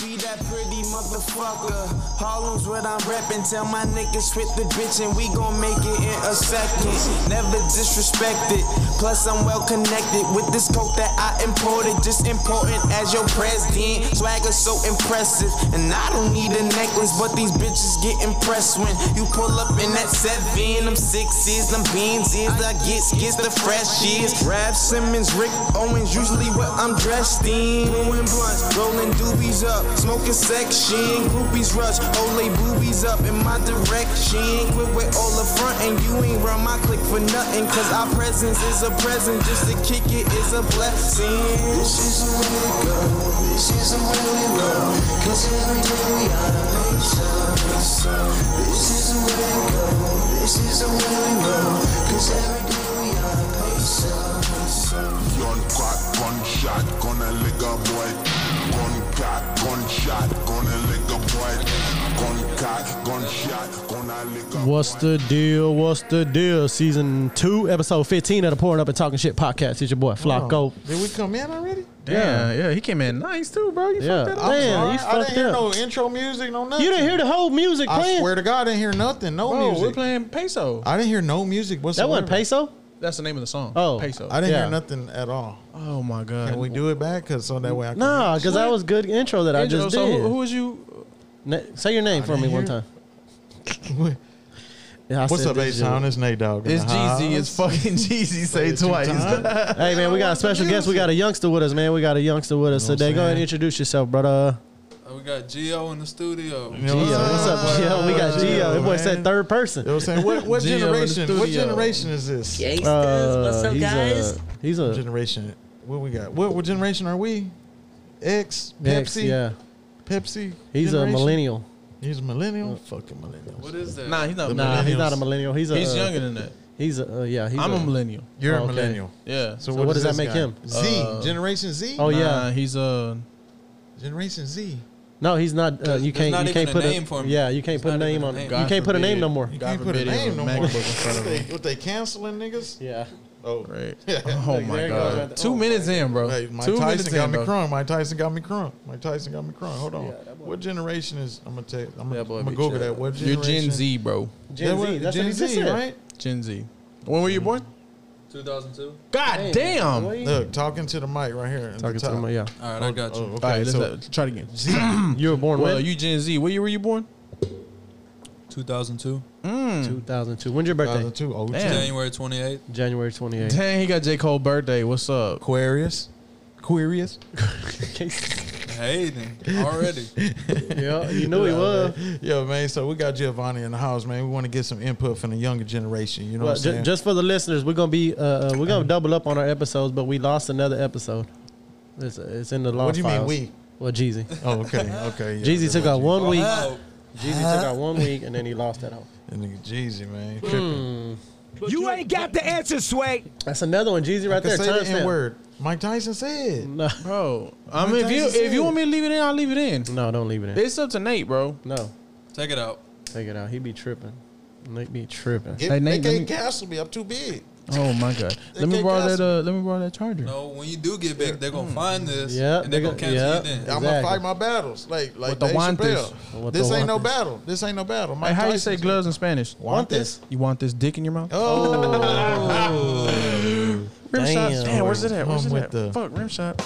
be that pretty motherfucker. Harlem's what I'm reppin'. Tell my niggas with the bitch and we gon' make it in a second. Never disrespected. Plus I'm well connected with this coke that I imported. Just important as your president. Swagger so impressive. And I don't need a necklace, but these bitches get impressed when you pull up in that seven. Them sixes, them beans is I get gets the freshiest. Rap Simmons, Rick Owens, usually what I'm dressed in. Blowing blunts, rolling doobies up, smoking section. Groupies rush, ole boobies up in my direction. Quit with all the front and you ain't run my click for nothing. Cause our presence is a present, just to kick it is a blessing. This is the way to go, this is the way we roll. Cause every day we gotta make something. So this is the way to go, this is the way we roll. Cause every day we gotta make something. So. Gun cock, gunshot, gonna lick a boy. Gun cock, gunshot, gonna lick a boy. Gun cock, gunshot, gonna lick a boy. What's the deal? What's the deal? Season two, episode fifteen of the Pouring Up and Talking Shit podcast. It's your boy Oh. Flocko. Did we come in already? Damn, yeah. he came in nice too, bro. You Yeah. fucked that Damn, up. you Alright, I fucked didn't hear up. no intro music, no nothing. You didn't hear the whole music I playing. swear to God, I didn't hear nothing. No Bro, we're music. playing Peso. I didn't hear no music that whatsoever. wasn't peso. That's the name of the song. Oh. Peso. I didn't Yeah. hear nothing at all. oh my God. Can we do it back? Cause so that way I can. Nah, because that was good intro that I Angelo, just so did. who, who is you? Na- say your name for me didn't one hear- time. Yeah, I What's said up, this H Town? It's Nate Dog. It's Jeezy. It's fucking Jeezy. Say twice. shit. Hey man, we got a special guest. We got a youngster with us, man. We got a youngster with us today. Go ahead and introduce yourself, brother. Uh, We got Gio in the studio. You know Gio, what I'm what's saying? up, Gio? We got Gio. That boy said man. third person. You know what I'm saying? What, what Gio in the generation? What studio. generation is this? Gangsters, Uh, what's up, he's guys? A, he's a Generation. What we got? What, what generation are we? X, Pepsi, X, yeah. Pepsi. He's generation? a millennial. He's a millennial. Fucking millennial. What is that? nah, he's not. Nah, Nah, he's not a millennial. He's a he's younger than that. He's a uh, yeah. He's I'm a a millennial. You're Oh, uh, a okay. millennial. Yeah. So what does this that make him? Z. Uh, Generation Z. Oh Nah, yeah. he's uh Generation Z. No, he's not. Uh, There's- you can't. there's not you even can't a put name for him. Yeah, you can't There's put a not name even a on. name. You God can't put a name forbid. no more. You God can't put a forbid he has name a no more. MacBook in front of What him. they, what they canceling niggas? Yeah. Oh, Right. Yeah. Oh my there goes right God. there. Two Oh, minutes in, bro. Hey, Mike Two minutes Tyson got in, me bro. crunk. Mike Tyson got me crunk. Mike Tyson got me crunk. Hold on. what generation is? I'm gonna tell. I'm gonna, That I'm boy gonna be Google chill. that. What You're generation? Gen Z, bro. Gen That Z. what- That's Gen what he just Z, said. right? Gen Z. When were Mm. you born? 2002. God damn. All Boy. Look, talking to the mic right here. at the Talking to top. him, yeah. All right, I got you. Oh, okay. right, let's so uh, try it again. You were born Well, when? you Gen Z. What year were you born? 2002. 2002. When's your birthday? 2002. Oh, Damn. January 28th. January 28th. Dang, he got J Cole birthday. What's up? Aquarius. Aquarius. Hayden already. yeah, you knew he was. Yo, man. So we got Giovanni in the house, man. We want to get some input from the younger generation. You know Well, what I'm ju- saying? just for the listeners, we're gonna be uh, uh, we're gonna double up on our episodes, but we lost another episode. It's it's in the log what do you mean files. we? Well, Jeezy. Oh, okay, okay. Yeah, Jeezy that took was out you. one week. Oh, Jeezy took out one week, and then he lost that whole. That nigga Jeezy, man. Mm. tripping. You ain't got the answer, Sway. That's another one, Jeezy, right I there. could say the N timestamp. word. Mike Tyson said. No, Bro, I mean, if you if you want me to leave it in, I'll leave it in. no, don't leave it in. It's up to Nate, bro. No, take it out. take it out. He be tripping. Nate be tripping. Get- Hey, they Nate, let can't cancel me. I'm too big. Oh my god. Let me can't borrow cast that. Uh, let me borrow that charger. No, when you do get back, they're going to find this. Yeah, And they're they going to go- cancel yeah. you then. I'm Exactly. gonna fight my battles. Like like With the Dave guantes. Chappelle. With This the ain't no guantes. battle. This ain't no battle. Mike Hey, how you Tyson say said- gloves in Spanish? Want this? You want this dick in your mouth? Oh, rim damn. shot. Damn, where's it at? Where's it Come with at? the- Fuck, rim shot.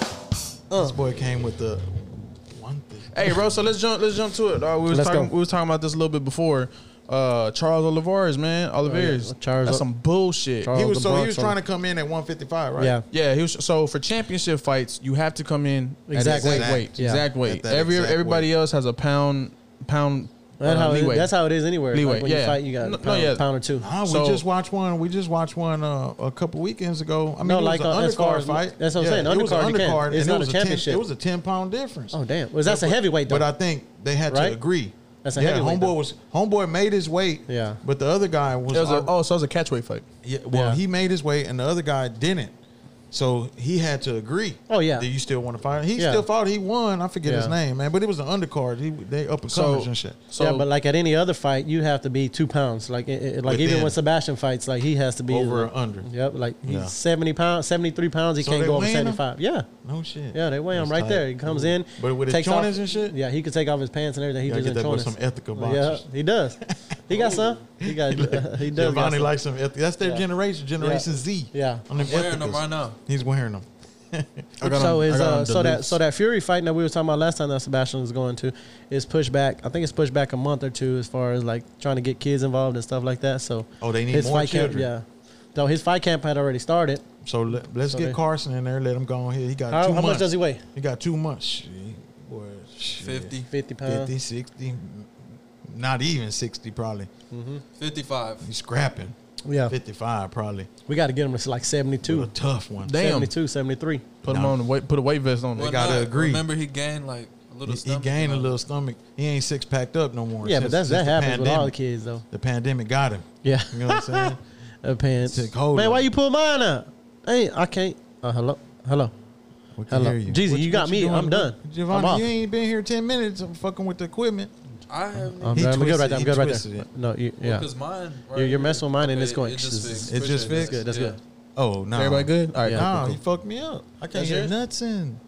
Oh. this boy came with the one thing. Hey, bro. So let's jump. Let's jump to it. Uh, we was Let's talking. go. We was talking about this a little bit before. Uh, Charles Olivares, man, Olivares. Charles That's O- some bullshit. Charles- He Oh, was the so he Bronx was one. trying to come in at 155, right? Yeah. Yeah, he was so for championship fights, you have to come in Exact at weight. exact weight. Yeah. Exact weight. At that Every exact everybody else has a pound pound That's uh, how, leeway. it, that's how it is anywhere. Like, Leeway, when you yeah. fight, you got No, a no, pound, yeah. pound or two. Ah, we So- just watched one. We just watched one uh, a couple weekends ago. I mean, No, it was like, uh, an as far undercard as- fight. that's what I'm saying, It was an undercard, you can't- undercard. it's and not it was a ten- championship. it was a ten pound difference. Oh damn! Was that's a heavyweight though? But I think they had Right? to agree. That's a yeah, heavyweight, homeboy though. was homeboy made his weight. Yeah. but the other guy was, It was a, al- oh, so it was a catch weight fight. yeah, well Yeah. he made his weight and the other guy didn't. So he had to agree. Oh, yeah. That you still want to fight. He Yeah. still fought. He won. I forget his Yeah. name, man. But it was an undercard. He they up and So, comers and shit. so yeah, but like at any other fight, you have to be two pounds. Like it, it- like even Within. when Sebastian fights, like he has to be Over or under. Yep, like he's Yeah. seventy pounds, seventy three pounds. He So can't they go over weighing him? seventy five. Yeah, No shit. yeah, they weigh him That's right tight. there. He comes in, But with his takes off- chonis and shit? Yeah, he could take off his pants and everything. He Gotta just get that in with chonis. some ethical Yeah, boxers. he does. He got some. He got. he does. got Giovanni some. likes them. eth- That's their Yeah. generation, Generation Yeah. Z. Yeah. on them Wearing them ethicals. right now. He's wearing them. I got so him- I is got uh, him so that Duluth's. so that Fury fighting that we were talking about last time that Sebastian was going to is pushed back. I think it's pushed back a month or two as far as like trying to get kids involved and stuff like that. So Oh, they need more fight children. camp. Yeah, though his fight camp had already started. So let, let's So get they- Carson in there. Let him go on here. He got How, two how months. much does he weigh? He got two months. Shit, Boy, shit. 50, Fifty pounds. 50, 60, not even 60 probably. 55. He's scrapping. Yeah, 55 probably. we got to get him to like Two. A 72, tough one. Damn. 72, 73. Put him on the weight. Put a weight vest on. Well, It. gotta nah, agree. Remember, he gained like a He, little. he stomach, gained a you know? little stomach. He ain't six packed up no more. Yeah, but that's Since- that since the happens with all the pandemic. kids though. The pandemic got him. Yeah, You know what I'm saying? Uh, pants. Took hold Man, of why it. you pull mine up? Hey, I can't. Uh, hello, hello. We can Hello. hear you. Jeezy, What- you got what me. doing? I'm done. Giovanni, I'm off. you ain't been here 10 minutes. I'm fucking with the equipment. I have I'm, He done. we good twisted- right there. I'm he good right twisted there. it. No, you, yeah. Because mine. right You're- you're here. messing with mine and it's going- It just fixed. It just Appreciate fixed? it. Good, that's Yeah. good. Oh, no. Everybody good? All right. Yeah. cool, No, cool, he fucked me up. I can't That's get yours? nuts in.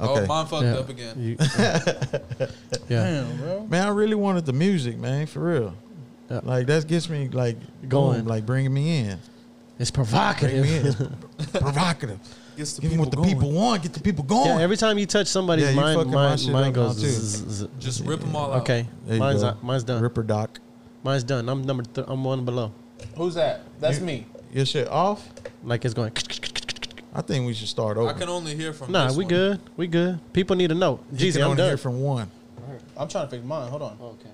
Oh, mine fucked Yeah. up again. You- yeah. cool. Damn, bro. Man, I really wanted the music, man, for real. Yeah. Like that gets me like Going. going, like bringing me in, It's bring me in. provocative. It's provocative. Gets the Give them people what the going. people want. Get the people going. yeah, every time you touch somebody's Yeah, you mind, fucking my mine, shit mine up now, goes. too. zzz, zzz, zzz. Just rip them all out. Okay, There you mine's go. not, mine's done. Ripper Doc. Mine's done. I'm number. Th- I'm one below. Who's that? That's me. Your shit off. Like it's going. I think we should start I over. can only hear from. Nah, this we one. good. We good. People need to know. You Jeezy, can I'm only hear done. from one. I'm trying to fix mine. Hold on. Okay.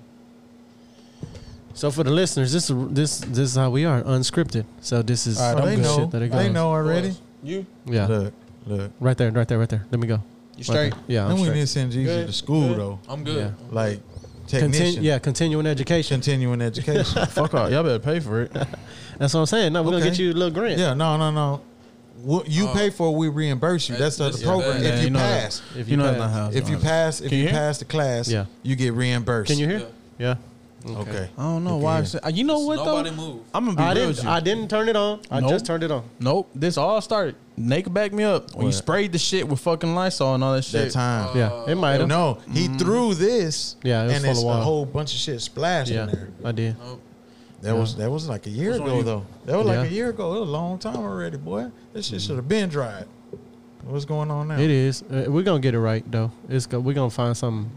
So for the listeners, this is this this is how we are unscripted. So this is Oh, they the know. shit that it goes. They know already. You? Yeah. Look, look. Right there. Right there. Right there. Let me go. You Right straight? there. Yeah. I'm then we straight. need to send Jesus Good, to school good. though, I'm good. like technician. Continue. Yeah. Continuing education. Continuing education. Fuck out. Y'all better pay for it. That's what I'm saying. No, we're gonna Okay. get you a little grant. yeah. No, no, no. What you Oh. pay for, we reimburse you. That- That's the this is program. bad. If Yeah, you, know that. pass, If you you know that's pass. not how it's if you gonna happen. pass, if Can you, you hear? pass the class, Yeah. you get reimbursed. Can you hear? Yeah. Okay. I don't know You can why. hear. I said- uh, You know what Nobody though? move. I'm gonna be I real with didn't. you. I didn't turn it on. I Nope. just turned it on. Nope. This all started. Naked back me up. When you What? sprayed the shit with fucking Lysol and all that shit. that Mm-hmm. time. Yeah, it might have. Uh, no, he threw this. Yeah, it was and full it's of water. a whole bunch of shit splashed yeah, in there. I did. Nope. That was that was like a year Which one ago you- though. That was like Yeah. Mm-hmm. a year ago. It was a long time already, boy. This shit should have been dried. What's going on now? It is. Uh, we're gonna get it right though. It's go, we're gonna find something.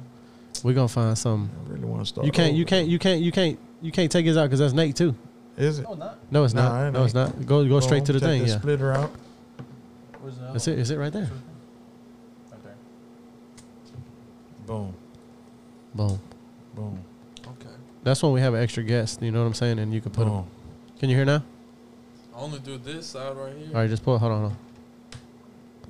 We're gonna find something. I really want to start. You can't. You over. can't. You can't. You can't. You can't take his out because that's Nate too. Is it? No, it's Nah, not. it no, it's ain't. not. Go go straight Boom, to the take thing. that Yeah, Splitter out. that's it. Is it right there? Boom, Boom. boom, Okay. That's when we have an extra guest. You know what I'm saying? And you can put him. boom. Can you hear now? I only do this side right here. All right, just pull. it. Hold on. Hold on.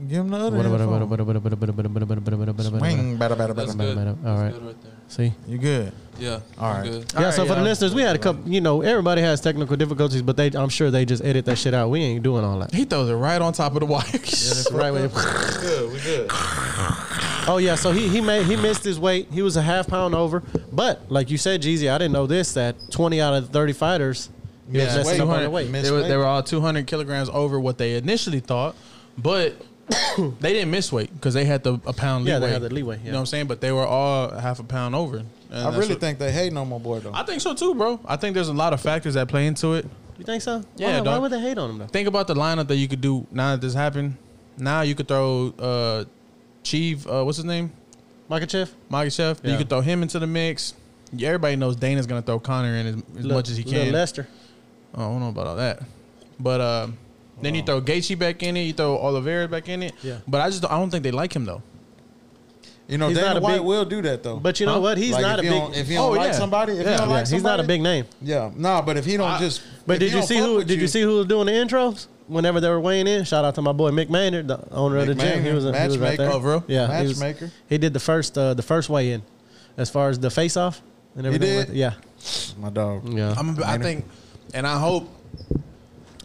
Give him the other headphone. Swing. Swing. Bada, bada, That's Bada, bada, good. bada. That's All right. good right there. See. bada. You good? Yeah. All I'm right. good. Yeah, All so right, for the yeah. listeners, we had a couple. You know, everybody has technical difficulties, but they, I'm sure they just edit that shit out. We ain't doing all that. He throws it right on top of the wire. Right way. We good. We good. Oh yeah, so he he made he missed his weight. He was a half pound over, but like you said, Jeezy, I didn't know this that 20 out of 30 fighters he was Yeah, messing up on their 200 weight. They were, they were all 200 kilograms over what they initially thought, but they didn't miss weight because they had the a pound leeway. Yeah, they had the leeway, You yeah. know what I'm saying? But they were all half a pound over. and I that's really what- think they hate no more boy though. I think so too, bro. I think there's a lot of factors that play into it. You think so? Yeah, Why, why dog. would they hate on him though? Think about the lineup that you could do now that this happened. Now you could throw uh, Chief, uh, what's his name? Makachev? Makachev. Yeah. You could throw him into the mix. Yeah, Everybody knows Dana's gonna throw Connor in as, as Lil- much as he Lil can. Lester. I don't know about all that, but uh, then you throw Gaethje back in it, you throw Oliveira back in it. Yeah. But I just I don't think they like him though. You know, He's Dana not a White big- will do that though. But you know Huh? what? He's Like, not if a he big don't- if he Oh, don't like yeah. somebody, if he Yeah. don't yeah, like he's somebody, not a big name. Yeah, nah. But if he don't just, But if did he you don't see fuck who with did you see who was doing the intros whenever they were weighing in? Shout out to my boy Mick Maynard, the owner of the Mick gym. He Maynard, was, a, he was right matchmaker. there. Oh, bro? Yeah, he was- Matchmaker. He did the first uh, the first weigh in, as far as the face off and everything. like did? that. yeah, my dog? yeah. I'm a, I think, and I hope,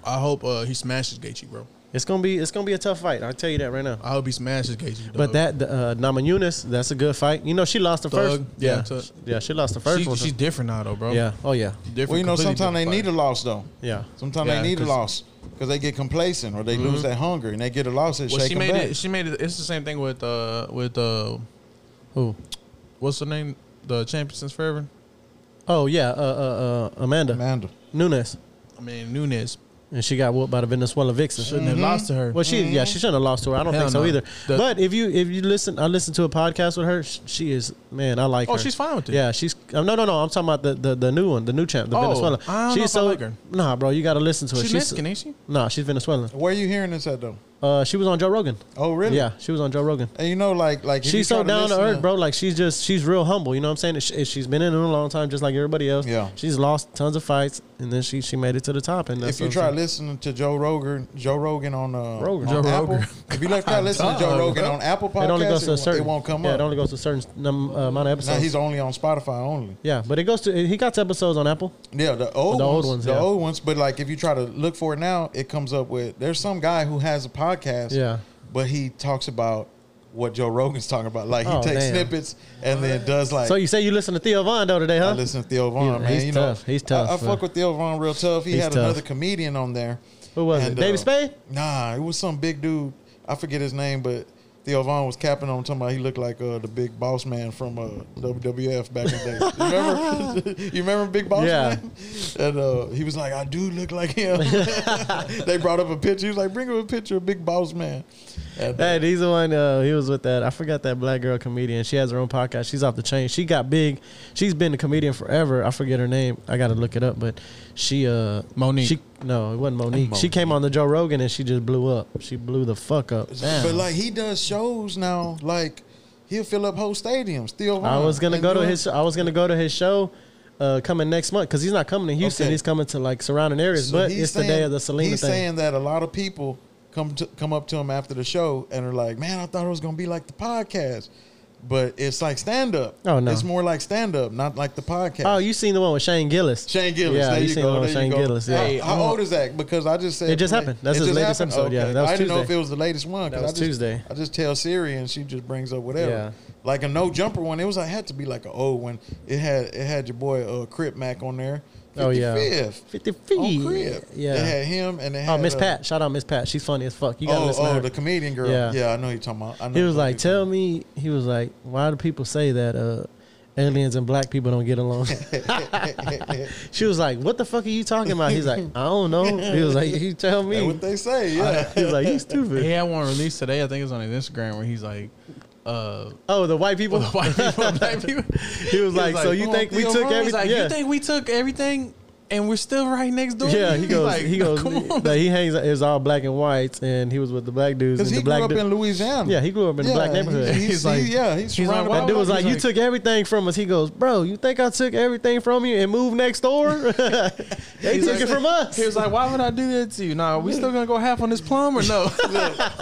I hope uh, he smashes Gaethje, bro. It's gonna be it's gonna be a tough fight. I'll tell you that right now. I hope he smashes Gaethje. dog. But that uh, Nama Yunus, that's a good fight. You know, she lost the Thug. first. Yeah, yeah, Thug. yeah, she lost the first she, one. she's different now, though, bro. yeah, oh yeah, different. Well, you know, completely sometimes they different need a loss though. yeah. Sometimes Yeah, they need a 'cause- Mm-hmm. loss because they get complacent or they lose that hunger and they get a loss. It fighter. Well, shake she them made back. it. She made it. It's the same thing with uh with uh Who? what's her name? The champion since forever. Oh yeah, uh, uh, uh, Amanda Amanda. Nunes, I mean Nunes and she got whooped by the Venezuela Vixen. shouldn't Mm-hmm. have lost to her. Well, she yeah, she shouldn't have lost to her. I don't Mm-hmm. Hell think so no. either. The- but if you if you listen, I listened to a podcast with her. Sh- She is man, I like Oh, her. she's fine with it. Yeah, she's um, no no no. I'm talking about the, the, the new one, the new champ, the Oh, Venezuela. I don't know she's if I so like her. nah, bro. You got to listen to her. she's Mexican, eh? ain't she? Nah, she's Venezuelan. Where you hearing this at though? Uh, she was on Joe Rogan. Oh, really? Yeah, she was on Joe Rogan. And you know, like, like if you She's so try to down to listen uh, earth, bro. Like she's just she's real humble. You know what I'm saying? And she- She's been in it a long time, just like everybody else. Yeah. She's lost tons of fights, and then she she made it to the top. And that's If you what I'm try saying. listening to Joe Rogan, Joe Rogan on uh, Rogan. on Joe Apple, Rogan. if you left out listening to Joe Rogan on Apple it only goes podcast, to a it, won't- certain. it won't come yeah, up. it only goes to a certain num, uh, amount of now episodes. he's only on Spotify only. yeah, but it goes to he got episodes on Apple. Yeah, the old The old ones, ones, the yeah. old ones. But like, if you try to look for it now, it comes up with there's some guy who has a podcast. Yeah. but he talks about what Joe Rogan's talking about. Like he Oh, takes damn. snippets and then does like. So you say you listen to Theo Von though today, huh? I listen to Theo Vaughn, He's- man. he's you know, tough. He's tough, I, I man. fuck with Theo Vaughn real tough. He He's had tough. another comedian on there. Who was it? And, uh, David Spade? Nah, it was some big dude. I forget his name, but Theo Vaughn was capping on talking about he looked like uh, the big boss man from uh, WWF back in the day. You remember? you remember Big Boss Yeah. Man? And uh, he was like, I do look like him. they brought up a picture. He was like, bring him a picture of Big Boss Man. And, uh, Hey, he's the one. Uh, he was with that. I forgot that black girl comedian. She has her own podcast. She's off the chain. She got big. She's been a comedian forever. I forget her name. I gotta look it up. But she, uh, Monique. She, no, it wasn't Monique. She came on the Joe Rogan and she just blew up. She blew the fuck up. But like he does shows now, like he'll fill up whole stadiums. Theo I Vaughn. was gonna And go to doing- his. I was gonna go to his show. Uh, coming next month because he's not coming to Houston. Okay. He's coming to like surrounding areas, So but he's it's the day saying- of the Selena he's thing. saying that a lot of people come to, come up to him after the show and are like, "Man, I thought it was gonna be like the podcast." But it's like stand up. Oh, no. It's more like stand up, not like the podcast. oh, you seen the one with Shane Gillis? Shane Gillis. Yeah, there you you seen go. the one there with Shane you go. Gillis. Yeah, How, how old is that? Because I just said It just happened. That's it his just latest happened? episode, yeah. Okay. That was I didn't know if Tuesday. it was the latest one. 'cause That was I just, Tuesday. I just tell Siri and she just brings up whatever. Yeah. Like a no jumper one. It was like had to be like an old one. It had it had your boy uh, Crip Mac on there. Oh, yeah. 55th. 55. on Oh, Crib. Yeah. They had him and they Oh, had Miss uh, Pat. Shout out Miss Pat. She's funny as fuck. You gotta Oh, listen to oh, her. the comedian girl. Yeah. Yeah, I know you're talking about. I know He was what like, you're tell me. He was like, why do people say that uh, aliens and black people don't get along? she was like, what the fuck are you talking about? He's like, I don't know. He was like, you tell talking about. me. What they say, yeah. He's like, you stupid. He had one released today. I think it's on his Instagram where he's like, uh, Oh, the white people. white people, black people. He was like, so you "Oh, think we Theo took Vaughn?" everything? He's Like, yeah. you think we took everything, and we're still right next door? yeah, he He's goes. like, he goes. Come on. Like he hangs. It's all black and whites, and he was with the black dudes. Because And he the grew black up dude- in Louisiana. Yeah, he grew up in a black neighborhood. He's, He's like- like, yeah, he's, he's surrounded like, by That dude was He's like, "You like- took everything from us." He goes, "Bro, you think I took everything from you and moved next door? they took it from us." He was like, why would I do that to you? Nah, we still gonna go half on this plum or no?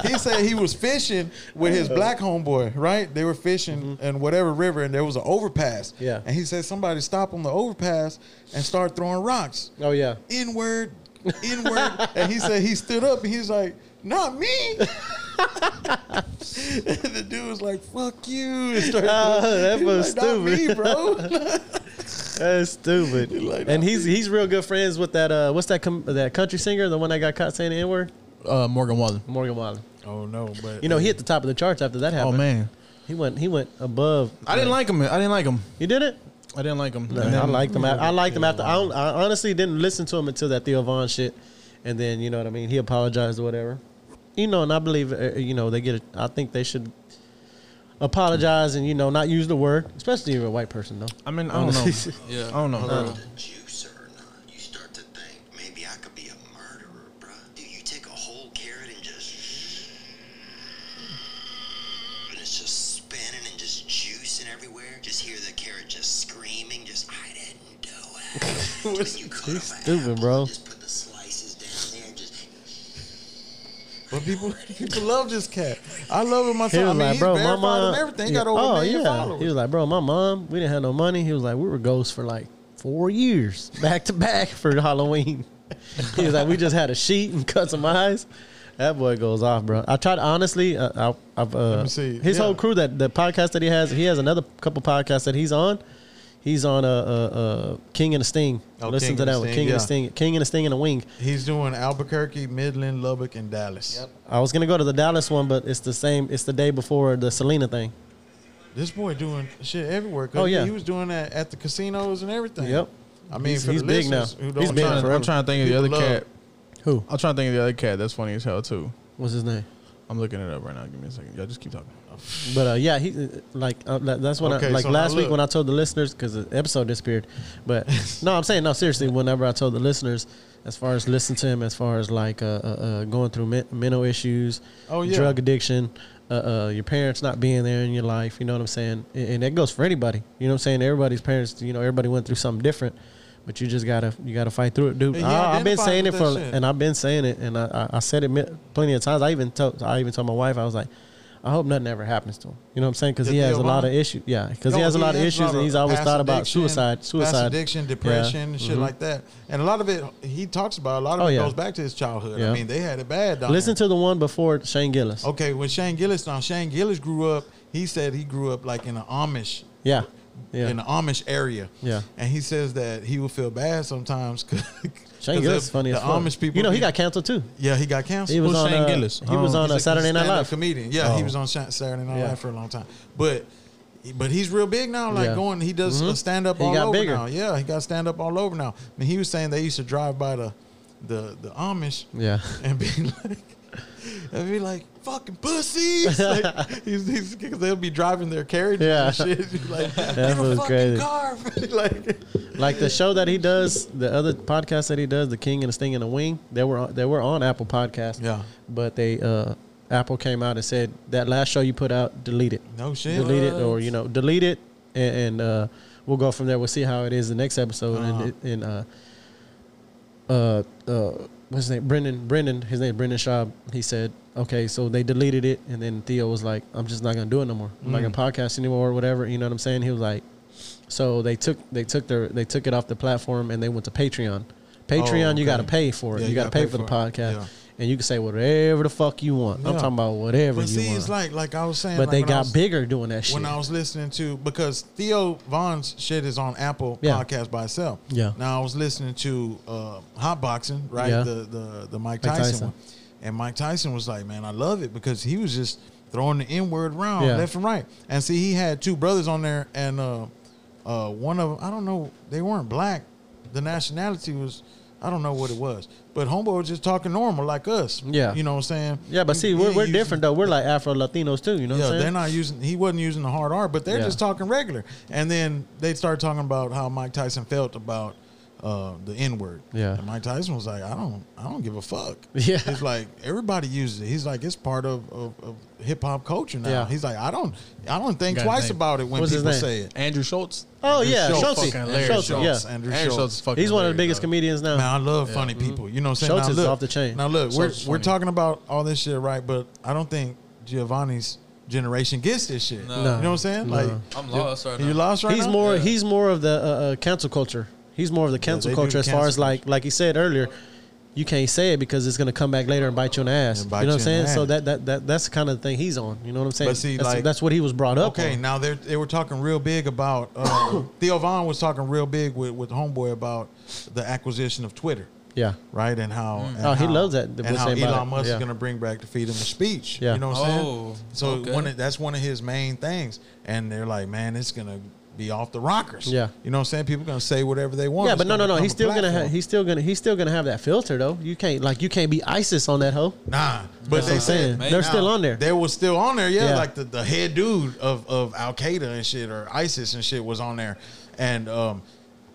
he said he was fishing with his Uh-huh. black homeboy, right? They were fishing in whatever river, and there was an overpass. Mm-hmm. Yeah. And he said somebody stopped on the overpass and started throwing rocks. oh yeah, Inward, inward. and he said he stood up and he's like, not me. and the dude was like, fuck you. And started Oh, that He was "Not me, stupid. bro. that's stupid. like, and "Nah, he's he's real good friends with that. Uh, what's that? Com- that country singer, the one that got caught saying the N word, uh, Morgan Wallen. Morgan Wallen. oh, no, but. You know, he hit the top of the charts after that Oh happened. man, he went he went above. I didn't like him. I didn't like him. You did it. I didn't like him. I liked him. I liked him after. I, don't- I honestly didn't listen to him until that Theo Vaughn shit, and then you know what I mean. He apologized or whatever. You know, and I believe uh, you know they get. it. I think they should apologize and you know not use the word, especially if you're a white person though. I mean, I don't know. Yeah. I don't know. juicer or not, you start to think maybe I could be a murderer, bruh. Dude, you take a whole carrot and just. And it's just spinning and just juicing everywhere. Just hear the carrot just screaming, just, I didn't do it. When you cut up an stupid, apple, bro. you Just put the slices down there and just. But people, people love this cat. I love him myself. He was I mean, like, he's bro, my verified mom. and everything. He Yeah. got over a oh million yeah. followers. He was like, bro, my mom. We didn't have no money. He was like, we were ghosts for like four years, back to back for Halloween. he was like, we just had a sheet and cut some eyes. That boy goes off, bro. I tried honestly. Uh, I, I've uh, me see. his Yeah. whole crew that the podcast that he has. He has another couple podcasts that he's on. He's on a uh, uh, uh, King and a Sting. Oh, Listen King to and that the one, Sting, King and a yeah. Sting, King and a Sting and a Wing. He's doing Albuquerque, Midland, Lubbock, and Dallas. I was gonna go to the Dallas one, but it's the same. It's the day before the Selena thing. This boy doing shit everywhere. 'cause Oh, yeah. he was doing that at the casinos and everything. Yep. I mean, He's- for he's the big now. listeners Who don't He's I'm, big know, trying to, I'm trying to think of the other People love- cat. Who? I'm trying to think of the other cat. That's funny as hell too. What's his name? I'm looking it up right now. Give me a second. Y'all just keep talking. But uh, yeah, he uh, like uh, that- that's when I Okay, like so now last week look. when I told the listeners because the episode disappeared. But no, I'm saying no seriously. Whenever I told the listeners, as far as listen to him, as far as like uh, uh, uh, going through men- mental issues, Oh, yeah. drug addiction, uh, uh, your parents not being there in your life. You know what I'm saying? And, and that goes for anybody. You know what I'm saying? Everybody's parents. You know, everybody went through something different. But you just gotta you gotta fight through it, dude. And he I, I've been identifies saying it with for, that shit. and I've been saying it, and I, I, I said it mi- plenty of times. I even told I even told my wife I was like, I hope nothing ever happens to him. You know what I'm saying? Because The he has a Theo lot of Vaughn? issues. Yeah, because he No, has a lot of has issues, and he's always past thought about addiction- suicide, past suicide, addiction, Yeah. Mm-hmm. depression, and shit like that. And a lot of it, he talks about. A lot of Oh, it yeah. goes back to his childhood. Yeah. I mean, they had it bad. Down Listen there. to the one before Shane Gillis. um, Okay, when Shane Gillis now Shane Gillis grew up, he said he grew up like in an Amish, Yeah, yeah. in the Amish area. Yeah. and he says that he would feel bad sometimes. 'cause- Shane 'cause Gillis the- is funny the as fuck. Amish people. You know he be- got canceled too. Yeah, he got canceled. He was Who's on Shane uh, Gillis? He was on Um, He's uh, a Saturday Night stand-up Live. comedian. Yeah, Oh. he was on Sha- Saturday Night Yeah. Live for a long time, but but he's real big now. Like Yeah. going, he does Mhm. a stand up He all got over bigger. now. Yeah, he got stand up all over now. And he was saying they used to drive by the the the Amish Yeah. and be like. And be like fucking pussies, like, he's, he's, cause they'll be driving their carriages Yeah. and shit. Like that That get a was fucking crazy. car, like Like the show that he does, the other podcast that he does, The King and the Sting and the Wing, they were on, they were on Apple Podcast. Yeah. But they uh Apple came out and said that last show you put out, delete it. no shit. Uh, delete it or you know delete it and, and uh, we'll go from there we'll see how it is the next episode Uh-huh. and and uh, uh uh what's his name brendan brendan his name is brendan shaw he said okay so they deleted it and then theo was like i'm just not gonna do it no more i'm not Mm. gonna podcast anymore or whatever you know what i'm saying he was like so they took they took their they took it off the platform and they went to patreon patreon Oh, okay. you gotta pay for it Yeah, you gotta, pay, for the podcast Yeah. and you can say whatever the fuck you want i'm Yeah. talking about whatever But you see, want it's like like I was saying, but like, they when I got was- bigger doing that shit when I was listening to because Theo Vaughn's shit is on Apple Yeah. podcast by itself. Yeah. Now I was listening to uh, Hot Boxing, right? Yeah. The the the Mike Mike Tyson, Tyson. one, and Mike Tyson was like, "Man, I love it because he was just throwing the N word around Yeah. left and right." And see, he had two brothers on there, and uh, uh, one of them, I don't know, they weren't black. The nationality was. I don't know what it was, but Homeboy was just talking normal like us. Yeah. you know what I'm saying. Yeah, but He- see, he we're, ain't we're using- different though. We're like Afro Latinos too. You know what yeah, I'm they're saying? not using. He wasn't using the hard R, but they're Yeah. just talking regular. And then they start talking about how Mike Tyson felt about uh, the N word. Yeah. and Mike Tyson was like, "I don't, I don't give a fuck." Yeah. he's like, everybody uses it. He's like, it's part of, of, of hip hop culture now. Yeah. He's like, I don't, I don't think Got his twice name. about it when What's his people name? say it. Andrew Schultz. oh yeah, Schultz. Schultz. Fucking hilarious. Schultz, Schultz. yeah. Andrew Andrew Schultz. Schultz is fucking He's one of the hilarious, biggest comedians now. Man, I love funny people. You know what I'm saying? Mm-hmm. Schultz now, is look, off the chain. Now look, Schultz is we're, we're funny. talking about all this shit, right? But I don't think Giovanni's generation gets this shit. No. You know what I'm saying? Like I'm lost right now. you lost right he's now? more he's more of the uh, uh, cancel culture. He's more of the cancel they do culture the as far as cancel like like he said earlier. You can't say it because it's gonna come back later and bite you in the ass. And You bite know what you I'm saying? in the So ass. that, that that that's the kind of thing he's on. You know what I'm saying? But see, that's, like- that's what he was brought up. Okay, on. now they they were talking real big about uh, Theo Vaughn was talking real big with with Homeboy about the acquisition of Twitter, Yeah. right? And how and Oh, he how- loves that, the- and what's how saying about Elon it. Musk Yeah. is going to bring back the freedom of speech. Yeah. you know what I'm Oh, saying. So okay. one of, that's one of his main things, and they're like, man, it's going to be off the rockers. Yeah. you know what I'm saying. People going to say whatever they want. Yeah, It's but no, no, gonna no. become He's a still gonna ha- platform. he's still gonna he's still gonna have that filter though. You can't like you can't be ISIS on that hoe. nah, but That's what they I'm said saying. man, They're now, still on there. They were still on there, yeah. Yeah. Like the, the head dude of, of Al Qaeda and shit or ISIS and shit was on there, and um,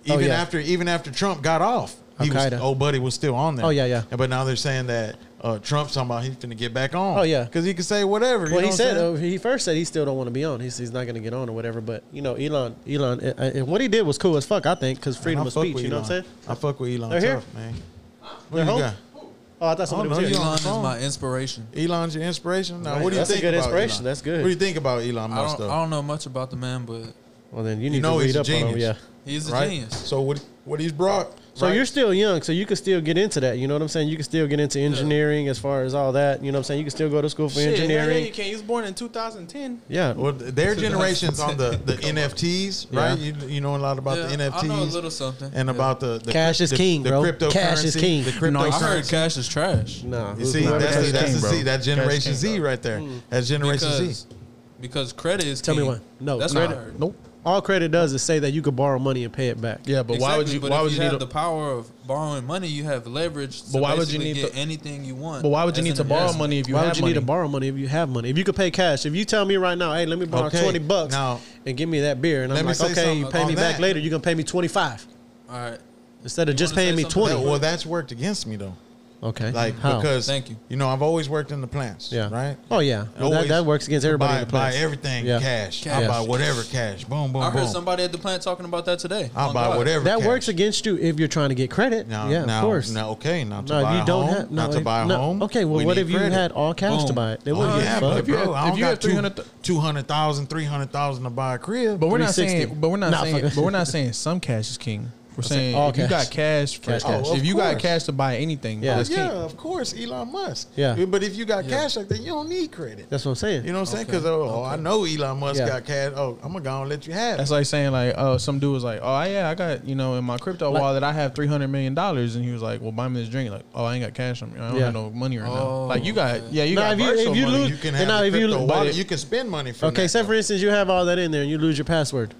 Oh, even yeah. after even after Trump got off, he was, Al-Qaeda. old buddy was still on there. Oh, yeah, yeah. And- But now they're saying that uh, Trump's talking about he's gonna get back on. Oh, yeah. because he can say whatever. you Well, know he what I'm said saying? uh, he first said he still don't want to be on. He's he's not going to get on or whatever. But you know, Elon, Elon, uh, uh, and what he did was cool as fuck. I think because freedom I of fuck speech. with You know what I'm Elon. saying? I fuck with Elon They're here. tough, man. What They're you home? got? Oh, I thought somebody Oh, was no, here. you on- Elon is phone. my inspiration. Elon's your inspiration. Now, Right. what do you That's a think? good about inspiration. Elon? That's good. What do you think about Elon I Musk? don't, I Though? don't know much about the man, but Well, then you need know to read he's a up on him. genius. Yeah. he's a right. genius. So what? What he's brought? So you're still young, so you can still get into that. You know what I'm saying? You can still get into engineering as far as all that. You know what I'm saying? You can still go to school for Shit, hell yeah, engineering. you can't. He was born in 2010. Yeah. Well, their generations on the, the NFTs, right? You, you know a lot about the Yeah, NFTs. I know a little something. And Yeah. about the, the Cash cryp- is the- king, the bro. Cryptocurrency, Cash is king. The No, I cryptocurrency. heard cash is trash. Nah. You see, whoever that's cash the, is that's king, the bro. Z, that Generation king, Z right there. That's Generation Mm. Because, Z. because credit is Tell me king. one. No, That's credit. what I heard. Nope. All credit does is say that you could borrow money and pay it back. Yeah, but why would you? But Why if would you, you have need? the A, power of borrowing money? You have leverage. To But why would you basically need get to- anything you want? but why would you as need an to borrow investment. money if you Why have would you money? need to borrow money if you have money? If you could pay cash, if you tell me right now, hey, let me borrow Okay. twenty bucks Now- and give me that beer, and Let I'm me like, say okay, you something pay on me back that. later. You're gonna pay me twenty five All right. instead of just wanna say paying me something? twenty. Well, well, that's worked against me though. okay, Like How? because Thank you. You know, I've always worked in the plants. yeah, Right. Oh yeah, Well, that, Always that works against everybody. buy, in the place. buy everything Yeah. cash. Cash. I buy whatever cash. Boom, boom, I boom. heard somebody at the plant talking about that today. I On buy God. whatever. That cash. works against you if you're trying to get credit. Now, yeah, now, of course. Now, okay, not to No, buy you a don't home, have no, not to if- buy a no, home. Okay, well, We what need if you credit. had all cash to Boom. buy it? It Oh, wouldn't yeah, give a but fuck. you bro, had- I if don't you had got two- 300 200,000, 300,000 to buy a crib. But we're not 360. saying. But we're not Nah, saying. fuck it. But we're not saying some cash is king. We're saying all if you cash. got cash, for, Cash, cash. Oh, of if you got course. cash to buy anything, Yeah. yeah. that's yeah, king. of course, Elon Musk. Yeah. But if you got cash like that, you don't need credit. That's what I'm saying. You know what I'm saying? Because, oh, oh, I know Elon Musk Yeah. got cash. Oh, I'm going to go and let you have That's it. like saying like, oh, some dude was like, oh yeah, I got you know in my crypto Like- wallet I have three hundred million dollars, and he was like, well, buy me this drink. Like, oh, I ain't got cash. on me. I don't Yeah. have no money right Oh, now. Like you got, yeah, you Nah, got if you- virtual if you money. lose- You can And have now the if you crypto look- but wallet. it- You can spend money from Okay, that, say though. for instance you have all that in there and you lose your password.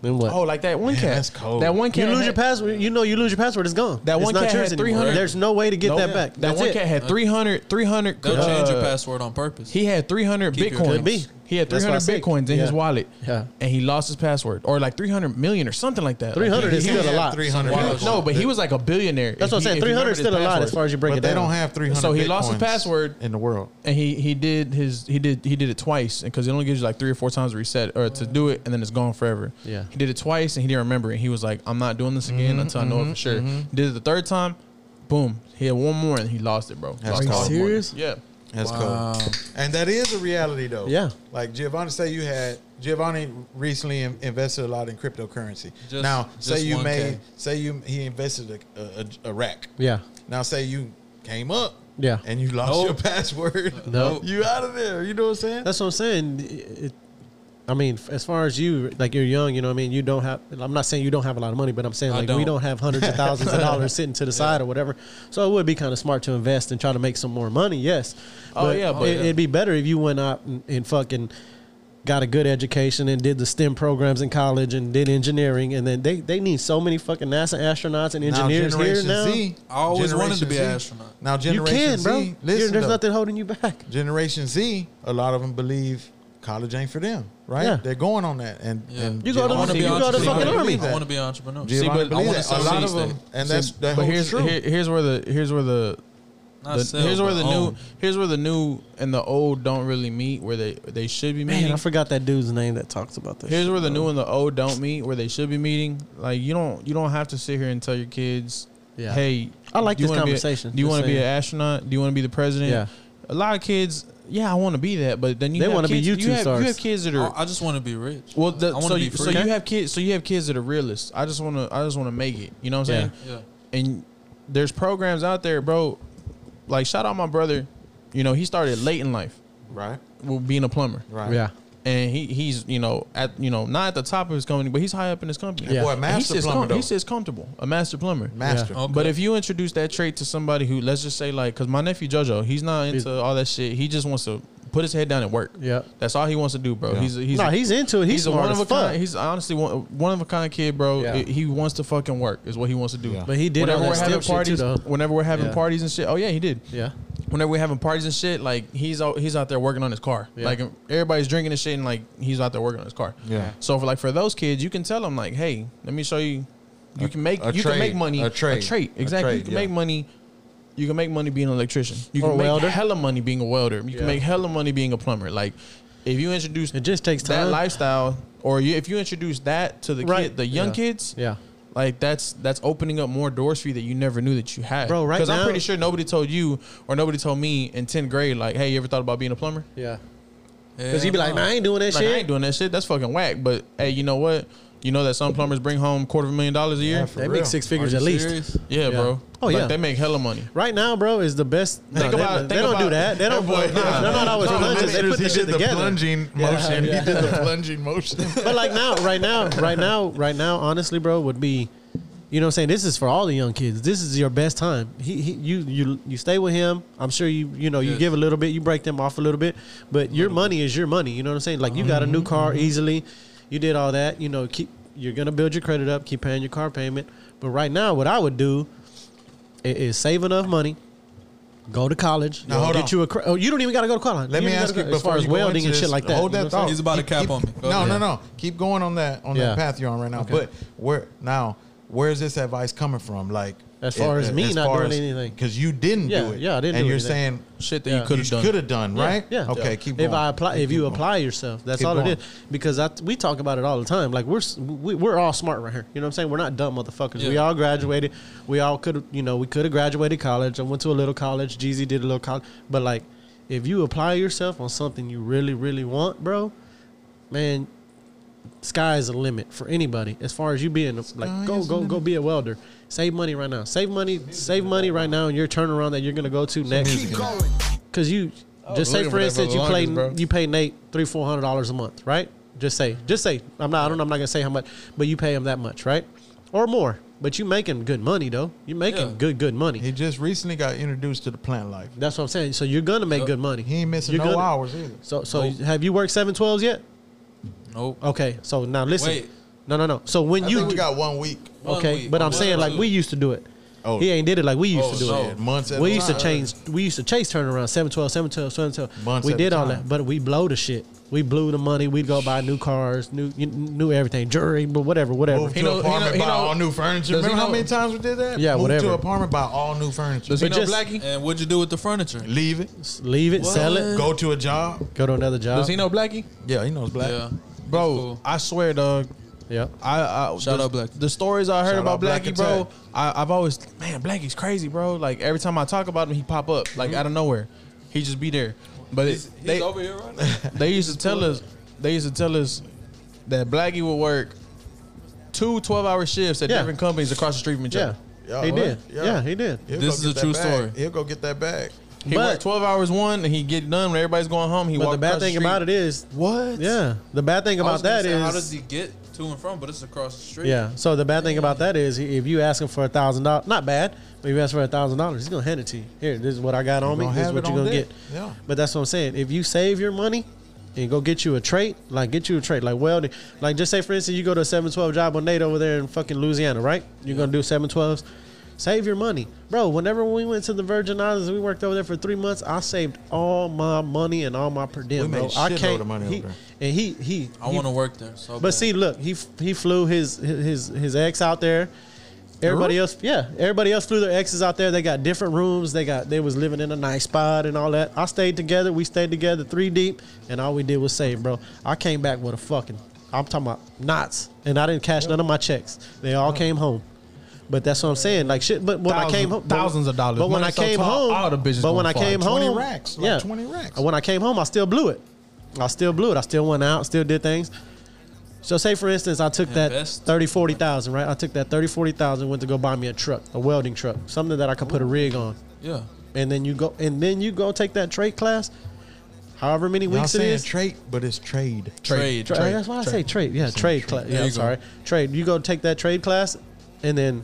Then what? oh, like that one Man, cat. that's cold. That one you cat. lose had- your password. You know you lose your password. It's gone. That It's one not cat yours had anymore. 300. There's no way to get Nope. that back. That That's one it. cat had 300, 300 They'll change your uh, password on purpose. He had 300 Keep your bitcoins. Could be. He had That's 300 what I said. bitcoins in his Yeah. wallet. Yeah. And he lost his password or like 300 million or something like that. 300 is He still a had lot. 300 Like, he- bitcoins. no, but he was like a billionaire. That's what If I'm he- saying. if you 300 remember is his still a lot as password. far as you break But it they down. don't have 300 So he lost his bitcoins password. in the world. And he he did his he did he did it twice because it only gives you like three or four times to reset or to do it and then it's gone forever. Yeah. He did it twice and he didn't remember it. He was like, I'm not doing this again until I know it for sure. Did it the third time, boom. He had one more and he lost it, bro. That's Lost cold. all the money. serious? Yeah. That's cool. And that is a reality, though. Yeah. Like Giovanni, say you had Giovanni recently in- invested a lot in cryptocurrency. Just- now, just say you 1K. made, say you he invested a, a, a- a rack. Yeah. Now, say you came up. Yeah. And you lost Nope. your password. Nope. You out of there. You know what I'm saying? That's what I'm saying. It- it- I mean, f- as far as you, like you're young, you know what I mean? You don't have, I'm not saying you don't have a lot of money, but I'm saying I like we don't. don't have hundreds of thousands of dollars sitting to the side or whatever. So it would be kind of smart to invest and try to make some more money, yes. Oh, yeah, but- it, would be better if you went out and, and fucking got a good education and did the STEM programs in college and did engineering. And then they, they need so many fucking NASA astronauts and Now, engineers here Generation now. Z- I always Generation wanted to be Z- an astronaut. Now, you Generation can, Z, bro. You're- Listen, there's though. nothing holding you back. Generation Z, a lot of them believe college ain't for them, right? Yeah. They're going on that, and, and You go to- Giovanni I wanna you be go to entrepreneur. fucking believe army. that. I want to be an entrepreneur. Giovanni I believe wanna that. A lot of them, and that's that But holds here's true. here, here's where the here's where the Not the- sell, here's where the but new own. here's where the new and the old don't really meet where they they should be meeting. Man, I forgot that dude's name that talks about this. Here's shit, where the bro. new and the old don't meet, where they should be meeting. Like you don't you don't have to sit here and tell your kids, Yeah. "Hey, I like do you this wanna be a- conversation, do you just want to be an saying. astronaut? Do you want to be the president?" Yeah. A lot of kids, yeah, I want to be that, but then you They want wanna to be YouTube you have, stars. You have kids that are I I just want to be rich. well, the, I want so to be you, so free. you have kids, so you have kids that are realists. I just want to, I just want to make it. You know what I'm Yeah. saying? And there's programs out there, bro. Like shout out my brother. You know he started late in life, right? with being a plumber. Right. Yeah. And he he's you know at you know not at the top of his company, but he's high up in his company. Yeah. Boy, a And he master sits plumber, com- though. he sits comfortable, a master plumber. master. Okay. But if you introduce that trait to somebody who, let's just say, like, because my nephew JoJo, he's not into all that shit. He just wants to put his head down and work. Yeah. that's all he wants to do, bro. He's a, he's No, a- he's into it. He's a smart one of as a fuck. kind. He's honestly one, one of a kind kid, bro. Yeah. It- he wants to fucking work is what he wants to do. Yeah. But he did all that we're stem having shit too, parties, though. whenever we're having Yeah. parties and shit. Oh yeah, he did Yeah. whenever we're having parties and shit, like he's out, he's out there working on his car. Yeah. Like everybody's drinking and shit, and like he's out there working on his car. Yeah. So for like for those kids, you can tell them like, hey, let me show you. You can make a you can make trade. money A trade. trade A exactly. you trade, can yeah. make money. You can make money being an electrician. You Or can a make welder. hella money being a welder. You Yeah. can make hella money being a plumber. Like if you introduce It just takes that time. lifestyle, or you, if you introduce that to the Right. kid, the young Yeah. kids, Yeah. like that's that's opening up more doors for you that you never knew that you had, Bro, right Because now- I'm pretty sure nobody told you or nobody told me in tenth grade, like, hey, you ever thought about being a plumber? Yeah. because Because he'd be like, nah, I ain't doing that Like, shit. I ain't doing that shit. That's fucking whack. But hey, you know what? You know that some plumbers bring home quarter of a million dollars a year. for They real. make six figures Are at you least. serious? Yeah, bro. Oh, Like, yeah. they make hella money. Right now, bro, is the best. No, Think they, about- they think don't do about- that. They don't. boy, bro, nah. they're not always Tell the plunging. They listeners put he this shit did the together. plunging motion. He did the plunging motion. but like now, right now, right now, right now, honestly, bro, would be, you know, what I'm saying this is for all the young kids. This is your best time. He, he you, you, you stay with him. I'm sure you, you know, you Yes. give a little bit, you break them off a little bit, but your money is your money. You know what I'm saying? Like you got a new car Mm-hmm. easily, you did all that. You know, keep you're gonna build your credit up, keep paying your car payment. But right now, what I would do i- is save enough money. Go to college. Now, hold get on. you a. Cre- oh, you don't even got to go to college. Let me don't ask you gotta go- as before far as you go welding into and shit this, like that. Hold you know what that I'm thought. saying? He's about to cap Keep- on me. Go no, no, ahead. no. Keep going on that on Yeah. that path you're on right now. But where now? Where is this advice coming from? Like As far as me not doing anything. because you didn't Yeah, do it. yeah, I didn't And do you're anything. saying Shit that Yeah. you could have done. could have done, right? Yeah. Okay. Yeah. Keep going. If I apply, if Keep you going. apply yourself, that's Keep all going. it is. Because I, we talk about it all the time. Like we're s- we, we're all smart right here. You know what I'm saying? We're not dumb motherfuckers. We Yeah. all graduated. We all could you know we could have graduated college. I went to a little college. Jeezy did a little college. But like, if you apply yourself on something you really really want, bro, man, sky's the limit for anybody as far as you being a- like go go go be a welder save money right now save money save money right now in your turnaround that you're gonna go to next because you just say for looking for that for instance the you play longest, bro. you pay nate three four hundred dollars a month right just say just say i'm not i don't i'm not gonna say how much but you pay him that much right or more but you making good money though you making Yeah. good good money He just recently got introduced to the plant life. that's what i'm saying so you're gonna make good money He ain't missing You're no gonna- hours either. so so have you worked 712s yet Nope. okay so now listen Wait. no no no so when I you think we do- got one week. One Okay, week. but I'm One saying or like two. we used to do it. Oh. He ain't did it like we used Oh, to do no. it. Months at we a used to time. change. We used to chase turnaround 712, 712, 712. Months we at did a all time. that, but we blow the shit. We blew the money. We'd go buy new cars, new you- new everything, jewelry, but whatever, whatever. Moved He to know- he apartment, know- he buy know- all new furniture. does he Remember how know- many times we did that? Yeah, Moved whatever. to apartment, buy all new furniture. Does he But know just- Blackie? And what'd you do with the furniture? Leave it. Just Leave it, sell it, Go to a job. go to another job. Does he know Blackie? Yeah, he knows black. Yeah. Bro, That's cool. I swear, dog. Yeah. I, I Shout the, out Blackie. The stories I heard Shout about out Black Blackie, bro. I, I've always man, Blackie's crazy, bro. Like every time I talk about him, he pop up like out of nowhere. He just be there. But it, He's they over here right now. they used to tell us they used to tell us that Blackie would work two 12 hour shifts at Yeah. different companies across the street from each yeah. other. Yeah, he what? did. Yeah. yeah, he did. He'll This go is get a that true bag. story. He'll go get that bag. He But- worked 12 hours one and he get done when everybody's going home. He But walked the bad across thing street. about it is, what? yeah, the bad thing I about was gonna that say, how does is, he get to and from? But it's across the street. yeah. So the bad thing about that is, if you ask him for a thousand dollars, not bad, but if you ask for a thousand dollars, he's gonna hand it to you. Here, this is what I got on me. gonna This is have what it you're gonna on deck. get. Yeah. But that's what I'm saying. If you save your money and go get you a trait, like get you a trait, like welding, like just say for instance, you go to a 712 job on Nate over there in fucking Louisiana, right? You're gonna do 712s. Save your money, bro. Whenever we went to the Virgin Islands, we worked over there for three months. I saved all my money and all my per diem, We made bro. I shitload can't. of money he- over and he he. I he want to work there. So but bad. see, look, he he flew his his his ex out there. Everybody else, yeah, everybody else flew their exes out there. They got different rooms. They got they was living in a nice spot and all that. I stayed together. We stayed together three deep, and all we did was save, bro. I came back with a fucking. I'm talking about knots, and I didn't cash none of my checks. They all came home. But that's what I'm saying, like shit. But when I came Thousands- home, thousands of dollars. But when I Money so came tall, home, all the bitches But when gonna I fly. came 20 home, racks, like 20 racks. When I came home, I still blew it. I still blew it. I still went out. Still did things. So say for instance, I took that Invest. 30, 40,000, right? I took that 30, 40,000, went to go buy me a truck, a welding truck, something that I could put a rig on. yeah, And then you go and then you go take that trade class, however many Y'all weeks it saying is. trait, but it's trade. trade. Tra- that's why I say trade. Yeah, trade class. Yeah, There I'm you go. sorry. Trade. You go take that trade class and then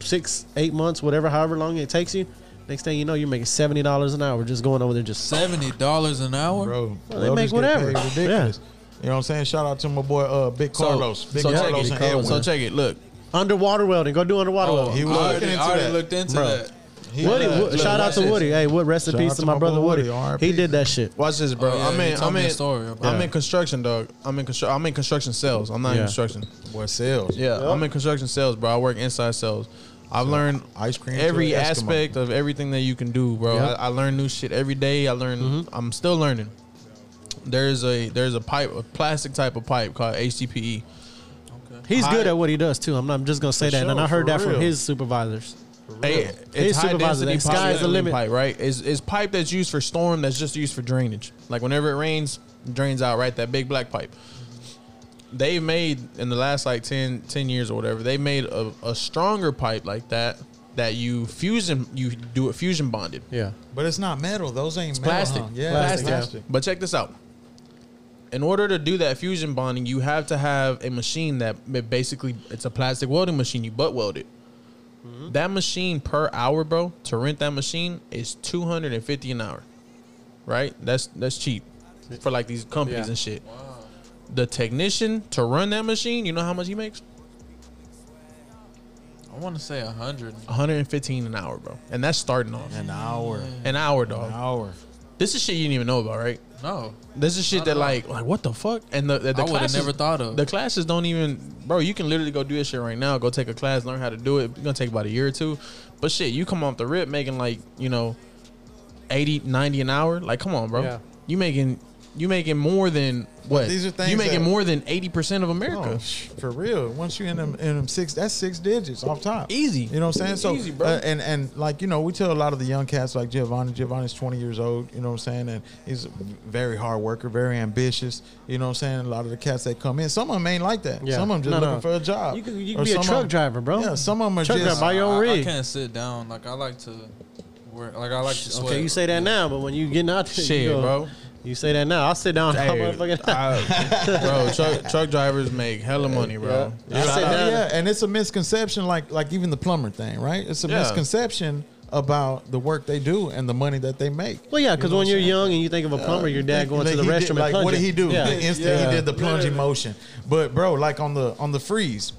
six, eight months, whatever, however long it takes you, next thing you know, you're making seventy dollars an hour just going over there just Seventy dollars an hour. Bro, Well, they welders make get whatever. paid ridiculous. You know what I'm saying? Shout out to my boy uh, Big Carlos. Big so Carlos check and it. Edwin. So check it. Look, underwater welding. Go do underwater Oh, welding. He he was I looking already, into I already that. looked into Bro. that. He- Woody, look, Wo- look, shout out watch to this. Woody. Hey, what rest in Shout peace out to to my, my brother boy Woody. Woody, R.I.P. He did that shit. Watch this, bro. Oh, yeah, I'm you in. told I'm me a in. story about I'm that. in construction, dog. I'm in construction. I'm in construction sales. I'm not Yeah. in construction. Boy, sales. Yeah, I'm in construction sales, bro. I work inside sales. I've learned ice cream to every Eskimo. aspect of everything that you can do, bro. Yeah. Mm-hmm. I, I learn new shit every day. I learn. I'm still learning. There's a there's a pipe, a plastic type of pipe called HDPE. He's High- good at what he does too. I'm, not, I'm just gonna say that, and I sure, heard for that from real. his supervisors. Hey, His it's high supervisor, density that sky is the polyethylene limit. pipe, right? It's, it's pipe that's used for storm that's just used for drainage. Like whenever it rains, it drains out, right? That big black pipe. they've made in the last like 10, 10 years or whatever, they made a, a stronger pipe like that that you fusion you do it fusion bonded. Yeah. But it's not metal. Those ain't metal. Plastic. huh? Yeah, plastic. it's plastic. But check this out. In order to do that fusion bonding, you have to have a machine that ma- basically it's a plastic welding machine. You butt weld it. That machine per hour, bro, to rent that machine is two hundred and fifty an hour. Right? That's that's cheap for like these companies Yeah. and shit. The technician to run that machine, you know how much he makes? I want to say a hundred. One hundred and fifteen an hour, bro, and that's starting off An hour. an hour, dog. An hour. This is shit you didn't even know about, right? No, This is shit that like like what the fuck? And the the, the I would have classes- never thought of. The classes don't even, bro. You can literally go do this shit right now. Go take a class, learn how to do it. It's gonna take about a year or two, but shit, you come off the rip making like you know, 80, 90 an hour. Like, come on, bro. Yeah. You making you making more than what? these are things you making that- more than eighty percent of America. Oh, sh- for real. Once you in them, in them six, that's six digits off top. Easy. You know what I'm saying? So, Easy, bro. uh, and and like you know, we tell a lot of the young cats like Giovanni. Giovanni's 20 years old. You know what I'm saying? And he's a very hard worker, very ambitious. You know what I'm saying? A lot of the cats that come in, some of them ain't like that. Yeah. Some of them just No, looking no. for a job. You could- you Or could be a some of truck them- driver, bro. Yeah, some of them are Truck just. driver, buy your own I- I, rig. can't sit down. Like I like to work. Like I like to sweat. Okay, you say that now, but when you getting out there, Shit, you go- bro. You say that now. I'll sit down. Hey, I'll motherfucking- I- bro, truck, truck drivers make hella money, bro. I Yeah, sit down. yeah, and it's a misconception, like like even the plumber thing, right? It's a Yeah. misconception about the work they do and the money that they make. Well, yeah, because know when what you're I'm saying? young and you think of a plumber, your dad going to the he restroom. did- and like, what did plunging. he do? Yeah. The instant Yeah. he did the plunging motion. But bro, like on the on the freeze,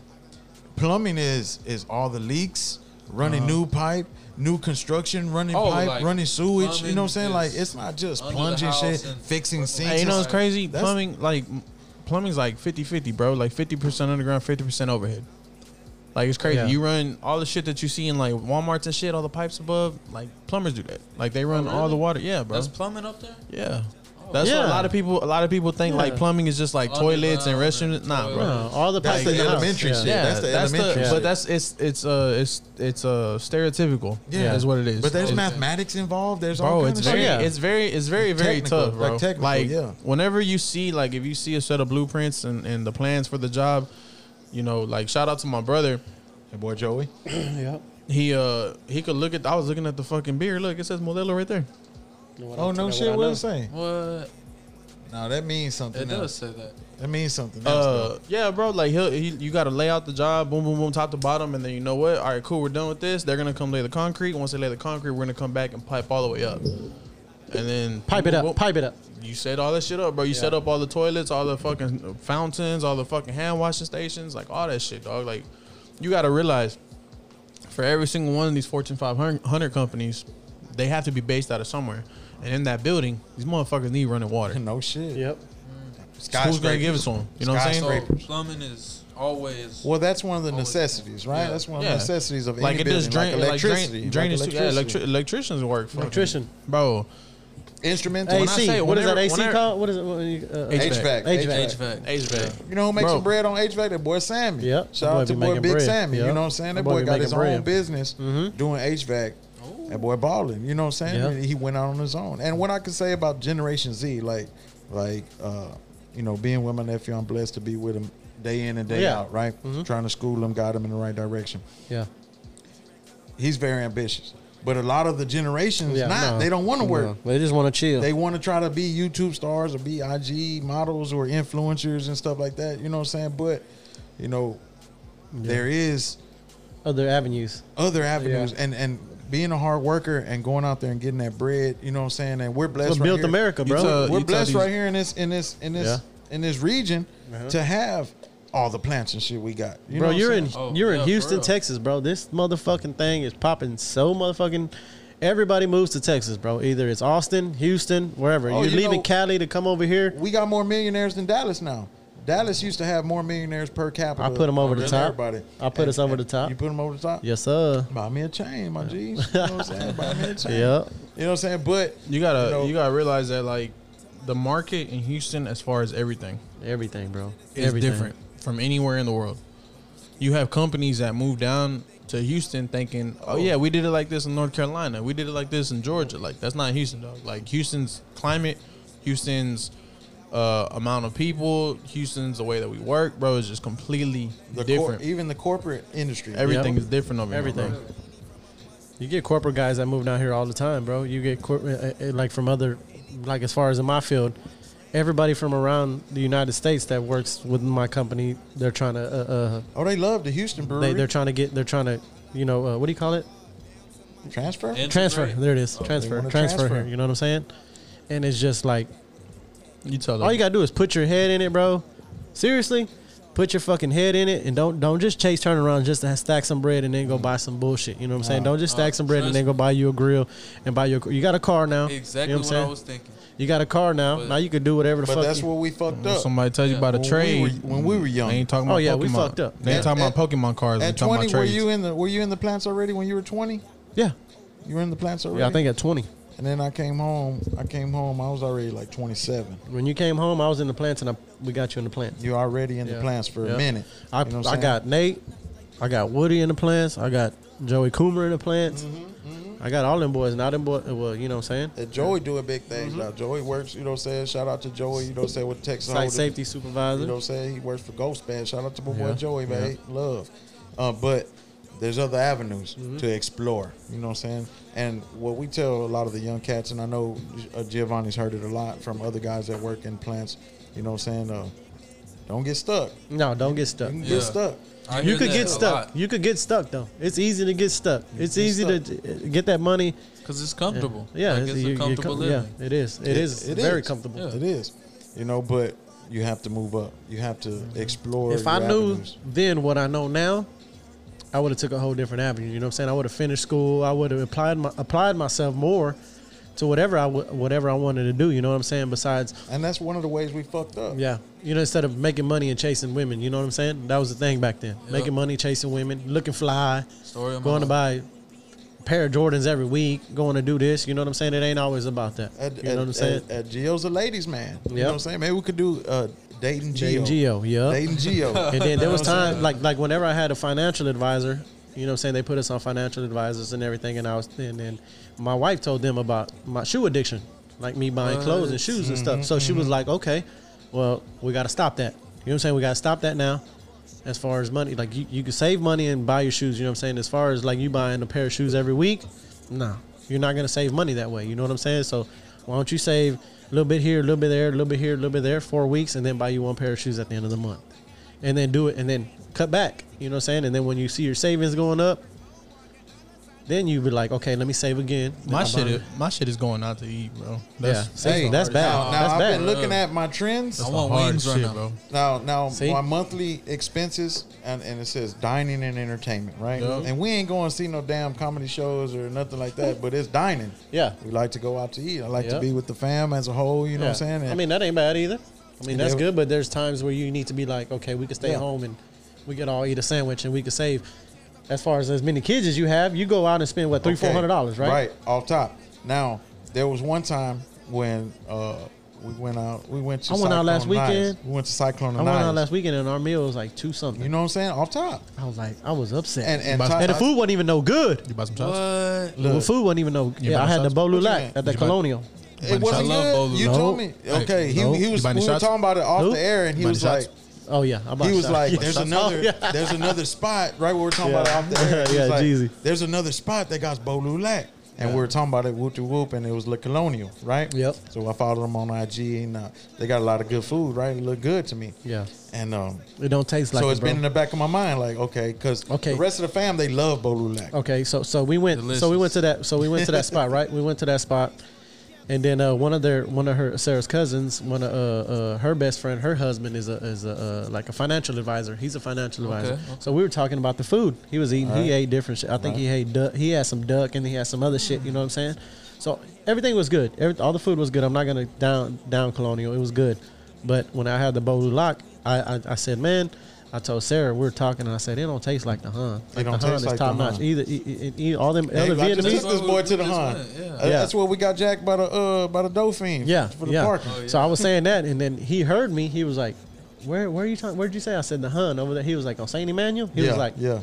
plumbing is is all the leaks, running new pipe, new construction, running Uh-huh. Oh, pipe, like, running sewage. You know what I'm saying? Like plumbing is it's not just under the plunging house shit, and fixing sinks. Hey, you and know what's stuff. crazy? That's- plumbing like plumbing's like 50-50, bro. Like 50% underground, 50% overhead. Like it's crazy. Yeah. You run all the shit that you see in like Walmarts and shit, all the pipes above, like plumbers do that. Like they run all really? the water. Yeah, bro. That's plumbing up there. yeah. That's what Yeah. a lot of people a lot of people think like Yeah. plumbing is just like toilets and Underground restrooms. and Nah, bro. toilet. No, all the That's pipes in the house, elementary yeah. shit. Yeah, that's the elementary but shit. that's it's it's uh it's it's uh stereotypical. Yeah, Yeah. is what it is. But there's It's- mathematics involved. There's all bro. kinds Oh, It's of very, shit. yeah. it's very, it's very, very Technical, tough, bro. like technical, yeah. whenever you see, like, if you see a set of blueprints and, and the plans for the job, you know, like, shout out to my brother. Hey, boy Joey. He uh he could look at. I was looking at the fucking beer. Look, it says Modelo right there. Oh no shit, what it saying? What? No, that means something. It does else. say that. That means something. else, though. Uh, yeah, bro. Like, he'll, he you got to lay out the job, boom, boom, boom, top to bottom, and then you know what? All right, cool. We're done with this. They're gonna come lay the concrete. Once they lay the concrete, we're gonna come back and pipe all the way up, and then Pipe it boom, up. Pipe it up. You set all that shit up, bro. You set up all the toilets, all the fucking fountains, all the fucking hand washing stations, like all that shit, dog. Like, you got to realize for every single one of these Fortune 500 companies, they have to be based out of somewhere. And in that building, these motherfuckers need running water. No shit. Yep. So Who's going to give it to them? You know what I'm So saying? plumbing is always. Well, that's one of the Always. necessities, right? Yeah. That's one of Yeah. the necessities of Like any it building, does drain, like like electricity, drain, drain like is too. Yeah, electri- electricians work. fucking- Electrician. bro. instrumental. Hey, When I AC. say what is that whenever- AC whenever- called? What is it? What you- uh, I- HVAC, HVAC. HVAC. HVAC. You know who makes Bro. some bread on HVAC? That boy Sammy. Yep. Shout That boy out to be boy making Big bread. Sammy. You Yep. know what I'm saying? That That boy boy, be got making his bread. own business doing HVAC. That boy balling. You know what I'm saying? Yep. And He went out on his own. And what I can say about Generation Z, like, like, uh, you know, being with my nephew, I'm blessed to be with him day in and day Yeah. out. Right? Trying to school him, guide him in the right direction. Yeah. He's very ambitious. But a lot of the generations, Yeah, not no. they don't want to work. No, They just want to chill. They want to try to be YouTube stars or be IG models or influencers and stuff like that. You know what I'm saying? But you know, there is Other avenues. other avenues and and being a hard worker and going out there and getting that bread. You know what I'm saying? And we're blessed. What right built here. America, uh, You bro. tell- You we're tell blessed these- right here in this in this in this in this region to have all the plants and shit we got. You Uh-huh. bro, know what you're I'm in saying? Oh, you're yeah, in for Houston, real. Texas, bro. This motherfucking thing is popping so motherfucking. Everybody moves to Texas, bro. Either it's Austin, Houston, wherever. Oh, you're you leaving know- Cali to come over here. we got more millionaires than Dallas now. Dallas used to have more millionaires per capita. I put 'em over the than top. Everybody. I put us over the top. You put them over the top. Yes, sir. Buy me a chain, my G's. You know what I'm saying? Buy me a chain. Yeah. You know what I'm saying? But You gotta, you, You know- gotta realize that like the market in Houston, as far as everything, Everything, bro. is Everything. different from anywhere in the world. You have companies that move down to Houston thinking, "Oh yeah, we did it like this in North Carolina. We did it like this in Georgia." Like that's not Houston, dog. Like Houston's climate, Houston's uh, amount of people. Houston's the way that we work, bro. It's just completely The different. Cor- even the corporate industry. Everything Yep. is different over Everything. here. bro. You get corporate guys that move down here all the time, bro. You get corp- uh, uh, like from other, like as far as in my field, everybody from around the United States that works with my company, they're trying to, uh, oh, they love the Houston uh, brewery. they, they're trying to get, they're trying to, you know, uh, what do you call it? transfer. And- Transfer. Integrate. There it is. Transfer. Oh, wanna Transfer. transfer. Here, you know what I'm saying? And it's just like You tell them. all you gotta do is put your head in it, bro. Seriously, put your fucking head in it and don't don't just chase turn around just to stack some bread and then go buy some bullshit. You know what I'm saying? Don't just stack some bread and then go buy you a grill and buy your. You got a car now. Exactly You know what, what, I'm I saying? was thinking. You got a car now. But- now you can do whatever the but fuck. that's you, what we fucked When up. somebody tells you about a When we trade. were- when we were young. They ain't talking Oh, about yeah, Pokemon. we fucked up. They ain't At- talking at- about Pokemon cards. They At talking about twenty, were trades. you in the were you in the plants already when you were twenty? yeah, You were in the plants already. yeah. I think at 20 And then I came home. I came home. I was already like twenty seven. when you came home, I was in the plants and I, we got you in the plant. You already in Yeah. the plants for Yeah. a minute. I, You know what I I'm saying? got Nate, I got Woody in the plants, I got Joey Coomer in the plants, Mm-hmm, I got all them boys. Now them boys, well, you know what I'm saying? that Joey doing big things Mm-hmm. now. Joey works, you know what I'm saying? Shout out to Joey, you know what I'm saying, with Texas Site Hold'em. safety You know supervisor. what I'm saying? He works for Ghost Band. Shout out to my Yeah, boy Joey, man. Love. Uh, but there's other avenues Mm-hmm. to explore. You know what I'm saying? And what we tell a lot of the young cats, and I know uh, Giovanni's heard it a lot from other guys that work in plants, you know what I'm saying? Uh, don't get stuck. No, don't get You stuck. can Yeah. get stuck. I You hear could that get a stuck. lot, You could get stuck though. It's easy to get stuck. It's get easy to uh, get that money. Cause it's comfortable. Yeah, like it's you- a you comfortable com- living. Yeah, it is. It is it very is. comfortable. Yeah. It is. You know, but you have to move up. You have to Mm-hmm. explore. If I your knew avenues. then what I know now, I would have took a whole different avenue. You know what I'm saying? I would have finished school. I would have applied my, applied myself more to whatever I w- whatever I wanted to do. You know what I'm saying? Besides, And that's one of the ways we fucked up. yeah, you know, instead of making money and chasing women, you know what I'm saying? That was the thing back then. Making money, chasing women, looking fly, Story of my going to life. buy. a Pair of Jordans every week, going to do this. You know what I'm saying? It ain't always about that. At, you know at, what I'm saying? At, at Gio's a ladies man. You know Yep. what I'm saying? Maybe we could do uh, dating Gio. Dating Geo, yeah. Dating Gio. And then there was time, like like whenever I had a financial advisor, you know, what I'm saying they put us on financial advisors and everything, and I was and then my wife told them about my shoe addiction, like me buying clothes and shoes and stuff. So she was like, okay, well we got to stop that. You know what I'm saying? We got to stop that now. As far as money, like you, you can save money and buy your shoes. You know what I'm saying? As far as like you buying a pair of shoes every week, no, you're not gonna save money that way. You know what I'm saying? So why don't you save a little bit here, a little bit there, a little bit here, a little bit there, four weeks, and then buy you one pair of shoes at the end of the month and then do it and then cut back. You know what I'm saying? And then when you see your savings going up, then you be like, okay, let me save again. Then My I shit, buy- is, my shit is going out to eat, bro. yeah, That's, See, that's bad. Now, now that's I've bad. been looking at my trends. I I want want hard wings right shit, now. bro. Now, now See? my monthly expenses, and, and it says dining and entertainment, right? Yup. And we ain't going to see no damn comedy shows or nothing like that, but it's dining. Yeah. We like to go out to eat. I like to Yup. be with the fam as a whole, you know Yeah. what I'm saying? And I mean, that ain't bad either. I mean, And that's they- good, but there's times where you need to be like, okay, we can stay Yeah. home and we could all eat a sandwich and we could save. As far as as many kids as you have, you go out and spend what three, Okay. four hundred dollars, right? Right, off top. Now, there was one time when uh, we went out. We went to. I went out last Cyclone Nights. weekend. We went to Cyclone. I went out Nights. last weekend and our meal was like two something. You know what I'm saying? Off top. I was like, I was upset, And and, About- Ty- And the food wasn't even no good. You buy some shots? What? the food wasn't even no. You Yeah, buy I had the shots? Bolu you Lack mean? at the You buy- Colonial. It wasn't I love good. Bolu. You No. told me. Hey, Okay, no. he, he You was. buy We any were shots? talking about it off Nope. the air, and he Buy any was shots? like, Oh yeah, I bought he was shots. like, Yeah. there's Oh, another, yeah. there's another spot right where we're talking Yeah. about it off the air. He Yeah, was like, Jeezy. There's another spot that got Bolu Lack. And we were talking about it, whoop to whoop, and it was Le Colonial, right? Yep. So I followed them on IG, and uh, they got a lot of good food, right? It looked good to me. Yeah. And um, It don't taste like. so it, it's bro. been in the back of my mind, like okay, because Okay. the rest of the fam they love Bolulac. Okay, so so we went so we went to that so we went to that spot, right? We went to that spot. And then uh, one of their one of her Sarah's cousins, one of uh, uh, her best friend, her husband is a is a uh, like a financial advisor. He's a financial advisor. okay. So we were talking about the food he was eating. He ate different shit. I think he ate duck. He had some duck and he had some other shit. You know what I'm saying? So everything was good. Every, all the food was good. I'm not gonna down down Colonial. It was good. But when I had the Bolu Lock, I, I I said, man, I told Sarah we were talking and I said it don't taste like the Han. Like don't the Han taste is like the top notch. Han. Either e- e- e- all them Hey, other I just Vietnamese. took this boy to the That's Hun. what- yeah. Uh, That's where we got jacked by the uh by the Dauphins. Yeah, for the yeah. parking. Oh, So I was saying that, and then he heard me. He was like, "Where, where are you talking? Where'd you say?" I said the Hun over there. He was like, "On Saint Emmanuel." He yeah, was like, yeah.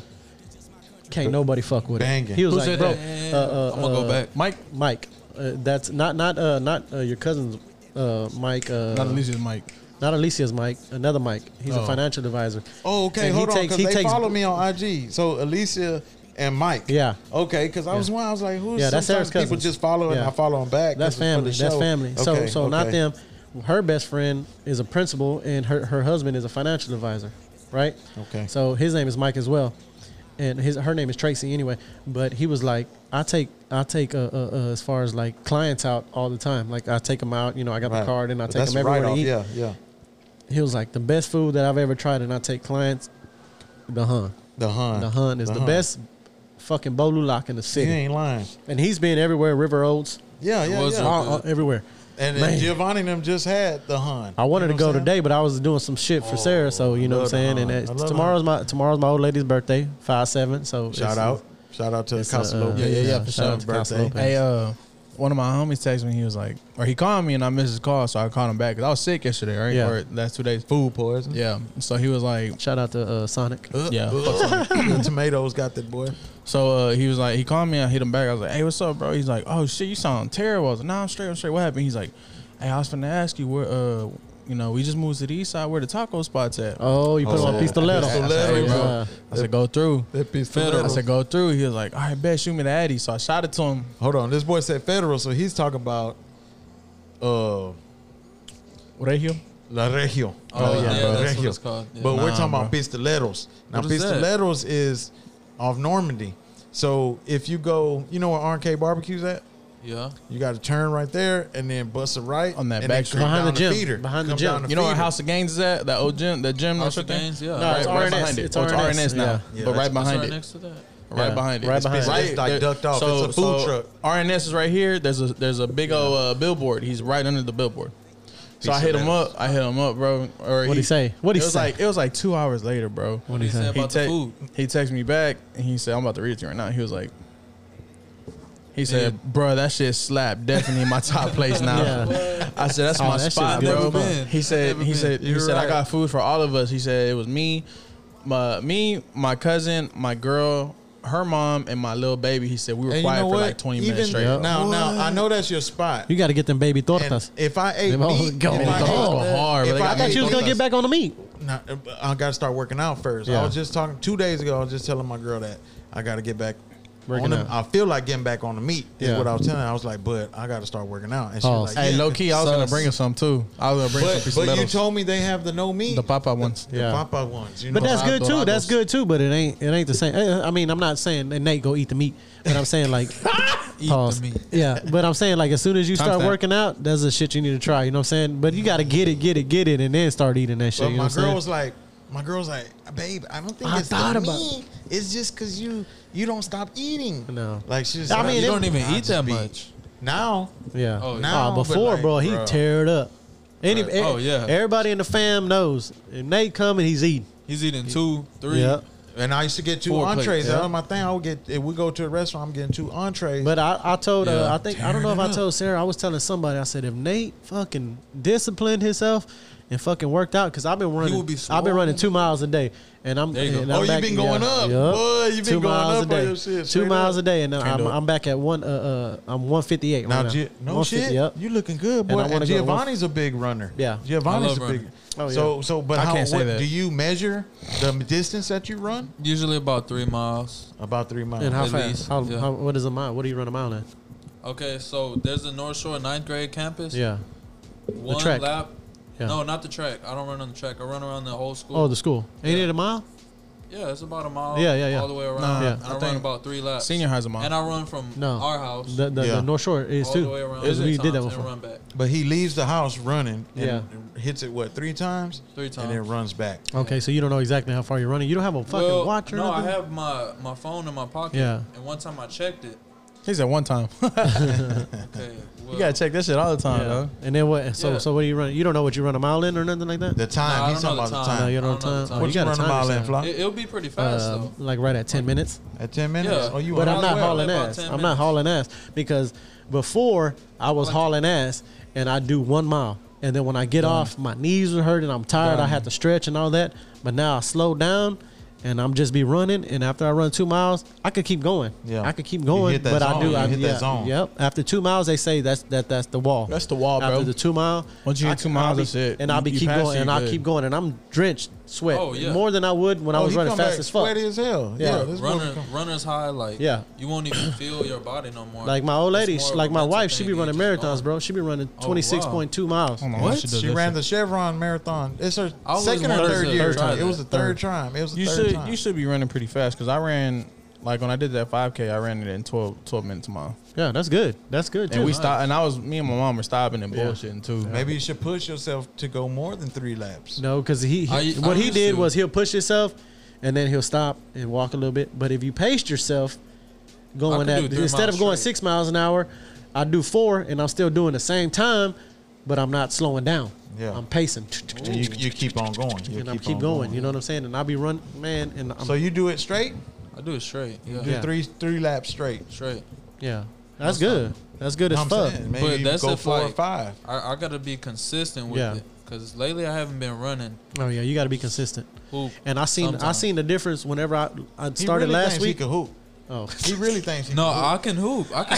"Can't nobody fuck with it." Banging. He was Who like, said "Bro, that? uh, uh, I'm gonna uh, go back. Mike, Mike, uh, that's not not uh, not uh, your cousin's uh, Mike. Uh, Not Alicia's Mike. not Alicia's Mike. Another Mike. He's Oh. a financial advisor. Oh, okay. And he hold on, takes- because he they takes- follow me on IG. So Alicia and Mike. Yeah. Okay, because I was one. I was like, who's? Yeah, that's sometimes Sarah's cousin. People just follow and Yeah. I follow them back. 'cause That's it's for the family. That's show. family. so Okay, so not okay. them. Her best friend is a principal, and her, her husband is a financial advisor, right? Okay. So his name is Mike as well, and his her name is Tracy anyway. But he was like, I take I take uh, uh, uh, as far as like clients out all the time. Like I take them out. You know, I got Right. the card, and I But take that's them everywhere right to eat. off. Yeah, yeah. He was like, the best food that I've ever tried, and I take clients, the hun. The Hun. The hun is the, Hun. best fucking bolu lock in the You city, ain't lying. and he's been everywhere, River Oaks, Yeah, yeah, was yeah. a- all- all- everywhere. And Uh, Man. then Giovanni and them just had the Hun. I wanted to You know go what I'm saying? today, but I was doing some shit for Sarah, so you know what I'm love the saying. And hunt. that's- I love the tomorrow's my tomorrow's my old lady's birthday, five seven. So Shout it's- out. Shout out to it's, uh, Casa Lopez. Yeah, yeah, yeah, for shout out sure. to Casa Birthday. Lopez. Hey, uh, one of my homies texted me. He was like, or he called me and I missed his call, so I called him back because I was sick yesterday, right? Yeah. Or last two days. Food poisoning. Yeah. So he was like, shout out to uh, Sonic. yeah. the tomatoes got that boy. So uh, he was like, he called me. I hit him back. I was like, hey, what's up, bro? He's like, oh shit, you sound terrible. I was like, nah, I'm straight. I'm straight. What happened? He's like, hey, I was finna ask you where, uh, you know, we just moved to the east side where the taco spots at. Oh, you put Oh, on pistoletto. Pistoletto, Yeah. bro. I said, go through. That piece I said, go through. He was like, all right, bet, shoot me the Addy. So I shot it to him. Hold on, this boy said federal, so he's talking about uh Right here. La Regio. Oh, yeah, La that's what Regio. it's called. Yeah. But we're Nah, talking about pistoleros. Now What is that? pistoleros is off Normandy. So if you go, you know where RK barbecue's at? Yeah. You got to turn right there and then bust a right On that and back then street. come Behind down the gym. feeder. Behind the Come gym. down You know where feeder. House of Games is at? That old gym, that gym. House that's of right there? Games, yeah. No, it's right, right RNS. behind it. It's Oh, it's RNS. RNS now, Yeah. but right That's behind right it. next to that. Right Yeah. behind it. Right behind it. It's like there- ducked off. It's a food truck. RNS is right here. There's a there's a big old uh, billboard. He's right under the billboard. So I Piece hit of him lettuce. up. I hit him up, bro. Or What'd he say? What'd he it was say? like it was like two hours later, bro. What do you say about the te- food? He texted me back and he said, "I'm about to read it to you right now." He was like, "He said, bro, that shit slapped. Definitely in my top place now." Yeah. I said, "That's Oh, my that shit's spot, good. bro." Never been. He said, Never "He been. said, he You're said, I right. got food for all of us." He said, "It was me, my me, my cousin, my girl." Her mom and my little baby. He said we were And you quiet know for what? like twenty Even minutes straight. Now, now I know that's your spot. You got to get them baby And tortas. if I ate Them hoes meat, go if I hard. ate- Hard, if but they got I thought you was gonna tortas. get back on the meat. Nah, but I got to start working out first. Yeah. I was just talking two days ago. I was just telling my girl that I got to get back. Working on the, out. I feel like getting back on the meat is Yeah. what I was telling. her. I was like, but I got to start working out. And she Oh, was like, Hey, yeah. low key, I was gonna Sus. bring us some too. I was gonna bring some But, piece but you told me they have the no meat, the pop up ones. the Yeah. Popeye ones. You know, But that's I- good too. That's Dorados. good too. But it ain't it ain't the same. Eh, I mean, I'm not saying that Nate go eat the meat, but I'm saying like Eat pause. the meat. Yeah, but I'm saying like as soon as you start Timestamp. working out, that's the shit you need to try. You know what I'm saying? But you got to get it, get it, get it, and then start eating that shit. But you know my what I'm girl saying? was like, my girl's like, babe, I don't think I it's thought the about meat. It's just because you you don't stop eating. No. like she's. I mean, You it- don't even eat just that be- much. now. Yeah. Oh, Oh, now, but before, like, bro, he bro. tear it up. Any, Right. e- Oh, yeah. Everybody in the fam knows. If Nate coming, he's eating. He's eating two, three. Yeah. And I used to get two Four plates, entrees yeah. out of my thing. I would get if we go to a restaurant, I'm getting two entrees. But I, I told, uh, Yeah. I think, I don't know if I told Sarah, I was telling somebody, I said, if Nate fucking disciplined himself and fucking worked out, because I've been running, would be I've been swole. running two miles a day. and I'm, There you go. and Oh, I'm you back- been going yeah, up. yup. Boy, you been two going miles up a on day, your shit, two straight miles up. a day, and now Can't I'm, do it. I'm back at one, uh, uh I'm 158 now, right Gi- now. no shit. Yep. You looking good, I boy. And, wanna go to Giovanni's a big runner. Yeah. I love Giovanni's a big. running. Oh, yeah. So so, but I how can't say what- that. do you measure the distance that you run? Usually about three miles. About three miles. And how At fast? least, how, yeah. how, what is a mile? What do you run a mile at? Okay, so there's the North Shore ninth grade campus. Yeah. One track. lap. Yeah. No, not the track. I don't run on the track. I run around the whole school. Oh, the school. Ain't it a mile? yeah, it's about a mile. Yeah, yeah, yeah. All the way around. Nah, Yeah. And I I, run think about three laps. Senior high's a mile. And I run from No. our house The, the, Yeah. the North Shore is all too. the way around. Because three we did that times and before. run back. But he leaves the house running. And Yeah. Oh. Hits it what three times? Three And then times. runs back. Okay, so you don't know exactly how far you're running. You don't have a fucking well, watch or no, I nothing. have my, my phone in my pocket. Yeah. And one time I checked it. He said one time. Okay. Well, you gotta check that shit all the time, Yeah. though. Oh, And then what? So Yeah. so what do you run? You don't know what you run a mile in or nothing like that. The time. Nah, I He's don't talking know about the the time. no, time. you don't know I don't know time. the time. Well, you What you got run to a mile in, time yourself. Fly? It, it'll be pretty fast, Uh, though. like right at ten minutes. At ten minutes. Yeah. Oh, you. But were I'm not halfway. hauling about ass. 10 I'm not minutes. hauling ass because before I was hauling ass and I do one mile. And then when I get off, my knees are hurting. I'm tired. I had to stretch and all that. But now I slow down and I'm just be running. And after I run two miles, I could keep going. Yeah. I could keep You going, hit that but I zone. do. You I, hit that yeah, zone. Yep. After two miles, they say that's that that's the wall. That's the wall, after bro. the two mile. Once you hit I- two I'll miles, be- that's it. And I'll be You- you keep pass going, it, and I'll good. keep going, and I'm drenched sweat Oh, yeah. more than I would when I was he running come fast back as fuck. Sweaty as hell. Yeah, Yeah. this Runner, motherfucker- runner's high, like Yeah. you won't even feel your body no more. Like my old It's lady, more she- of a like my mental wife, she thing. be You running just marathons, gone. bro. She be running wow. twenty six point two miles. Hold on, I What? should She do this. ran the Chevron Marathon. It's her I always second or wanted third to year. try It was the that. third time. It was the You third should time. you should be running pretty fast because I ran like when I did that 5K, I ran it in 12, 12 minutes a mile, Yeah, that's good. That's good too. and we stopped. And I was me and my mom were stopping and bullshitting too. Maybe you should push yourself to go more than three laps. No, because he, he- I- I what he used did to. was he'll push himself, and then he'll stop and walk a little bit. But if you paced yourself, going could at do three instead of miles going straight. six miles an hour, I do four, and I'm still doing the same time, but I'm not slowing down. Yeah. I'm pacing, And you, you keep on going. You and I'm on keep going. You know what I'm saying? And I'll be running, man. And I'm, So you do it straight. I do it straight. Yeah, Do Yeah. three three laps straight. straight. yeah, that's good. That's good as I'm fuck. saying, maybe But you that's go if, four or like- five. I, I gotta be consistent with Yeah. it because lately I haven't been running. Oh yeah, you got to be consistent. Hoop. And I seen I Sometimes. seen the difference whenever I I He started really last thinks week. He can hoop. oh, He really thinks he No, can hoop. I can hoop. I can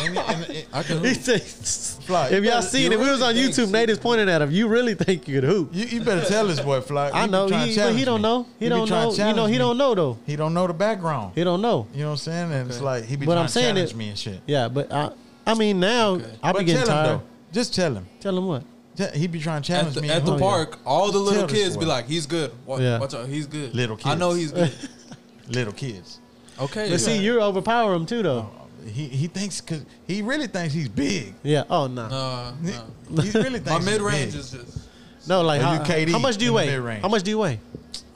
And- and- and- I can He hoop. says, Fly, if you y'all better- seen you it, we was on really YouTube. Nate is pointing at him. You really think you could hoop? you, you better tell this boy, Fly. I You know, be trying he, but to he challenge don't me. know. He You be don't trying know. You know, to challenge he me. don't know though. He don't know the background. He don't know. You know what I'm saying? And it's like he be But trying I'm to saying challenge it- me and shit. Yeah, but I, I mean now I be But getting tell tired. Him, though. Just tell him. Tell him what? Te- He be trying to At challenge the, me. at and the hoop. park, all the little Tell this kids be boy. like, "He's good. Watch, Yeah. watch out, he's good." Little I know kids. he's good. Oh, little kids. Okay, But see, you're overpower him too though. He he thinks because he really thinks he's big. Yeah. Oh no. No, Nah, nah. He really thinks Uh. My he's mid range big. is just. like Or how, you KD how much do you in the weigh? mid-range. How much do you weigh?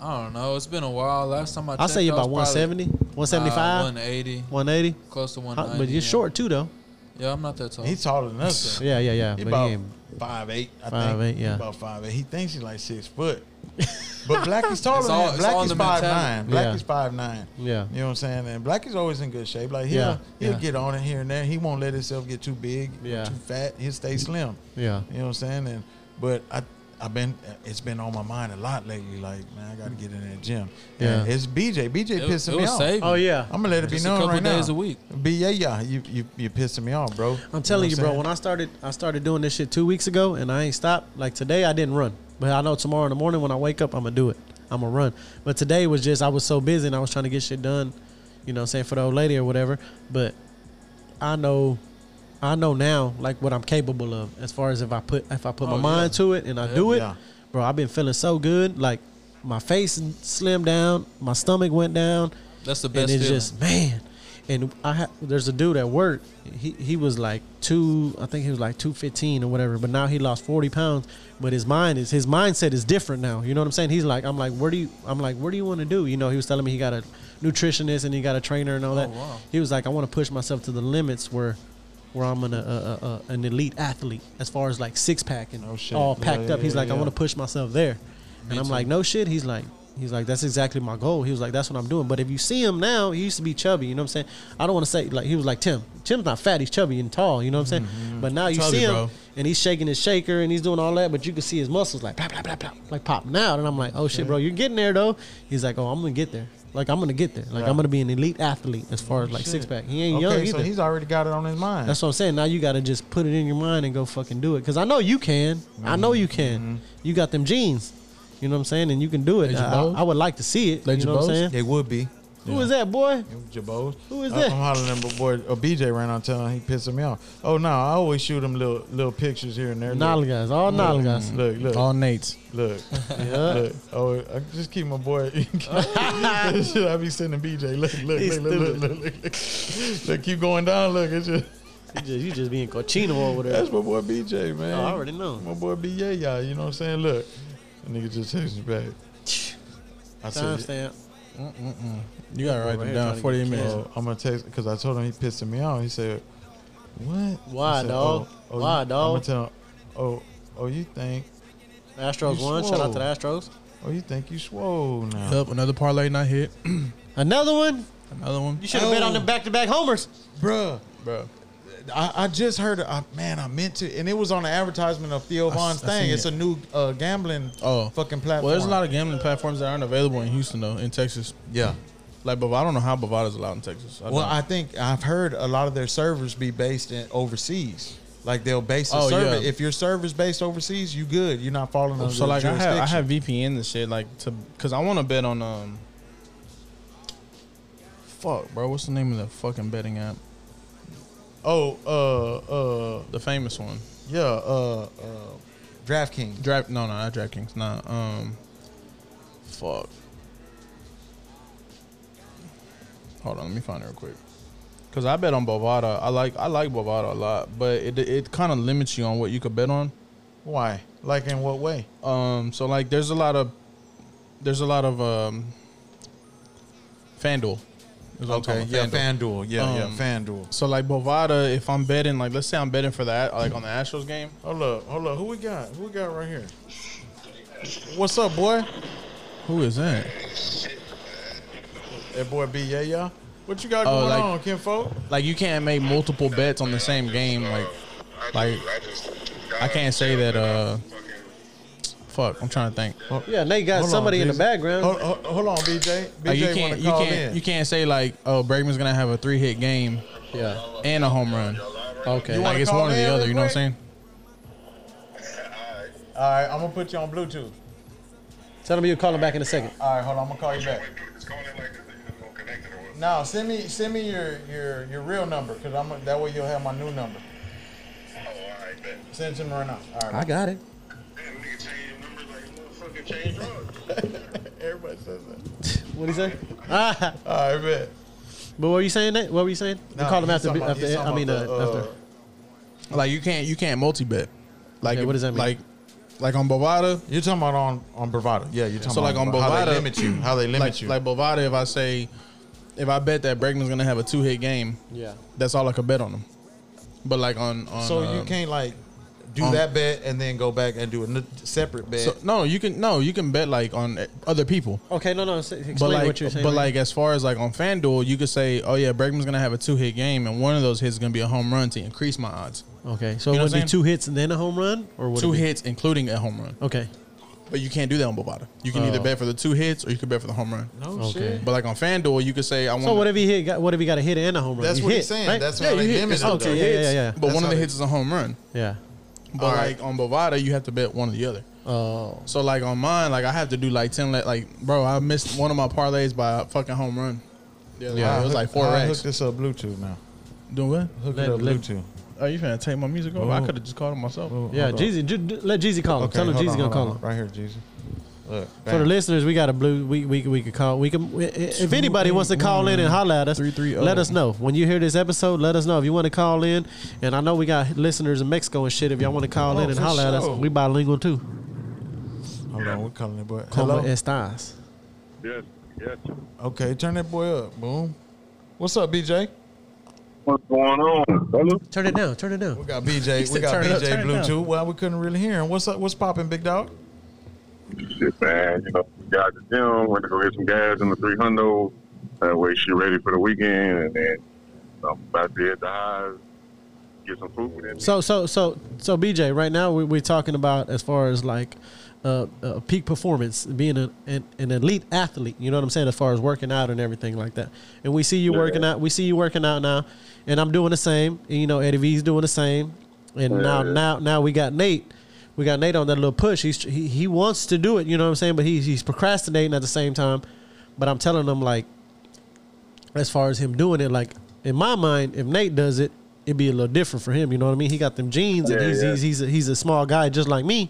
I don't know. It's been a while. Last time I I checked, say you I about was 170, probably, 175, 180, 180. close to How- 190. Uh, But you're yeah. short too though. Yeah, I'm not that tall. He's taller than us. though. Yeah, yeah, yeah. He But about he ain't- five eight. I Five think. eight, yeah. He about five eight. He thinks he's like six foot. But Blackie's taller It's than all- him. it's all Blackie's in the five nine. mentality. Blackie's Yeah. five nine. Yeah. You know what I'm saying? And Blackie's always in good shape. Like he'll Yeah, he'll yeah. get on it here and there. He won't let himself get too big, or Yeah. too fat. He'll stay slim. yeah. You know what I'm saying? And but I I've been it's been on my mind a lot lately. Like man, I got to get in that gym. Yeah. And it's BJ. BJ it, pissing it me was off. saving. Oh yeah. I'm gonna let it be Just a known couple right days now. a week. Be yeah, yeah. You you you pissing me off, bro. I'm telling you, bro. When I started, I started doing this shit two weeks ago, and I ain't stopped. Like today, I didn't run, but I know tomorrow in the morning when I wake up, I'm gonna do it. I'm gonna run. But today was just I was so busy and I was trying to get shit done, you know, what I'm saying for the old lady or whatever. But I know, I know now, like what I'm capable of as far as if I put if I put my Oh, mind to it and I do it, yeah. bro. I've been feeling so good, like. My face slimmed down, my stomach went down, That's the and best. it's feeling. just man. And I ha- there's a dude at work. He he was like two, I think he was like two fifteen or whatever. But now he lost forty pounds. But his mind is his mindset is different now. You know what I'm saying? He's like, I'm like, where do you? I'm like, where do you want to do? You know, he was telling me he got a nutritionist and he got a trainer and all that. wow. He was like, I want to push myself to the limits where. Where I'm an, uh, uh, uh, an elite athlete as far as like six pack and Oh, shit. all Yeah, packed yeah, up. He's yeah, like, I yeah. want to push myself there. and I'm like, no shit. He's like, he's like, that's exactly my goal. He was like, that's what I'm doing. But if you see him now, he used to be chubby. You know what I'm saying? I don't want to say like he was like Tim. Tim's not fat. He's chubby and tall. You know what I'm saying? But now you Chubby, see him bro. and he's shaking his shaker and he's doing all that. But you can see his muscles like blah blah blah blah like popping out. And I'm like, oh shit, bro, you're getting there though. He's like, oh, I'm gonna get there. Like I'm gonna get there. Like I'm gonna be an elite athlete as far as like six pack. He ain't okay, young so either. he's already got it on his mind. That's what I'm saying. Now you got to just put it in your mind and go fucking do it. Because I know you can. I know you can. You got them genes. You know what I'm saying? And you can do it. Lady I, Bose? I would like to see it. Lady you know what I'm Bose? saying? it would be. Who is that, boy? Jabos. Who is I- that? I'm hollering at my boy uh, BJ right now telling him he pissing me off. Oh no, I always shoot him little little pictures here and there. Nolly guys. All Mm. Nolly guys. Look, look, look. All Nate's. look. Yeah. Look, oh, I just keep my boy. Should I be sending BJ? Look, look, He's look, look, look, look, look, look, look. Keep going down. Look, it's just You just, you just being cochino over there. that's my boy BJ, man. I already know. My boy BJ, y'all. You know what I'm saying? Look, that nigga just texted me back. I said, Timestamp. You gotta write Over them here trying down. to Forty get minutes. oh, I'm gonna text because I told him he pissing me off. He said, "What? Why, I said, dog? oh, Why, you- dog? I'm gonna tell him. Oh, oh, you think? Astros You won. Shout out to the swole. Astros. Oh, you think you swole now? Yep, another parlay not hit. Another one. Another one. Oh. You should have bet on the back to back homers. Bruh, bro. I, I just heard. Uh, man, I meant to, and it was on the advertisement of Theo Von's I thing. seen It's it. a new uh, gambling Oh, fucking platform. Well, there's a lot of gambling platforms that aren't available in Houston though, in Texas. yeah. Like, Bovada, I don't know how Bovada's allowed in Texas. I Well, don't. I think I've heard a lot of their servers be based in overseas. Like they'll base a Oh, server. yeah. Oh, If your server's based overseas, you good. You're not falling under so the like I have I jurisdiction. have VPN and shit like to because I want to bet on um. Fuck, bro, what's the name of the fucking betting app? Oh, uh, uh, The famous one. yeah, uh, uh, DraftKings. Draft? No, no, not DraftKings. Nah, um, fuck. Hold on, let me find it real quick. Cause I bet on Bovada. I like I like Bovada a lot, but it it kind of limits you on what you could bet on. Why? Like in what way? Um, so like there's a lot of there's a lot of um, FanDuel. Is what I'm talking Okay, about, yeah, FanDuel. Yeah, Um, yeah, FanDuel. So like Bovada, if I'm betting, like let's say I'm betting for that, like on the Astros game. Hold up, hold up. Who we got? Who we got right here? What's up, boy? Who is that? That boy B, yeah, yeah. What you got Oh, going like- on, Kinfolk? Like you can't make multiple bets on the same game. Like, like I can't say that. Uh, fuck, I'm trying to think. Yeah, they got Hold on, somebody in the Jason. background. Hold, hold, hold on, BJ. BJ Like Oh, you want can't, to you call can't, in. you can't say like, oh, Bregman's gonna have a three hit game Yeah. and a home run. Okay. You Like it's call one or in the other. real You know what I'm quick? saying? All right, I'm gonna put you on Bluetooth. Tell them you'll call them back in a second. All right, hold on, I'm gonna call you back. Now send me send me your your your real number, cause I'm that way you'll have my new number. Send it to me right now. All right. got it. Everybody says that. What do you say? Ah, All right, bet. but what were you saying? Nate? What were you saying? Nah, we call them he's after. talking about- after he's talking I mean, uh, about the, uh, after. Like you can't, you can't multi bet. Like Okay, what does that mean? Like, like on Bovada, You're talking about on on bravado. Yeah, you're talking So, about like, on how they Bovada- limit you, how they limit like you. like Bovada. If I say, if I bet that Bregman's gonna have a two hit game, Yeah. that's all I could bet on him. But like on, on so you um, can't like do um, that bet and then go back and do a n- separate bet. So, no, you can no, you can bet like on uh, other people. Okay, no, no. s- Explain But like, what you're saying. but right? like, as far as like on FanDuel, you could say, "Oh yeah, Bregman's gonna have a two hit game, and one of those hits is gonna be a home run to increase my odds. okay, so you it know would what be I'm two hits and then a home run, or would it two be- hits, including a home run. Okay, But you can't do that on Bovada. You can either Oh. bet for the two hits or you could bet for the home run. no okay. shit. But like on FanDuel, you could say, "I want." So what if he hit? Got, what if he got a hit and a home run? That's He what hit, he's saying. right? That's yeah, why you they hit. limit It's it. up okay, though. to yeah, hits, yeah, yeah. But That's one how of the they- hits is a home run. yeah. But like on Bovada, you have to bet one or the other. Oh, So like on mine, like I have to do like ten. Le- like bro, I missed one of my parlays by a fucking home run. I Yeah, it was hooked- like four I racks. hooked this up Bluetooth now. Doing what? Hook Let- it up let- Bluetooth. Are you finna take my music off? I Oh. could have just called it myself. yeah. Hold on. Jeezy, ju- ju- let Jeezy call him. Tell him hold Jeezy on, gonna hold on, call him. hold on. Right here, Jeezy. Look, For the bam. listeners, we got a blue. We we we could call. We can. we- If anybody wants to call in and holler at us, 330. let us know. When you hear this episode, let us know if you want to call in. And I know we got listeners in Mexico and shit. If y'all want to call in and Oh, for holler at us, sure. we bilingual too. Hold on, we're calling it, boy. Como Hello. estás? Yes, yes. Okay, turn that boy up. Boom. What's up, BJ? What's going on, fella? Turn it down. Turn it down. We got BJ. we said got turn it up, BJ turn it down. Bluetooth. Well, we couldn't really hear him. What's up? What's popping, big dog? Shit, man. You know, we got at the gym, went to go get some gas in the three hundo. That way, she ready for the weekend, and then I'm about to hit the highs, get some food. And So so so so BJ, right now we, we're talking about as far as like uh, uh, peak performance, being an, an an elite athlete. You know what I'm saying? As far as working out and everything like that. And we see you working out. We see you working out now, and I'm doing the same. And, you know, Eddie V's doing the same. And now Yeah. now now we got Nate. We got Nate on that little push. He's he, he wants to do it. You know what I'm saying? But he's he's procrastinating at the same time. But I'm telling him like, as far as him doing it, like in my mind, if Nate does it, it'd be a little different for him. You know what I mean? He got them jeans, and Yeah, he's yeah. he's he's a, he's a small guy just like me.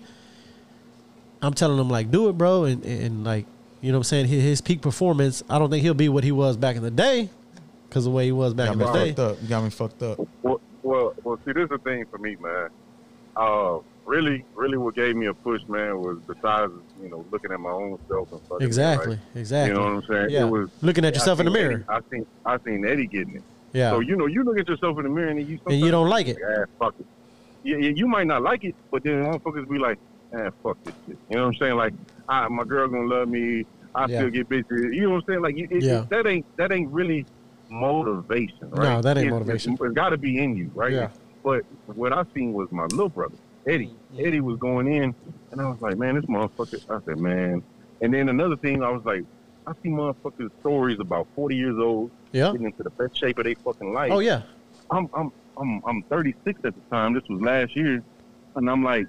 I'm telling him like, do it, bro, and and, and, like, you know what I'm saying? His, his peak performance, I don't think he'll be what he was back in the day, because the way he was back Got in me the day. fucked up. You got me fucked up. Well, well, well, see, this is the thing for me, man. Uh, really, really, what gave me a push, man, was besides you know looking at my own self and fucking Exactly, right? exactly. You know what I'm saying? Yeah. It was Looking at yourself in the I seen mirror. Eddie- I seen I seen Eddie getting it. Yeah. So you know, you look at yourself in the mirror and you and you don't like it. ah, fuck it. Yeah, yeah, you might not like it, but then motherfuckers be like, ah, fuck this shit. You know what I'm saying? Like, I, my girl gonna love me. I Yeah. still get bitches. You know what I'm saying? Like, you- it, Yeah. it, that ain't that ain't really motivation, No, right? that ain't It's- motivation. it's- it's got to be in you, right? Yeah. But what I seen was my little brother, Eddie. Eddie was going in, and I was like, man, this motherfucker. I said, man. And then another thing, I was like, I see motherfuckers' stories about 40 years old Yeah. getting into the best shape of their fucking life. Oh yeah. I'm I'm I'm I'm 36 at the time. This was last year, and I'm like,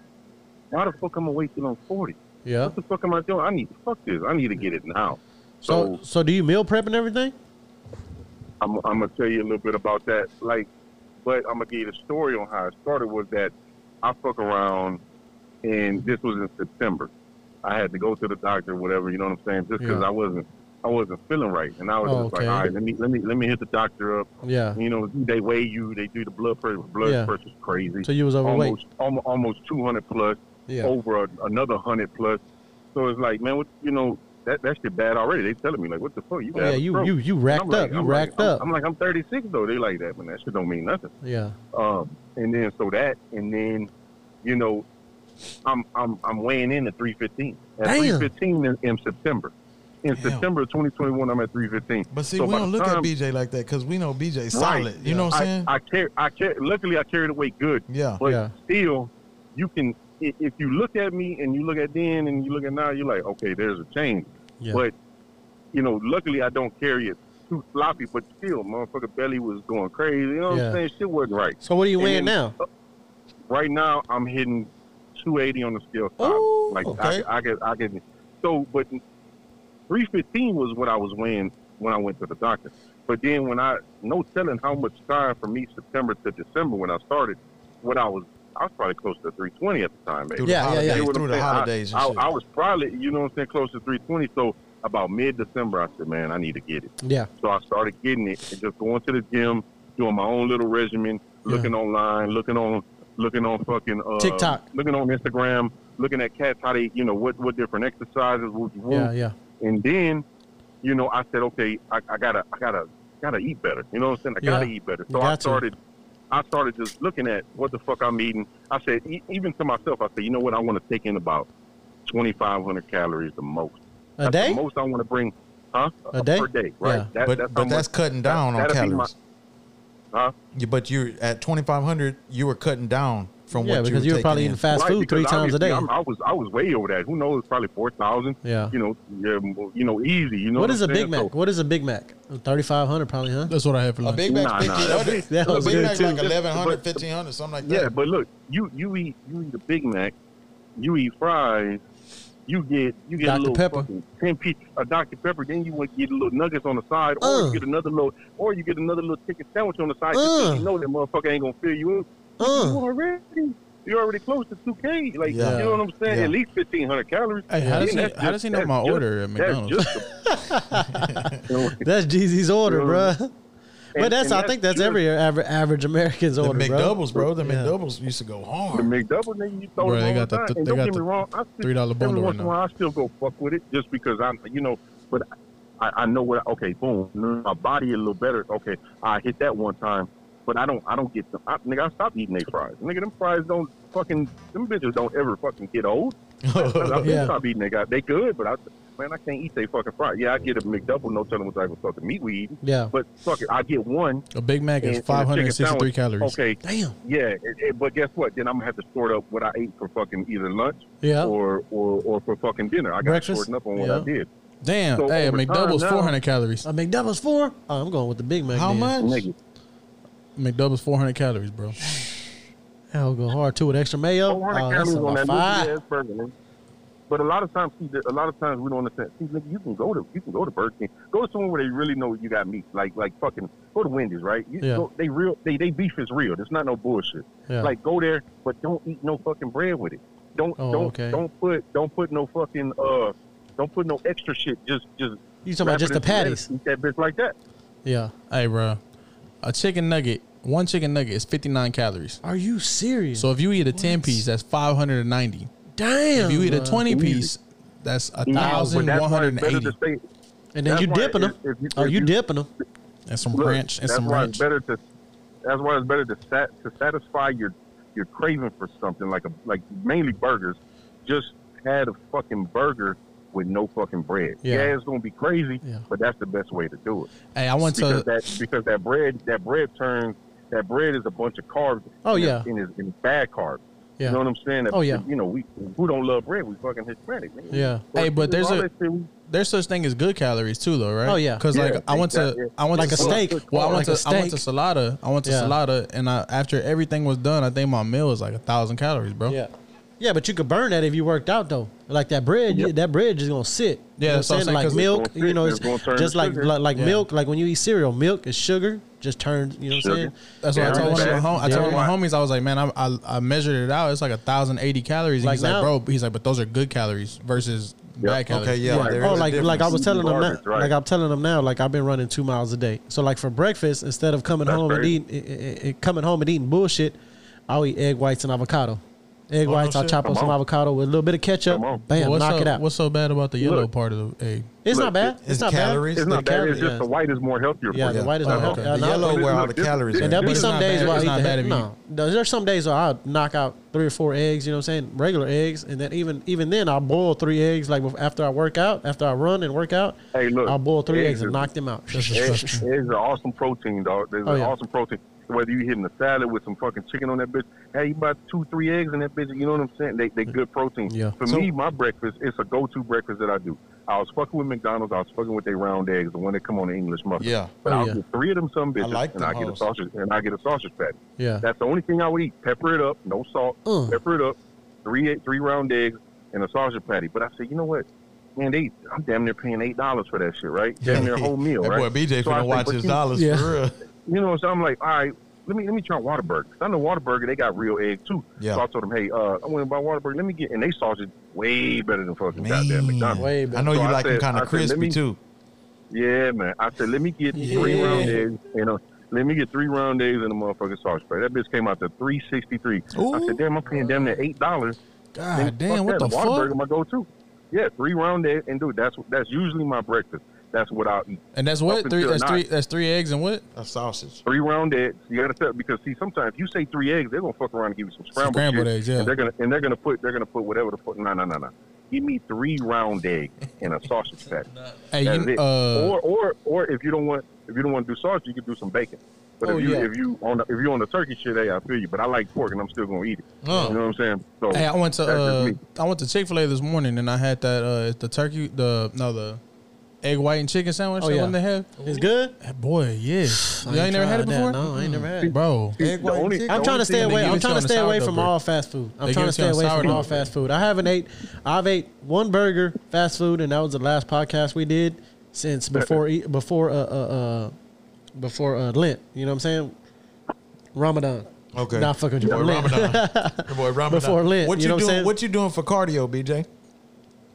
why the fuck am I wait till I'm 40? Yeah. What the fuck am I doing? I need fuck this. I need to get it now. So so do you meal prep and everything? I'm, I'm gonna tell you a little bit about that. Like, but I'm gonna give you the story on how it started. Was that I fuck around, and this was in September. I had to go to the doctor, whatever. You know what I'm saying? Just because Yeah. I wasn't, I wasn't feeling right, and I was Oh, just okay. like, all right, let me, let me, let me hit the doctor up. Yeah. You know, they weigh you, they do the blood pressure. Blood Yeah. pressure's crazy. So you was overweight. Almost, almost, almost 200 plus. Yeah. Over a, another 100 plus. So it's like, man, what you know. That, that shit bad already. They telling me like, what the fuck? You Oh, got yeah, a you stroke. you you And racked I'm like- up. You I'm like- racked I'm- up. I'm like, I'm 36 though. They like that, man. That shit don't mean nothing. yeah. Um, and then so that, and then, you know, I'm I'm I'm weighing in at 315. At Damn. 315 in, in September. In Damn. September of 2021, I'm at 315. But see, So we by don't the look at time- BJ like that because we know BJ Right. solid. You know what I'm saying? I, I carry, I carry. Luckily, I carried the weight good. Yeah. But Yeah. still, you can i- if you look at me and you look at then and you look at now, you're like, okay, there's a change. Yeah. But you know, luckily I don't carry it too sloppy. But still, motherfucker belly was going crazy. You know what Yeah. I'm saying? Shit wasn't right. So what are you And weighing then- uh, now? Right now, I'm hitting 280 on the scale. Top. Ooh, like okay. I, I get, I get. So, but 315 was what I was weighing when I went to the doctor. But then when I no telling how much time from me September to December when I started, what I was I was probably close to 320 at the time. Maybe. Through the Yeah, yeah, yeah. holidays, You know what Through I'm the saying? I- holidays and I, shit. I was probably, you know what I'm saying, close to 320. So about mid December, I said, man, I need to get it. Yeah. So I started getting it and just going to the gym, doing my own little regimen, looking online, looking on, looking on fucking uh, TikTok. looking on Instagram, looking at cats how they, you know, what what different exercises. Would you Yeah, want. yeah. And then, you know, I said, okay, I, I gotta, I gotta, gotta eat better. You know what I'm saying? I gotta Yeah. eat better. You So I got to. started, I started just looking at what the fuck I'm eating. I said, e- even to myself, I said, you know what? I want to take in about 2,500 calories the most. A That's day? The most I want to bring, huh? A day? Per day, right? Yeah. That- but that's how but much- that's cutting down on that'd be my- calories. huh? Yeah, but you at 2,500, you were cutting down from Yeah, what because you you were were probably taking eating in. fast Right, food because three times a obviously day. I'm, I was I was way over that. Who knows? Probably four thousand. Yeah. You know, yeah, mo- you know, easy. You know what is a I'm Big saying? Mac? So- What is a Big Mac? Thirty five hundred probably, huh? That's what I had for A lunch. Big Mac's Nah, nah, 1,500. that a was Big good Mac's too. like But- 1,100, but- 1,500, something like yeah, that. but look, you you eat you eat a Big Mac, you eat fries, you get you get Dr. a little Pepper. fucking ten piece a Dr Pepper. Then you want to get little nuggets on the side, or Uh. you get another little, or you get another little chicken sandwich on the side. just Uh. so you know that motherfucker ain't gonna fill you up. You Uh, already you're already close to two K. Like Yeah. you know what I'm saying? Yeah. At least fifteen hundred calories. Hey, how does And he- that's how does he know that's my just- order at that's McDonald's? just- you know, and- that's Jeezy's order, Yeah. bruh. But that's and I think that's just- every aver- average American's The order, bro. McDoubles, bro. The Yeah. McDoubles used to go The hard. McDouble nigga, you throw Bro, it they all got the- the time. they And don't got get me the wrong, I still, $3 bundle every right once in a now. while, I still go fuck with it just because I'm, you know, but I, I know what. Okay, boom, my body a little better. Okay, I hit that one time, but I don't, I don't get them. I, nigga, I stopped eating they fries. Nigga, them fries don't fucking, them bitches don't ever fucking get old. I, I Yeah. stop eating they got, they good, but I, man, I can't eat they fucking fries. Yeah, I get a McDouble, no telling what type of fucking meat we eat. Yeah. But fuck it, I get one. A Big Mac and- is and a chicken 563 sandwich. calories. Okay, Damn. yeah, it, it- but guess what? Then I'm gonna have to sort up what I ate for fucking either lunch Yeah. or, or or for fucking dinner. I got Breakfast? shorten up on what Yeah. I did. Damn. So hey, a over time McDouble's now- 400 calories. A McDoubles four? Oh, I'm going with the Big Mac. How then. much? Nigga, McDouble's 400 calories, bro. Hell, go hard too with extra mayo. 400 Oh, that's calories on about that five. little ass burger. man. But a lot of times, see, a lot of times we don't understand. See, nigga, you can go to you can go to Burger King, go to somewhere where they really know you got meat. Like like fucking go to Wendy's, right? You, Yeah. go, they real they they beef is real. It's not no bullshit. Yeah. Like go there, but don't eat no fucking bread with it. Don't Oh, don't okay. don't put don't put no fucking uh don't put no extra shit. Just just You talking about wrap just the it in some lettuce, patties? Eat that bitch like that. Yeah. Hey, bro. A chicken nugget, one chicken nugget is 59 calories. Are you serious? So if you eat a 10 piece, that's 590. damn. If you eat a bro. 20 piece, that's a but that's why it's better 1,180. to stay- and then that's you why dipping them. if- if you- oh, if you you- dipping them. And some look, ranch and that's some why ranch. It's better to, that's why it's better to sat, to satisfy your your craving for something like a like mainly burgers. Just had a fucking burger with no fucking bread. Yeah. Yeah, it's gonna be crazy, but that's the best way to do it. Hey, I want because to. that because that bread that bread turns that bread is a bunch of carbs. Oh, in yeah. in, it's- in bad carbs. Yeah. You know what I'm saying? That- Oh, yeah. You know we who don't love bread? We fucking Hispanic. Man. Yeah. So Hey, but there's all a that shit we- there's such thing as good calories too, though, right? Oh, yeah. Because Yeah, like I went to exactly. I went Like to a steak. Well, I went Like a to I went to steak. Salada. I went to Yeah. Salada, and I after everything was done, I think my meal was like a thousand calories, bro. Yeah. Yeah, but you could burn that if you worked out though. Like that bread, you- that bread is gonna sit. you Yeah, know that's what what I'm saying. I'm saying, Like 'cause milk, it's gonna you know, sit, it's it's gonna turn just to like sugar. like, like Yeah. milk. Like when you eat cereal, milk is sugar. Just turns. You know what I'm Sugar. saying? That's what I Yeah, told one of my right. hom- I told Yeah. my homies. I was like, man, I, I I measured it out. It's like a thousand eighty calories. And Like he's now- like, bro. He's like, but those are good calories versus bad calories. Okay, yeah. there oh, is a like like I was difference. telling them now, Garbage, right. like I'm telling them now, like I've been running two miles a day. So like for breakfast, instead of coming That's home crazy. and eating, eh, i- i- i- coming home and eating bullshit, I'll eat egg whites and avocado. Egg whites, I'll shit. chop up Come some on. avocado with a little bit of ketchup. Come on. Bam, what's knock so, it out. What's so bad about the yellow Look. part of the egg? It's Look, not bad. It's It's not calories. bad. It's not the bad. It's calories, just the yeah. white is more healthier. Yeah, for the you. white is Oh, not healthy. okay. Uh, The no, yellow where all the Look, this- calories And are. there'll But be it's some not days bad. where It's I not eat that. bad if you- No, No, there's some days where I'll knock out three or four eggs. You know what I'm saying? Regular eggs, and then even even then I'll boil three eggs. Like bef- after I work out, after I run and work out, Hey, look, I'll boil three eggs eggs and is- knock them out. Eggs, eggs are awesome protein, dog. There's Oh, an yeah. awesome protein. Whether you hitting a salad with some fucking chicken on that bitch, hey, you about two, three eggs in that bitch. You know what I'm saying? They they good protein. Yeah. For me, my breakfast, it's a go-to breakfast that I do. I was fucking with McDonald's. I was fucking with their round eggs, the one that come on the English muffin. Yeah. But Oh, I'll yeah. get three of them, some bitches, like and them I get a hoes. sausage, and I get a sausage patty. Yeah. That's the only thing I would eat. Pepper it up, no salt. Mm. Pepper it up, three egg- three round eggs and a sausage patty. But I said, you know what? Man, they, I'm damn near paying eight dollars for that shit, right? Damn near a whole meal, that right? boy BJ So I finna think watch what his you- dollars Yeah. for real. you know, so I'm like, all right, let me let me try Waterburger. Cause I know Waterburger they got real egg too. Yeah. So I told them, hey, uh, I went and bought Waterburger. Let me get and they sausage way better than fucking goddamn McDonald's. Way better. I know Oh, you So I like them said- kind I of said, let crispy me- too. Yeah, man. I said, let me get three Yeah. round eggs and a, let me get three round eggs and a motherfucking sausage patty. That bitch came out to three sixty three. I Ooh. said, damn, I'm paying damn near eight dollars. God damn! What the Waterburger fuck? my go to. Yeah, three round eggs and dude, that's that's usually my breakfast. That's what I'll eat. And that's Up what three. until That's nine. three. That's three eggs and what? A sausage. three round eggs. You gotta tell because see sometimes if you say three eggs, they're gonna fuck around and give you some scrambled, scrambled shit, eggs, yeah. And they're gonna and they're gonna put they're gonna put whatever the fuck. No, no, no, no. Give me three round eggs and a sausage patty. Hey, That's you, it. uh, or or or if you don't want if you don't want to do sausage, you can do some bacon. But Oh, if you yeah. if you on the, if you on the turkey shit, hey, I feel you. But I like pork and I'm still gonna eat it. Oh. You know what I'm saying? So Hey, I went to that's just uh, me. I went to Chick Fil A this morning, and I had that uh, the turkey, the no, the egg white and chicken sandwich. Oh, Oh, yeah. yeah. one they have. It's good. Hey, boy, yes. You ain't never had it tried that. before. No, I ain't never had it. Bro, See, the only- the I'm trying only to thing- stay away. give I'm it to you trying on to the stay away sourdough from bread. all fast food. I'm They give trying to it to stay you on away from sourdough all bread. fast food. I haven't ate. I've ate one burger, fast food, and that was the last podcast we did since before e- before uh, uh, uh before uh, Lent. You know what I'm saying? Ramadan. Okay. Not fucking with you. Your boy Lent. Ramadan. Your boy Ramadan. Before Lent, What you you, know what I'm doing? saying? What you doing for cardio, BJ?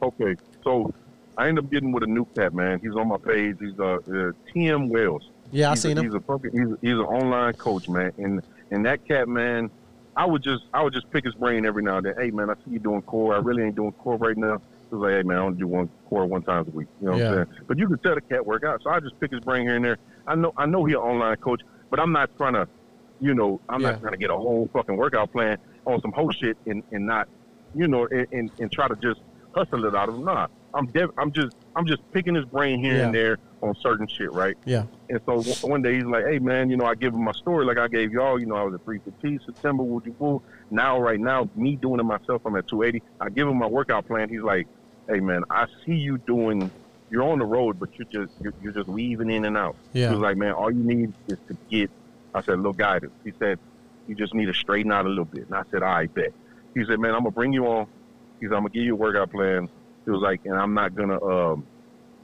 Okay, so I end up getting with a new cat, man. He's on my page. He's uh, uh Tim Wells. Yeah, I he's seen a, him. He's a fucking, he's, he's an online coach, man. And and that cat, man, I would just I would just pick his brain every now and then. Hey, man, I see you doing core. I really ain't doing core right now. He was like, hey, man, I only do one core one times a week. You know Yeah. what I'm saying? But you can tell the cat work out. So I just pick his brain here and there. I know I know he's an online coach, but I'm not trying to, you know, I'm Yeah. not trying to get a whole fucking workout plan on some whole shit and and not you know, and, and, and try to just hustle it out of him. Nah, I'm dev- I'm just I'm just picking his brain here and Yeah. there on certain shit, right? Yeah. And so w- one day he's like, "Hey man, you know, I give him my story like I gave y'all. You know, I was at 315 September. Would you fool? Now, right now, me doing it myself. I'm at 280. I give him my workout plan. He's like, "Hey man, I see you doing. You're on the road, but you're just you're, you're just weaving in and out. Yeah. He was like, man, all you need is to get. I said, little guidance. He said, you just need to straighten out a little bit. And I said, all right, bet. He said, man, I'm gonna bring you on. He said, I'm gonna give you a workout plan. He was like, and I'm not gonna. Um,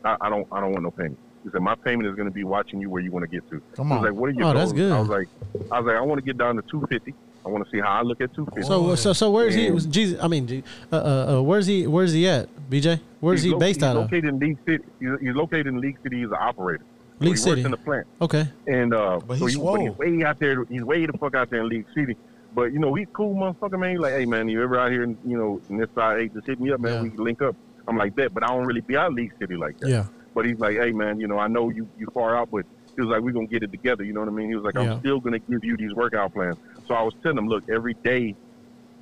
I, I don't. I don't want no payment. He said, my payment is gonna be watching you where you want to get to. Come He was on. like, what are your Oh, goals? that's good. I was like, I was like, I want to get down to 250. I want to see how I look at 250. So uh, so so where's he? Yeah. Was Jesus? I mean, Je- uh, uh, uh, where's he? Where's he at? BJ? Where's He's he lo- based he's out of? located in League City. He's, he's located in League City. He's an operator. So League he City. works in the plant. Okay. And uh, But so he's he, but he's swole. way out there. He's way the fuck out there in League City. But you know, he's cool, motherfucker, man. He's like, hey, man, you ever out here? in, You know, in this side, hey, just hit me up, man. Yeah. We can link up. I'm like that, but I don't really be out League City like that. Yeah. But he's like, hey, man, you know, I know you you far out, but he was like, we're gonna get it together. You know what I mean? He was like, I'm Yeah. still gonna give you these workout plans. So I was telling him, look, every day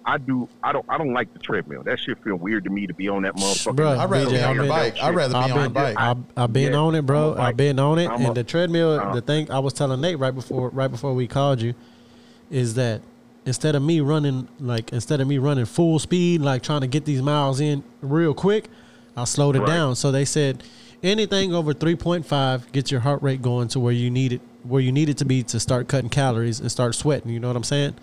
I do. I don't. I don't like the treadmill. That shit feel weird to me to be on that motherfucker. Bro, I'd rather BJ, be I've on the been- bike. I'd rather I've be on the been, bike. I, I've been Yeah, on it, bro. I'm a bike. I've been on it, I'm and a- the treadmill. uh-huh. the thing I was telling Nate right before, right before we called you, is that instead of me running like instead of me running full speed, like trying to get these miles in real quick, I slowed it Right. down. So they said anything over three point five gets your heart rate going to where you need it, where you need it to be to start cutting calories and start sweating. You know what I'm saying?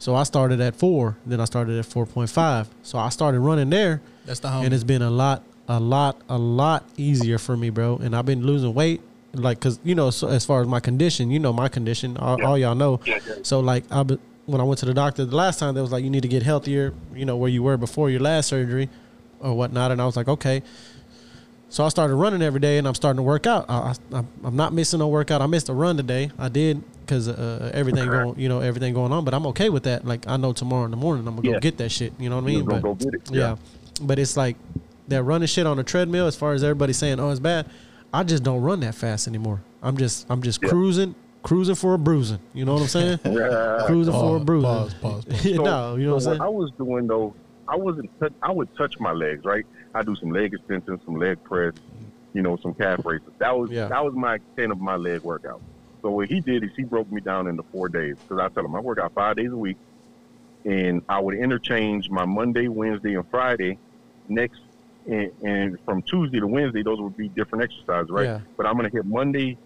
So I started at four, then I started at four point five. So I started running there. That's the home. And it's been a lot, a lot, a lot easier for me, bro. And I've been losing weight, like, cause you know, so, as far as my condition, you know, my condition, all, all y'all know. So like, I be- when I went to the doctor the last time, they was like, you need to get healthier, you know, where you were before your last surgery, or whatnot. And I was like, okay. So I started running every day, and I'm starting to work out. I, I, I'm- I'm not missing no workout. I missed a run today. I did because uh, everything going, you know, everything going on. But I'm okay with that. Like I know tomorrow in the morning, I'm gonna Yeah. go get that shit. You know what I You mean? gonna But- go get it. yeah. But it's like that running shit on a treadmill, as far as everybody saying, oh, it's bad. I just don't run that fast anymore. I'm just I'm just cruising, cruising for a bruising. You know what I'm saying? Yeah. Cruising for a Pause, bruising. pause, pause, pause. Yeah, So- no, you know so what I'm I saying? was doing though, I wasn't. Touch, I would touch my legs, right? I do some leg extensions, some leg press, you know, some calf raises. That was Yeah. that was my extent of my leg workout. So what he did is he broke me down into four days because I tell him I work out five days a week, and I would interchange my Monday, Wednesday, and Friday. Next, and, and from Tuesday to Wednesday, those would be different exercises, right? Yeah. But I'm gonna hit Monday,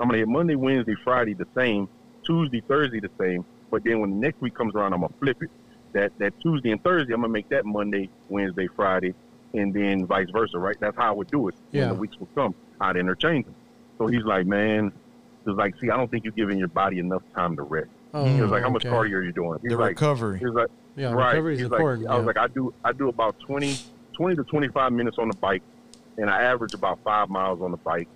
I'm gonna hit Monday, Wednesday, Friday the same, Tuesday, Thursday the same. But then when the next week comes around, I'm gonna flip it. That that Tuesday and Thursday, I'm gonna make that Monday, Wednesday, Friday, and then vice versa, right? That's how I would do it. Yeah. When the weeks would come, I'd interchange them. So he's like, man, he's like, see, I don't think you're giving your body enough time to rest. Oh, He was like, how much okay. cardio are you doing? He's The like, recovery. he's like, Yeah, right. recovery is He's important. Like, I was yeah. like, I do, I do about 20, 20 to 25 minutes on the bike, and I average about five miles on the bike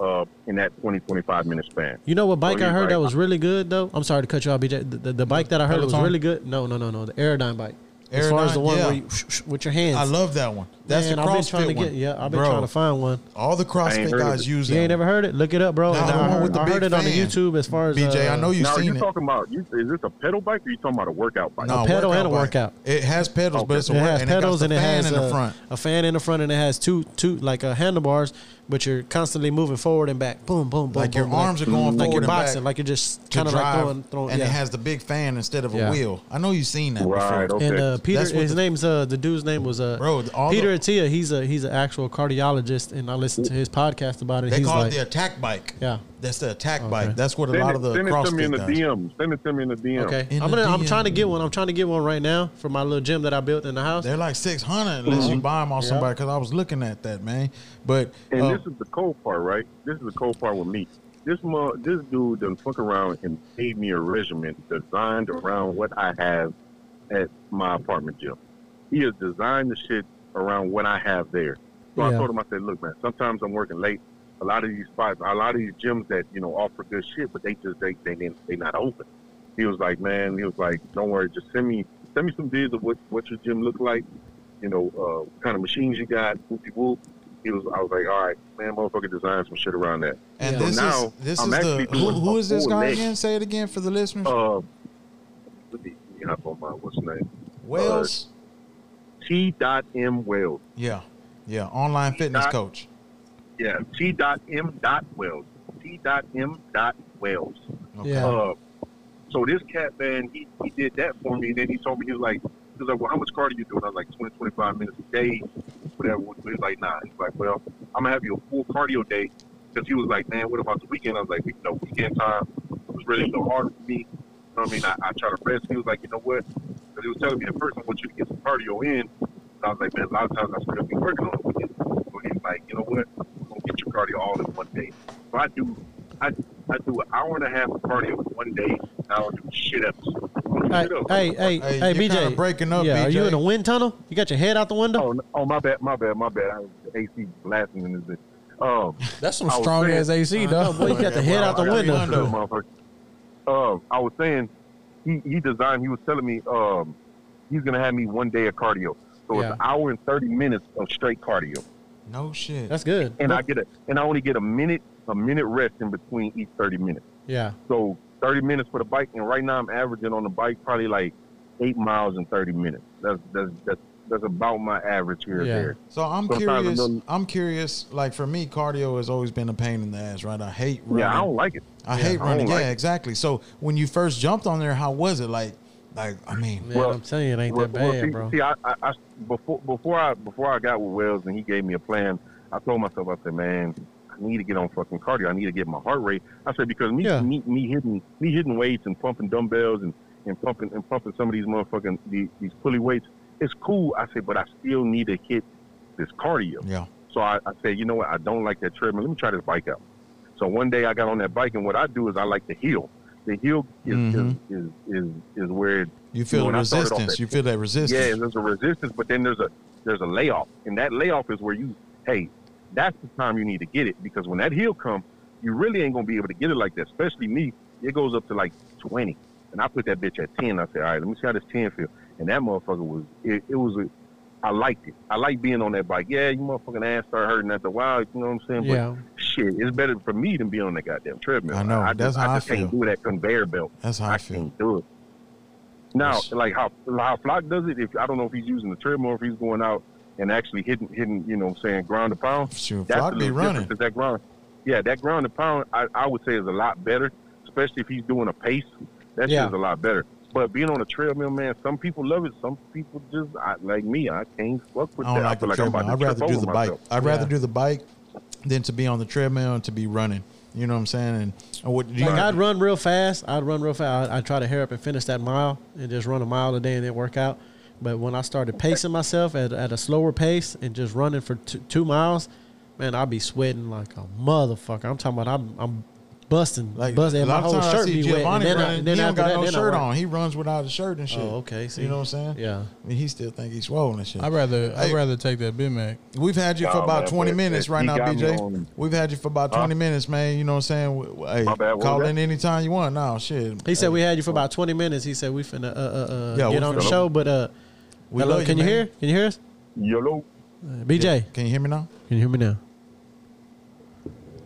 uh, in that 20, 25 minute span. you know what bike he's I heard like- that was really good though? I'm sorry to cut you off, BJ. The, the, the bike that I heard was Peloton? really good. No, no, no, no. The Aerodyne bike. as far as the Aerodyne, one yeah. where you with your hands. I love that one. That's Man, the CrossFit I've been trying to one. get. Yeah, I've been Bro, trying to find one. All the heard CrossFit of guys it. use You that. ain't one. ever heard it? Look it up, bro. Nah, And the I one heard, with the I heard big it on the fan. YouTube. As far as BJ, I uh, know you've now, are you seen it. talking about? You, is this a pedal bike or you talking about a workout bike? Nah, pedal and a bike. workout. It has pedals, but it's a it workout. has and pedals it got and the it fan has in a, the front. a fan in the front and it has two two like uh, handlebars, but you're constantly moving forward and back. Boom, boom, boom. Like your boom, arms are going like forward you're and boxing, back like you're just to kind of like drive, throwing, throwing. and yeah. it has the big fan instead of a Yeah. wheel. I know you've seen that Right. before. Okay. And uh, Peter, That's what his the- name's uh, the dude's name was uh, Bro, all Peter the- Attia. He's a he's an actual cardiologist, and I listened to his podcast about it. They he's call like, it the attack bike. Yeah. that's the attack bike. That's what a send lot it, of the send it to me CrossFit in the does. DM. Send it to me in the DM. okay, In I'm the gonna I'm trying to DM. get one. I'm trying to get one right now for my little gym that I built in the house. They're like six hundred unless you buy them off somebody. Because I was looking at that man, but And uh, this is the cold part, right? This is the cold part with me. This mo- this dude done fuck around and made me a regimen designed around what I have at my apartment gym. He has designed the shit around what I have there. So I Yeah. told him, I said, look, man, sometimes I'm working late. A lot of these spots, a lot of these gyms that you know offer good shit, but they just they they didn't- they not open. He was like, man, he was like, don't worry, just send me send me some vids of what what your gym look like, you know, uh, what kind of machines you got, whoopie whoop. He was, I was like, all right, man, motherfucker, design some shit around that. and Yeah. this So now, is this I'm is the actually who, doing who a is this full guy leg. again? Say it again for the listeners. Uh, let me let me hop on my what's his name? Wells, T. Dot M. Wells. yeah, yeah, online fitness Not- coach. Yeah, T. Dot M. Dot Wells. T. Dot M. Dot Wells. Okay. Yeah. Uh, so this cat man, he, he did that for me, and then he told me he was like, he was like, well, how much cardio you doing? I was like, 20, 25 minutes a day, whatever. He was like, nah. He's like, well, I'm gonna have you a full cardio day, because he was like, man, what about the weekend? I was like, you know, weekend time was really so hard for me. You know what I mean? I, I try to rest. He was like, you know what? Because he was telling me at first, I want you to get some cardio in. And I was like, man, a lot of times I still be working on the weekend. So he's like, you know what? I'm gonna get your cardio all in one day. So I do, I I do an hour and a half of cardio one day. and I don't do shit ups. Hey, hey, hey, Hey, hey, you're BJ. kinda breaking up, Yeah, are you BJ. in a wind tunnel? You got your head out the window? Oh, no- oh, my bad, my bad, my bad. I was AC blasting in this bitch. Um, That's some I was strong saying- ass AC, No, dog. Oh, boy, you got the head out the I gotta be window. honest with you, motherfucker. Um, I was saying, he, he designed. He was telling me, um, he's gonna have me one day of cardio. So Yeah. it's an hour and thirty minutes of straight cardio, No shit. That's good. and I get a, and I only get a minute, a minute rest in between each thirty minutes. yeah. So 30 minutes for the bike, and right now I'm averaging on the bike probably like eight miles in thirty minutes. That's that's that's, that's about my average here Yeah. and there. So I'm Sometimes curious. it doesn't- I'm curious. Like for me, cardio has always been a pain in the ass, right? I hate running. Yeah, I don't like it. I Yeah, hate don't running. like yeah, it. exactly. So when you first jumped on there, how was it? Like, like I mean, Man, I'm telling you, it ain't Well, that well, bad, see, bro. see, I, I, I before before I before I got with Wells and he gave me a plan, I told myself, I said, man, I need to get on fucking cardio. I need to get my heart rate. I said because me Yeah. me, me hitting me hitting weights and pumping dumbbells and, and pumping and pumping some of these motherfucking these, these pulley weights, it's cool. I said, but I still need to hit this cardio. yeah, So I, I said, you know what? I don't like that treadmill. Let me try this bike out. So one day I got on that bike, and what I do is I like to heel. The heel is Mhm. Mm-hmm. is, is, is is where it- you feel know, when the I started off resistance. that- You feel that resistance. yeah, there's a resistance, but then there's a there's a layoff, and that layoff is where you hey, that's the time you need to get it because when that heel comes, you really ain't gonna be able to get it like that. Especially me, it goes up to like twenty, and I put that bitch at ten. I said, all right, let me see how this ten feel, and that motherfucker was it, it was a. I liked it. I like being on that bike. Yeah, you motherfucking ass start hurting after a while. You know what I'm saying? Yeah. But shit, it's better for me than being on that goddamn treadmill. I know. I, That's just, how I I just can't feel. do that conveyor belt. That's how I, I feel. can't do it. Now, Yes. like how how Flock does it, if I don't know if he's using the treadmill, or if he's going out and actually hitting hitting, you know, what I'm saying ground to pound. Shoot, That's Flock a be little running. different 'cause that ground, yeah, that ground to pound, I, I would say is a lot better, especially if he's doing a pace. That Yeah. shit is a lot better. But being on a treadmill, man, some people love it. Some people just I, like me. I can't fuck with I don't that. like the I feel like I'm treadmill. about to I'd rather trip do over the bike. myself. I'd rather do the bike than to be on the treadmill and to be running. You know what I'm saying? And, and what do you? Like I'd run real fast. I'd run real fast. I'd, I'd try to hair up and finish that mile and just run a mile a day and then work out. But when I started pacing myself at, at a slower pace and just running for two, two miles, man, I'd be sweating like a motherfucker. I'm talking about I'm, I'm busting, Like busting. a and My lot of whole times I shirt see be wet. And Giovanni then, I, running. then he don't after got that, no then I shirt work. on. He runs without a shirt and shit. Oh, okay. See, You know what I'm saying? Yeah. I mean, he still think he's swollen and shit. I'd rather I'd Hey. rather take that Big Mac. We've had you for Nah, about man, 20 but minutes if right he now, got me BJ. on- We've had you for about 20 minutes, man. You know what I'm saying? W- w- Hey, My bad, what was call that? in anytime you want. No, shit. He said we had you for about 20 minutes. He said we finna uh, uh, uh, Yeah, we get on the finna- show, but uh, We hello, love you, can you, man. hear? Can you hear us? Yellow. Uh, BJ, Can you hear me now? can you hear me now?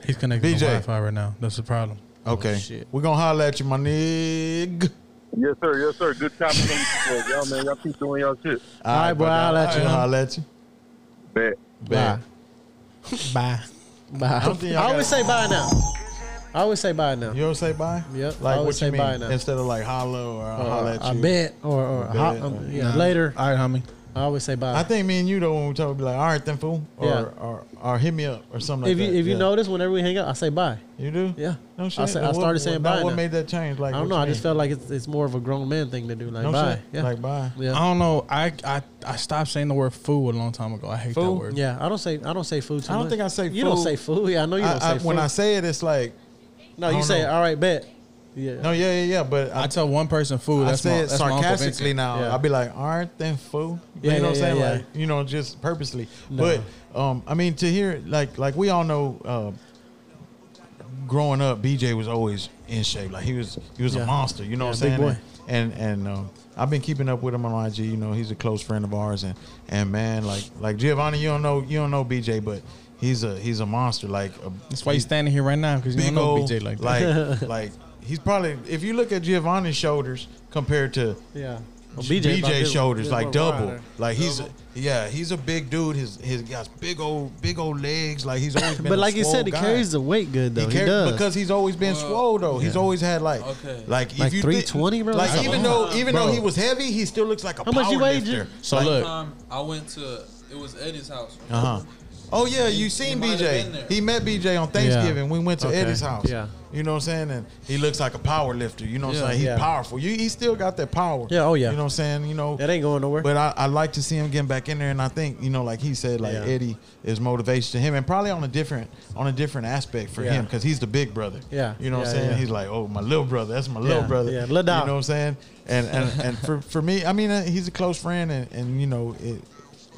He's connected BJ. to Wi-Fi right now. That's the problem. Okay. Oh, shit. We're going to holler at you, my nigga. Yes, sir. Yes, sir. Good copy. y'all, man. Y'all keep doing y'all shit. All right, boy, I'll holler at you, I'll huh? holler at you. Bet. Bet. Bye. Bye. Don't think I y'all always say bye now. I always say bye now. You ever say bye? Yep, I Like, always what say you bye mean? now. Oh, Instead of like holler or I'll holler at I you. bet or, or bet, ho- um, yeah, Nah. later. All right, homie. I always say bye. I think me and you, though, when we talk, we be like, all right, then, fool. Or, Yeah. or, or, hit me up or something if like you that. if you Yeah. notice, whenever we hang out, I say bye. You do? Yeah. No I shit. said- I Now, what- started saying now bye What now. made that change? Like, I what don't know. you I just mean? felt like it's, it's more of a grown man thing to do. Like No bye. shit. Yeah. Like, bye. yeah. I don't know. I, I I stopped saying the word food a long time ago. I hate that Food? word. yeah. I don't say I don't say food. Too I don't much. think I say You don't food. say food. Yeah, I know you don't I, I, say food. when I say it, it's like, no, I you don't say know. all right, bet. Yeah. no, yeah, yeah, yeah. But I, I tell one person food. I That's say my, it that's my Uncle sarcastically Vincent. now. Yeah. I'll be like, all right, then, fool. Yeah, you know what yeah, I'm saying? yeah, Like, you know, just purposely. But, um, I mean, to hear, like, like we all know, uh, growing up, BJ was always in shape. Like, he was, he was Yeah. a monster. You know Yeah, what big I'm saying? boy. And, and, um, I've been keeping up with him on IG. You know, he's a close friend of ours, and and man, like like Giovanni, you don't know you don't know BJ, but he's a he's a monster. Like uh, a, That's why he's standing here right now because you big don't know old, BJ like that. like, like, he's probably if you look at Giovanni's shoulders compared to Yeah. Well, BJ, about this- shoulders, this like one double, wider. like he's a, yeah, he's a big dude. His his he got big old big old legs. Like he's always been. But a like you swole said, he guy. carries the weight good though. He, carry- does. because he's always been swole though. He's always had like Okay. like if Like you thi- 320, bro? Like That's a even lot. though even Bro. though he was heavy, he still looks like a How power much you weigh, G? lifter. so like, look, Um, I went to it was Eddie's house. Uh huh. Oh yeah, you seen might have been there. BJ. He met BJ on Thanksgiving. We went to Okay. Eddie's house. Yeah. You know what I'm saying? And he looks like a power lifter. You know what I'm Yeah. saying? He's Yeah. powerful. You, he still got that power. Yeah, oh, yeah. You know what I'm saying? You know that ain't going nowhere. but I, I like to see him getting back in there, and I think you know, like he said, like Yeah. Eddie is motivation to him, and probably on a different on a different aspect for Yeah. him because he's the big brother. Yeah. you know what I'm Yeah, saying. yeah. He's like, oh, my little brother, that's my Yeah, little brother. yeah, Yeah, little you know dog. what I'm saying. And and and for for me, I mean, uh, he's a close friend, and and you know it,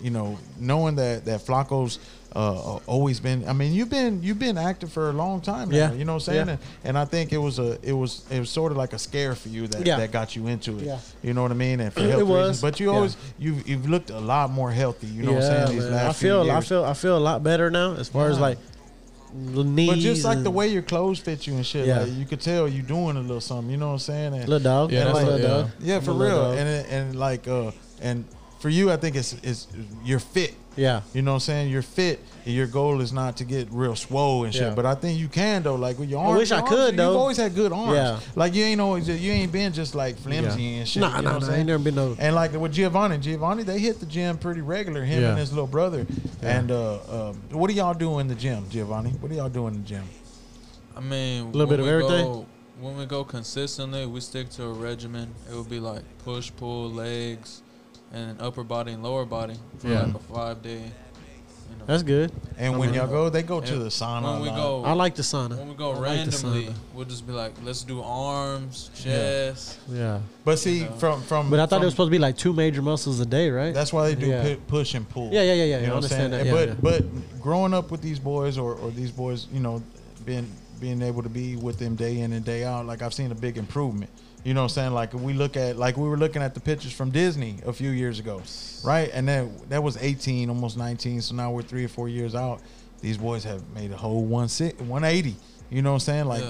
you know knowing that that Flacco's. Uh, uh, always been. I mean, you've been you've been active for a long time. Now, Yeah. you know what I'm saying. Yeah. And, and I think it was a it was it was sort of like a scare for you that Yeah. that got you into it. Yeah. You know what I mean. And for health It was. reasons, but you Yeah. always you've you've looked a lot more healthy. You know what I'm saying? These man. last I few feel I years. feel I feel a lot better now as far as Yeah. like Little knees But just like the and- way your clothes fit you and shit, Yeah. like, you could tell you doing a little something. You know what I'm saying? And, Little dog. and That's like- a little dog. Yeah, for I'm a little real. dog. And it- and like uh and for you, I think it's it's you're fit. Yeah. You know what I'm saying? You're fit. and Your goal is not to get real swole and shit, Yeah. but I think you can though. Like with your I arms, wish I your could, arms, though. You've always had good arms. Yeah. Like you ain't always you ain't been just like flimsy and shit. Nah, you know nah, what I'm nah, saying? ain't never been no- And like with Giovanni, Giovanni, they hit the gym pretty regular. Him Yeah. and his little brother. And uh, um, what do y'all do in the gym, Giovanni? What do y'all do in the gym? I mean, a Little bit of everything? Go, when we go consistently, we stick to a regimen. It would be like push, pull, legs, and upper body and lower body for Yeah. like a five day. You know. That's good. And when y'all go, they go to And the sauna. When we a lot. go, I like the sauna. when we go I like the randomly, sauna. we'll just be like, let's do arms, chest. Yeah. But see, from from But I thought it was from- supposed to be like two major muscles a day, right? that's why they do Yeah. pu- push and pull. Yeah, yeah, yeah, yeah. You know I what I'm saying? understand that. Yeah, but but growing up with these boys or or these boys, you know, being being able to be with them day in and day out, like I've seen a big improvement. You know what I'm saying? Like we look at like we were looking at the pictures from Disney a few years ago, right? And then that was 18, almost 19. So now we're three or four years out. These boys have made a whole one si- 180. You know what I'm saying? Like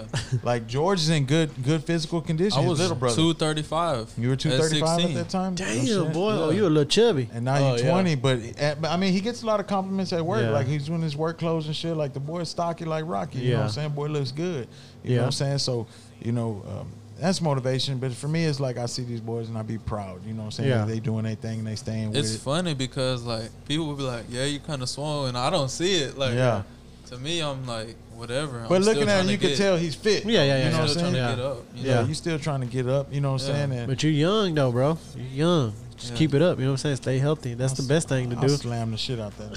like George is in good good physical condition. I His was little brother. two thirty five. You were 235 at, that time? Damn, Oh, shit. boy. Yeah. Oh, you a little chubby. And now Oh, you're yeah. 20, but, at, but I mean, he gets a lot of compliments at work. Yeah. Like he's doing his work clothes and shit. Like the boy's stocky like Rocky. You know what I'm Yeah. saying? Boy looks good. You know Yeah. what I'm saying? So, you know, um, that's motivation. But for me, it's like I see these boys and I be proud. You know what I'm saying? Yeah. They doing their thing and they staying It's with it. funny because like people will be like, yeah, you kind of swollen. I don't see it. Like, Yeah. to me, I'm like, whatever. But I'm still looking at trying him, to you can get- tell he's fit. Yeah, yeah, yeah, You know yeah. what I'm Still saying? trying Yeah. to get up. You Yeah, know? you still trying to get up. You know what I'm Yeah. saying? And But you're young though, bro. You're young. Just Yeah. keep it up. You know what I'm saying? Stay healthy. That's the best thing to I'll do. slam the shit out that.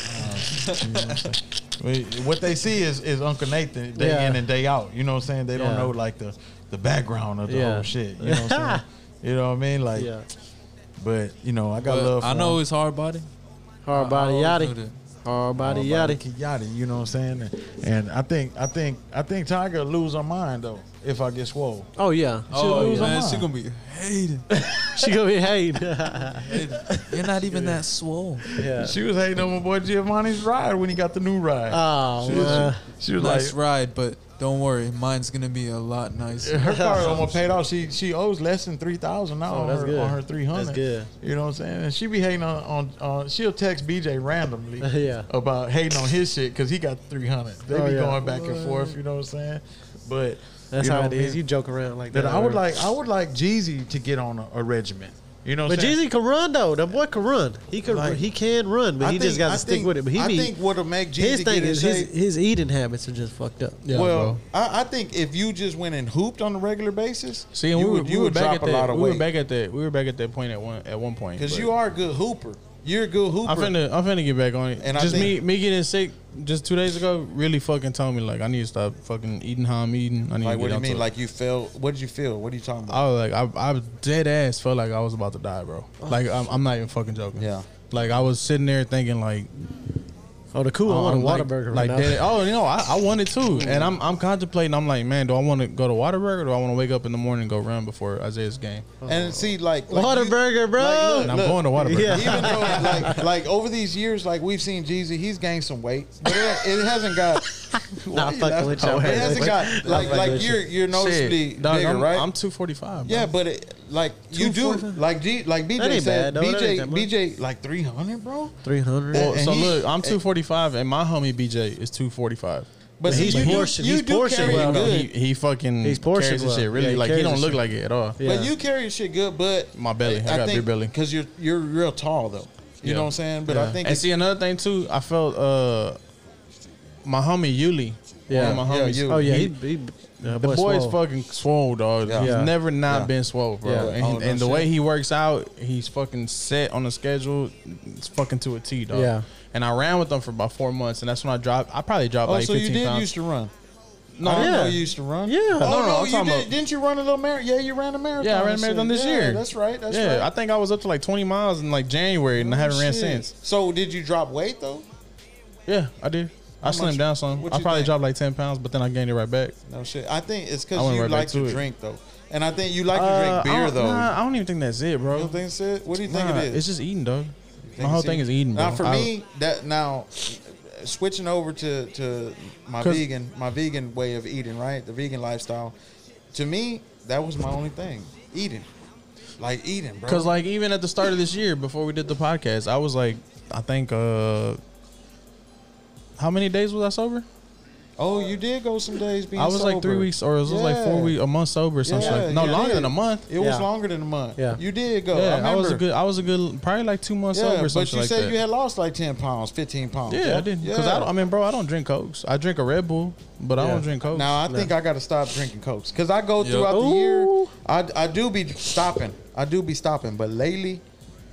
nigga. Uh, you know what I'm saying? Wait, what they see is, is Uncle Nathan day Yeah. in and day out. You know what I'm saying? They don't Yeah. know like the, the background of the Yeah. whole shit. You know what I'm saying? You know what I mean? Like, Yeah. but you know, I got But love. For I know him. it's hard body. Hard body I always knew yachty. that. Hard body Nobody yachty. can yachty, You know what I'm saying? And, and I think I think I think Tiger will lose her mind though if I get swole. Oh yeah. Oh lose her man, she mind. gonna be hating. She gonna be hating. yeah. hating. You're not even that swole. She was hating on my boy Giovanni's ride when he got the new ride. Oh she, man. was, she was like, nice ride, but don't worry, mine's gonna be a lot nicer. her car almost paid off. She she owes less than three thousand now Oh, on, that's her, good. on her three hundred. That's good. You know what I'm saying? And she be hating on on, on she'll text BJ randomly Yeah. about hating on his shit because he got three hundred. They Oh, be yeah. going back and forth. You know what I'm saying? But That's you know how what it I is. mean? You joke around like that. That I would bro. like I would like Jeezy to get on a, a regiment. You know, what But I'm saying? Jeezy can run though. That boy can run. He can Like- he can run, but I he think- just got I to stick think- with it. But he I be, think what'll make Jeezy his thing get in is his, shape- his eating habits are just fucked up. Yeah, well, bro. I, I think if you just went and hooped on a regular basis, See, and you we were, would, we you were would back drop at a that, lot of we weight. were back at that. We were back at that point at one at one point. Because but- you are a good hooper. You're a good hooper. I'm finna, I'm finna get back on it. And And I just think- me, me getting sick just two days ago really fucking told me like I need to stop fucking eating how I'm eating. I need Like what to get do you onto mean? it. Like you felt? What did you feel? What are you talking about? I was like, I, I was dead ass felt like I was about to die, bro. Like I'm, I'm not even fucking joking. Yeah. Like I was sitting there thinking like, Oh, the cool. I want I'm a like, Whataburger Like right now. dead, oh, you know, I, I wanted to, and I'm, I'm contemplating. I'm like, man, do I want to go to Waterburger or do I want to wake up in the morning and go run before Isaiah's game? and see, like, like Whataburger, bro. Like, And I'm Look, going to Waterburger. yeah. even though, like, like over these years, like we've seen Jeezy, he's gained some weight, but it, it hasn't got. Why Nah, you fucking laughing? with you. I'm It fucking hasn't with got like fucking like with you're you're noticeably Shit, dog, bigger, I'm, right? I'm 245. bro. yeah, but it, like you do, 245? like G, like That BJ ain't bad, said, though. That ain't BJ that much. BJ like three hundred, bro. Three hundred. Well, so and he- look, I'm 245, and my homie BJ is 245. But He's see, you do- portion- you he's do portion carry well, it though. good, He, he fucking He's portioned carries his well. shit really Yeah, he like he carries don't his look shit. like it at all. Yeah. But you carry your shit good, but My belly. I got think, big belly. because you're you're real tall though. You Yeah. know what I'm saying? But I think And see another thing too, I felt uh my homie Yuli. Yeah. One of my homies. Yeah, Yuli. Oh yeah, he- he, he, uh, the boy is swole. fucking swole, dog. Yeah. He's Yeah. never not Yeah. been swole, bro. Yeah. And, he- Oh, no and the shit. way he works out, he's fucking set on a schedule. It's fucking to a T, dog. Yeah. And I ran with him for about four months, and that's when I dropped. I probably dropped oh, like so you fifteen did pounds. used to run. no, I didn't yeah. know you used to run. Yeah. Oh No, no, no, I'm you talking did, about- didn't you run a little marathon? Yeah, you ran a marathon. yeah, I ran a and marathon shit. this Yeah, year. That's right. That's yeah, I right. think I was up to like twenty miles in like January, and I haven't ran Shit. since. So did you drop weight though? Yeah, I did. I How slimmed much- down some. I what you probably think? dropped like ten pounds, but then I gained it right back. No shit. I think it's I because went you right back like to to it. drink though, and I think you like Uh, to drink I beer don't- though. Nah, I don't even think that's it, You don't bro. think so? What do you think Nah, it is? It's just eating, dog. Think My whole it's thing eating? is eating. Bro. Now for I- me, that now switching over to, to my 'Cause- vegan my vegan way of eating, right? The vegan lifestyle. To me, that was my only thing. Eating. Like eating, bro. Because like even at the start of this year, before we did the podcast, I was like, I think, uh how many days was I sober? oh, you did go some days being I was like three sober. weeks, or it was like four Yeah. weeks, a month sober, or something. Yeah, like, no, you longer did. than a month. It was Yeah. longer than a month. Yeah. You did go. yeah, I, I, was a remember. good. I was a good, probably like two months Yeah, sober, or but something you like said that. you had lost like ten pounds, fifteen pounds. yeah, I did. Because I, don't- I mean, bro, I don't drink cokes. I drink a Red Bull, but I Yeah. don't drink cokes. Now I think I got to stop drinking cokes because I go throughout the year. Ooh. I, I do be stopping. I do be stopping, but lately.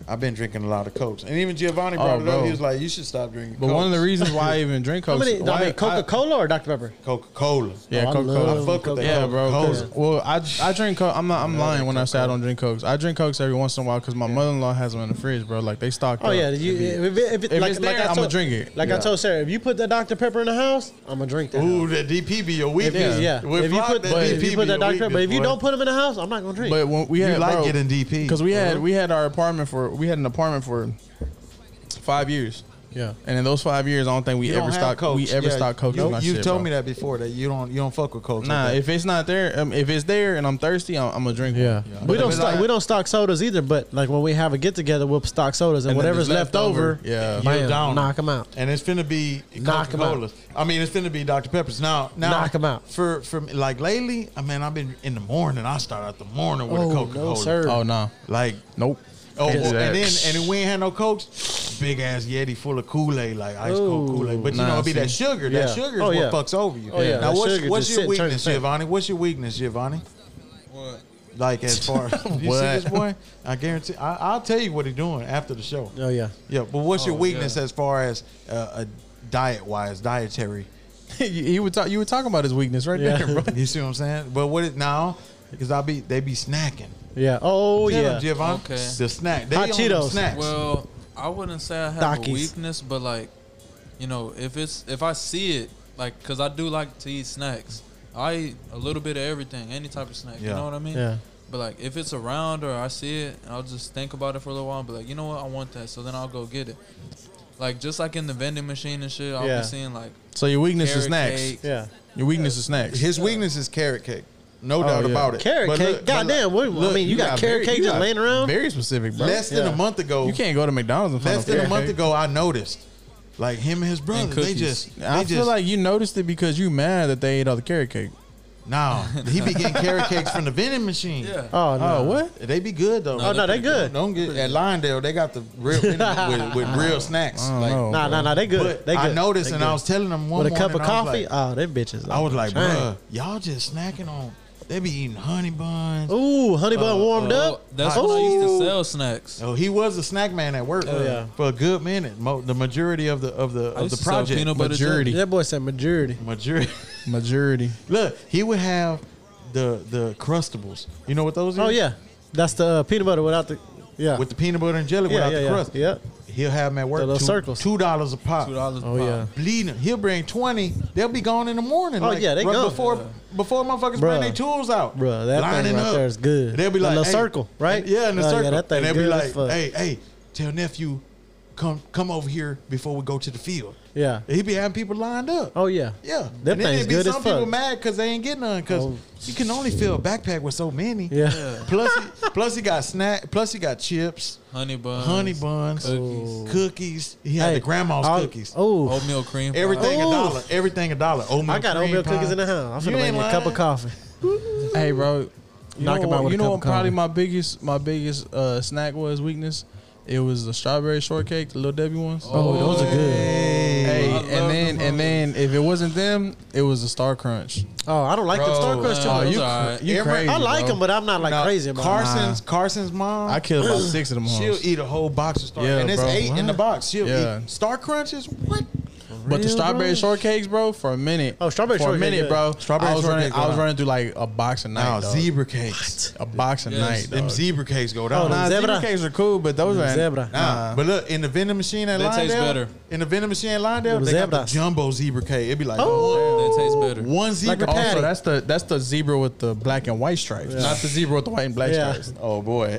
I've been drinking a lot of cokes, and even Giovanni brought Oh, it up. bro. He was like, "You should stop drinking." but one of the reasons why I even drink How cokes, many? why I mean, Coca Cola or Dr Pepper? Coca Cola. yeah, Oh, I Coca love Cola. I fuck with that. Yeah, Coke. bro. Coke. 'cause- Well, I I drink. Coke. I'm not. I'm lying when I say I don't drink cokes. I drink cokes every once in a while because my mother in law has them in the fridge, bro. Like they stocked. Oh up. yeah, you, if, it- if, it- If like, it's like there, I I'ma told, drink it. Like I told Sarah, if you put that Dr Pepper in the house, I'm gonna drink that. Ooh, that DP be your If you, weakness. yeah, With if you Flock, put, that if DP you put be that Dr your Pepper, weakness, but if you boy. don't put them in the house, I'm not gonna drink. But when we You had like getting DP, because we had we had our apartment for we had an apartment for five years, yeah, and in those five years, I don't think we You don't ever have stocked Cokes. we ever Yeah, stocked Coke. You, you told me that before that you don't you don't fuck with Coke. Nah, if it's not there, um, if it's there and I'm thirsty, I'm, I'm gonna drink. one. yeah. But We if don't it's stock not- we don't stock sodas either. But like when we have a get together, we'll stock sodas and, And then whatever's it's left, left over, over, yeah. You're down. bam, knock them out. and it's finna be Knock 'em Coca-Cola. I mean, it's finna be Dr. Peppers. Now, now Knock 'em out. For for me, like lately, I mean, I've been in the morning. I start out the morning with Oh, a Coca-Cola. no, sir. Oh no, Like nope. oh, Yes. and then and then we ain't had no cokes. Big ass Yeti full of Kool Aid, like ice cold Ooh. Kool Aid. But you Nah, know, it be see. that sugar. That Yeah. sugar is Oh, what yeah. fucks over you. Oh, yeah. Now That what's sugar what's just your sit and turn weakness, the thing. Giovanni? What's your weakness, Giovanni? What? Like as far as you see What? this boy, I guarantee I, I'll tell you what he's doing after the show. Oh yeah, Yeah, but what's your Oh, weakness yeah. as far as uh, a diet wise, dietary? you, you were talk, you were talking about his weakness right Yeah. there, bro. You see what I'm saying? But what it now? Because I be they be snacking. yeah. Oh Tell 'em, yeah. Giovanni, Okay. The snack. They Hot on them Cheetos. Snacks. Well, I wouldn't say I have a Takis. weakness, but like, you know, if it's if I see it, like, cause I do like to eat snacks. I eat a little bit of everything, any type of snack. Yeah. You know what I mean? Yeah. But like, if it's around or I see it, I'll just think about it for a little while. And be like, you know what, I want that, so then I'll go get it. Like just like in the vending machine and shit, I'll Yeah. be seeing like So your weakness carrot is snacks. cake. Yeah. Your weakness is snacks. His weakness is carrot cake. No doubt yeah. about it. Carrot But cake. look- but Goddamn. look, What? I mean, you, got, carrot very- cake you just got laying around. Very specific, bro. Less than Yeah. a month ago, you can't go to McDonald's and find less than a carrot month cake. ago, I noticed. Like him and his brother, they cookies. just. They I just, feel like you noticed it because you mad that they ate all the carrot cake. nah. He be getting carrot cakes from the vending machine. yeah. oh no. Oh, what? They be good though. Oh no, they good. Don't get at Lyondale. They got the real with, with real snacks. I don't Like, know. Nah, nah, nah. They good. But They good. I noticed, They and good. I was telling them one with a cup of morning, I was coffee. like- oh, that bitches. I was like, dang. bruh, y'all just snacking on. They be eating honey buns. Ooh, honey bun warmed Uh, up. That's oh, when I used to sell snacks. Oh, he was a snack man at work Oh, yeah. for a good minute. Mo- the majority of the of the I of used the to sell project. peanut butter majority. That boy said majority. majority. Majority. Look, he would have the the crustables. You know what those are? Oh yeah, that's the uh, peanut butter without the yeah. With the peanut butter and jelly Yeah, without yeah, the yeah. crust. Yep. He'll have them at work. little two- circles. Two dollars a pop. Two dollars. oh yeah, bleeding. He'll bring twenty. They'll be gone in the morning. Oh, like, yeah, they right gone. before before motherfuckers bring Bruh. their tools out. Bruh, that lining thing right up. there is good. They'll be The like little hey. circle, right? And- yeah, in the Oh, yeah, circle. that thing and they'll be good like, as fuck. hey, hey, tell nephew, come come over here before we go to the field. yeah. He be having people lined up. Oh yeah, Yeah, That and then thing's it be good as some people fuck. mad because they ain't get none because Oh. you can only fill a backpack with so many. Yeah. plus, he, plus he got snack. Plus he got chips, Honey buns. honey buns, Cookies. cookies. He had the grandma's cookies. Oh, Oatmeal cream. pie. Everything a Ooh. dollar. Everything a dollar. Oatmeal I got cream oatmeal pie. cookies in the house. I'm You gonna make ain't me a cup of lying. coffee. Hey, bro. You Knock know, 'em what- out with a you know cup what of coffee. probably my biggest my biggest uh, snack was weakness? It was the strawberry shortcake, the little Debbie ones. Oh, those are good. Hey, I love and then them and then if it wasn't them, it was the Star Crunch. Oh, I don't like them star crunch too uh, much. you- alright. you Emer- crazy, I like bro. them, but I'm not like Now, crazy about them. Carson's Carson's mom. I killed about six of them. she'll hoes. eat a whole box of Star. Yeah, and it's bro. eight in the What? box. She'll Yeah. eat Star Crunches. What? But the Real, strawberry bro? shortcakes, bro, for a minute. Oh, strawberry for a shortcake, minute, yeah. bro. Strawberry I was shortcake running. go I was down. running through like a box a Now night. dog. zebra cakes. A box a night. Them dog. zebra cakes go down. no, Nah, Zebra. zebra cakes are cool, but those are Zebra. Nah, but look in the vending machine at They Lyondale. taste better. In the vending machine at Lyondale, Them they got the zebras. jumbo zebra cake. It'd be like That Oh, tastes better. one Like zebra a also, patty. that's the that's the zebra with the black and white stripes, not the zebra with the white and black Yeah. stripes. Oh boy,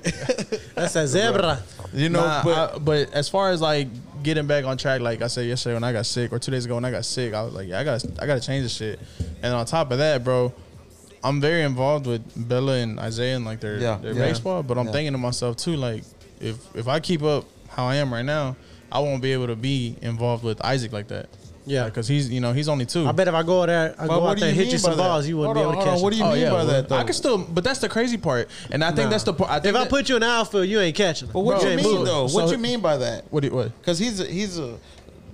that's a zebra. you know. Nah, I- but but as far as like getting back on track. Like I said yesterday when I got sick, or two days ago when I got sick, I was like, yeah, I got I got to change this shit. And on top of that, bro, I'm very involved with Bella and Isaiah and like their Yeah, their yeah. baseball. But I'm Yeah. thinking to myself too, like if if I keep up how I am right now, I won't be able to be involved with Isaac like that. Yeah. because he's you know he's only two. I bet if I go out there, I But go what out do there and you hit you mean some by that? balls, you wouldn't Hold be able on, to hold on, catch what do you them. mean by that, though? Oh, I can still, but that's the crazy part, and I think Nah. that's the part. I think If I that- put you in the outfield, you ain't catching them. But what Bro, you ain't mean moving. though? So- what you mean by that? what? do you- What? Because he's a, he's a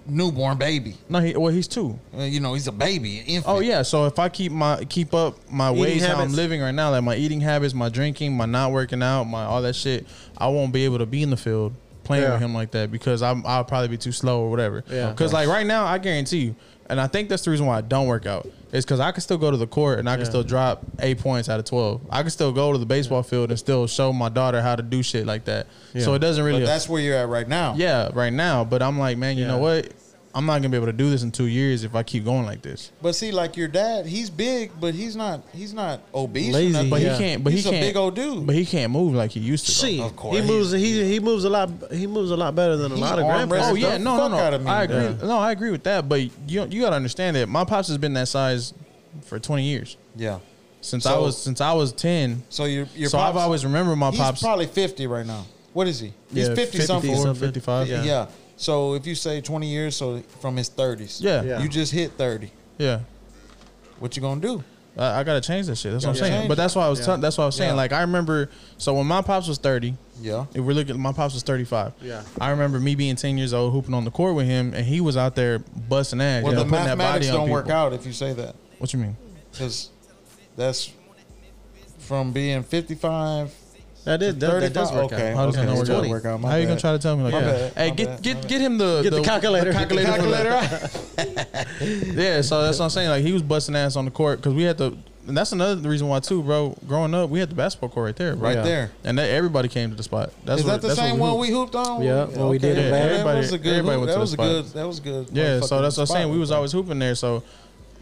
newborn baby. No, he, well, he's two. Uh, you know, he's a baby, an infant. Oh yeah, so if I keep my keep up my Eating ways how I'm habits. living right now, like my eating habits, my drinking, my not working out, my all that shit, I won't be able to be in the field playing Yeah. with him like that because I'm I'll probably be too slow or whatever. Yeah. Because like right now, I guarantee you, and I think that's the reason why I don't work out is because I can still go to the court and I can Yeah. still drop eight points out of twelve. I can still go to the baseball field and still show my daughter how to do shit like that. So Yeah. it doesn't But really that's where you're at right now. yeah right now. But I'm like, man, you Yeah. know what? I'm not gonna be able to do this in two years if I keep going like this. But see, like your dad, he's big, but he's not he's not obese. or Lazy, nothing. But Yeah. he can't. But He's he a can't. big old dude. But he can't move like he used to. though. Shit, Of course. he moves. He he moves a lot. He moves a lot better than a He lot of arm grandparents. Oh That's yeah, the no, no, fuck no. outta me. I agree. Yeah. No, I agree with that. But you you gotta understand that my pops has been that size for twenty years Yeah. since I So- was since I was ten. So your your so I've pops- always remembered my he's pops. probably fifty right now. What is he? He's Yeah, fifty, something. 50 54, something. 55. Yeah. Yeah. So if you say twenty years, so from his thirties. Yeah. Yeah. You just hit thirty. yeah. What you gonna do? I, I gotta change that shit. That's what I'm Gotta saying. change But that's why I was Yeah. tell- that's what I was saying. Yeah. Like I remember. So when my pops was thirty, Yeah. if we're looking, my pops was thirty five. Yeah. I remember me being ten years old, hooping on the court with him, and he was out there busting ass. Well, you know, the putting that body mathematics on don't work people. out if you say that, What you mean? because that's from being fifty-five. That is that, that does 35. work Okay. out. How does Okay, that not it work don't out? work out, How my you gonna bad. try to tell me like My that? bad, Hey, my get bad, get my get him the Get the calculator. calculator, for that. Calculator. Yeah, so that's what I'm saying. Like he was busting ass on the court because we had to. And that's another reason why too, bro. Growing up, we had the basketball court right there, bro. Right Yeah. there. and that, everybody came to the spot. That's Is what, that the that's what same one we hooped on? Yeah, when we did it yeah, back. That Everybody- was a good. everybody hoop. went to That the was a spot. good. That was a good. Yeah, so motherfucking that's what I'm spot saying. We right was there. always hooping there. So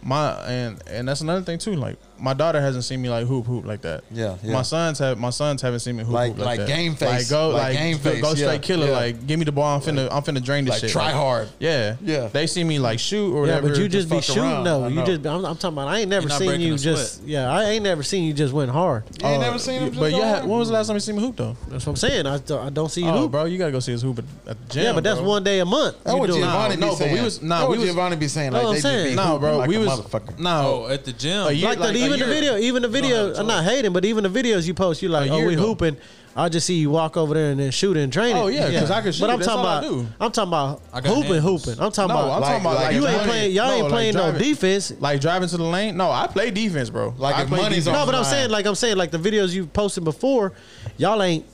my and and that's another thing too. Like my daughter hasn't seen me like hoop hoop like that. Yeah, yeah. My sons have my sons haven't seen me hoop Like- hoop like, like that. game Like face. go Like like, game go, face, go yeah, straight killer. yeah. Like give me the ball. I'm finna I'm finna drain this Like, shit. try hard. Yeah, Yeah. They see me like shoot or Yeah, whatever. but you just, be fuck shooting around, though. I You know. just I'm, I'm talking about. I ain't never You're not seen breaking you a just. Yeah, I ain't never seen you just went hard. You ain't never seen him. But yeah, when was the last time you seen me hoop though? That's what I'm saying. I, don't- I don't see you Oh, hoop. bro, you gotta go see his hoop at, at the gym. yeah, but that's bro. one day a month. That you what doing- Giovanni no, be but we saying. was- nah, That we what was- Giovanni be saying No, like I'm they just be saying. No, hooping bro, like we a was motherfucker. no. Oh, at the gym. a year- like, like the, a even the year. video, even the video. I'm not hating, but even the videos you post, you like, A oh, year we ago. hooping. I just see you walk over there and then shoot and train. Oh, yeah, 'cause I can shoot. But I'm That's talking all I about, do. am talking about I got hooping, hands. hooping. I'm talking No, about. I'm talking about like, like you ain't driving- playing. Y'all no, ain't like playing no driving- defense. Like driving to the lane. No, I play defense, bro. Like, I if play money's defense. on- No, but I'm Right. saying, like I'm saying, like the videos you posted before, y'all ain't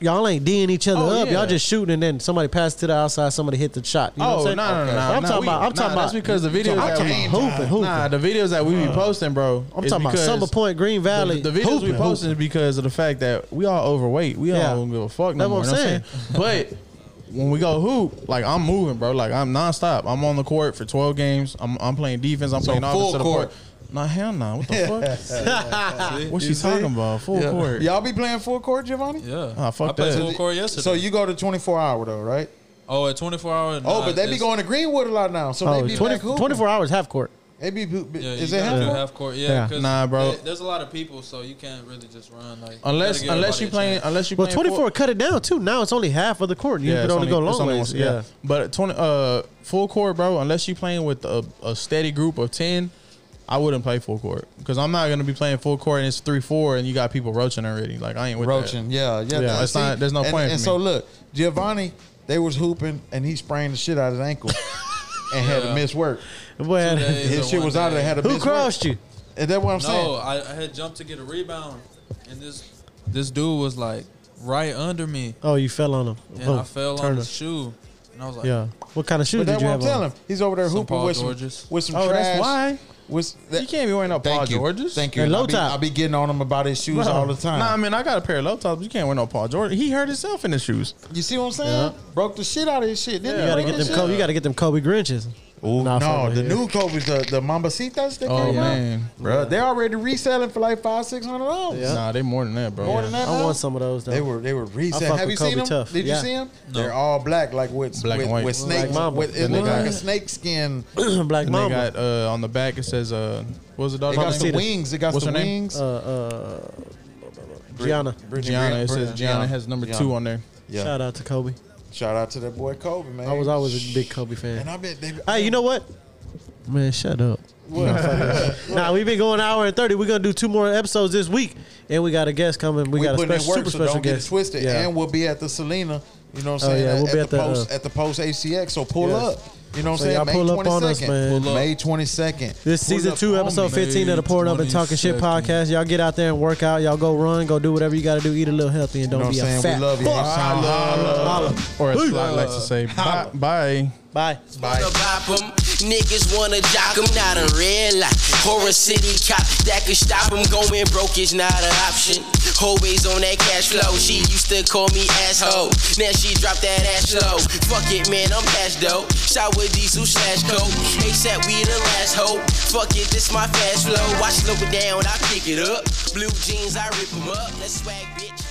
y'all ain't D'ing each other Oh, up. yeah. Y'all just shooting and then somebody passed to the outside, somebody hit the shot. You know Oh what no I'm saying? no no! no, I'm no, talking we- about. I'm nah, talking That's about. because the videos. about that we- game hooping, hooping. Nah, the videos that we be posting, bro. I'm is talking about because Summer Point, Green Valley. The, the videos hooping, we posting is because of the fact that we all overweight. We Yeah. all don't give a fuck no That's more. what you know I'm what I'm saying? but when we go hoop, like I'm moving, bro. Like I'm nonstop. I'm on the court for 12 games. I'm, I'm playing defense. I'm playing offense full to the court. court. Nah, hell nah. What the fuck? what she You see? talking about? Full Yeah. court. Y'all be playing full court, Giovanni? Yeah. Ah, fuck I played that. full court yesterday. So you go to 24 hour though, right? oh, at 24 hour. Oh, nah, but they be it's- going to Greenwood a lot now. So Oh, they be 20 back hooping. 24 hours half court. They be, hoop- Yeah, is you it gotta do half? court? half court? Yeah, Yeah. 'cause Nah, bro. there- there's a lot of people, so you can't really just run like Unless you gotta give unless you everybody a playing chance. unless you Well, playing 24 full- cut it down too. Now it's only half of the court. You could it's only, go it's long only ways. one- yeah. But at 20, uh, full court, bro, unless you playing with a, a steady group of 10, I wouldn't play full court because I'm not going to be playing full court and it's 3 4 and you got people roaching already. Like, I ain't with Roaching, yeah, yeah. Yeah, that- it's not- there's no and, point And for me. so look, Giovanni, they was hooping and he sprained the shit out of his ankle and had to miss work. Well, Today- He's His a shit one was out of day. there. Had to who miss work. crossed you? Is that what I'm No, saying? I, I had jumped to get a rebound, and this this dude was like right under me, Oh, you fell on him. and oh, I fell on Turner. his shoe, and I was like, Yeah. What kind of shoe But did that's you what have I'm on? telling him. He's over there Some hooping Paul with some, Georges. with some Oh, trash. that's why? With, that. You can't be wearing no Paul Thank you. Georges. Thank you. And And low I, be, top. I be getting on him about his shoes all the time. Nah, I mean, I got a pair of low tops. but You can't wear no Paul Jordan. He hurt himself in his shoes. you see what I'm saying? Broke the shit out of his shit. Didn't You he? gotta Broke get his them. shit. Kobe, you gotta get them Kobe Grinches. Ooh, Nah, no, fuck the it. new Kobe's, the, the Mambacitas that Oh came man, out, bro, they're already reselling for like five, six hundred dollars. Yeah. nah, they more than that, bro. More than that, I now? want some of those. Though. They were they were reselling. fuck Have with you Kobe seen them? tough. Did Yeah. you see them? They're all black, like with Black and with, white. with Black snake. Mamba. with, it Then they looks got- like a snake skin. Black And they Mamba. got uh, on the back it says uh, what was the It dog? got name? some wings. It got What's some her name? wings. uh, uh, Gianna. Brittany Gianna. Griner- It says Brittany- Gianna has number Gianna. two on there. Yeah. Shout out to Kobe. Shout out to that boy Kobe, man. I was always a big Kobe And fan. I bet they. Hey, you know what? Man, shut up. Nah, fuck it. nah, we've been going an hour and thirty. We're gonna do two more episodes this week, and we got a guest coming. We, we got a put in special, work, super so special don't get guest. it twisted. Yeah. And we'll be at the Selena. You know what I'm Oh, saying? yeah, we'll at, be at at the, the, post uh, at the post ACX. So pull yes. up. You know what So I'm y'all saying? pull May up on us, 22nd. man. Pull up. May This 22nd. Pull season up two, on episode me. fifteen of the Pouring Up and Talking Shit 22nd. podcast. Y'all get out there and work out. Y'all go run, go do whatever you got to do. Eat a little healthy and You know don't what be a I'm fat saying? We love you. fuck. Holla. Or as Fly likes to say, bye. bye. Bye. Bye. wanna bop 'em. Niggas wanna jock 'em, not a real life. Horror city cop that could stop 'em going broke is not an option. Always on that cash flow. She used to call me asshole. Now she dropped that ass low. Fuck it, man, I'm past dope. Shower diesel slash coke. ASAP, we the last hope. Fuck it, this my fast flow. I slow it down, I pick it up. Blue jeans, I rip 'em up. Let's swag, bitch.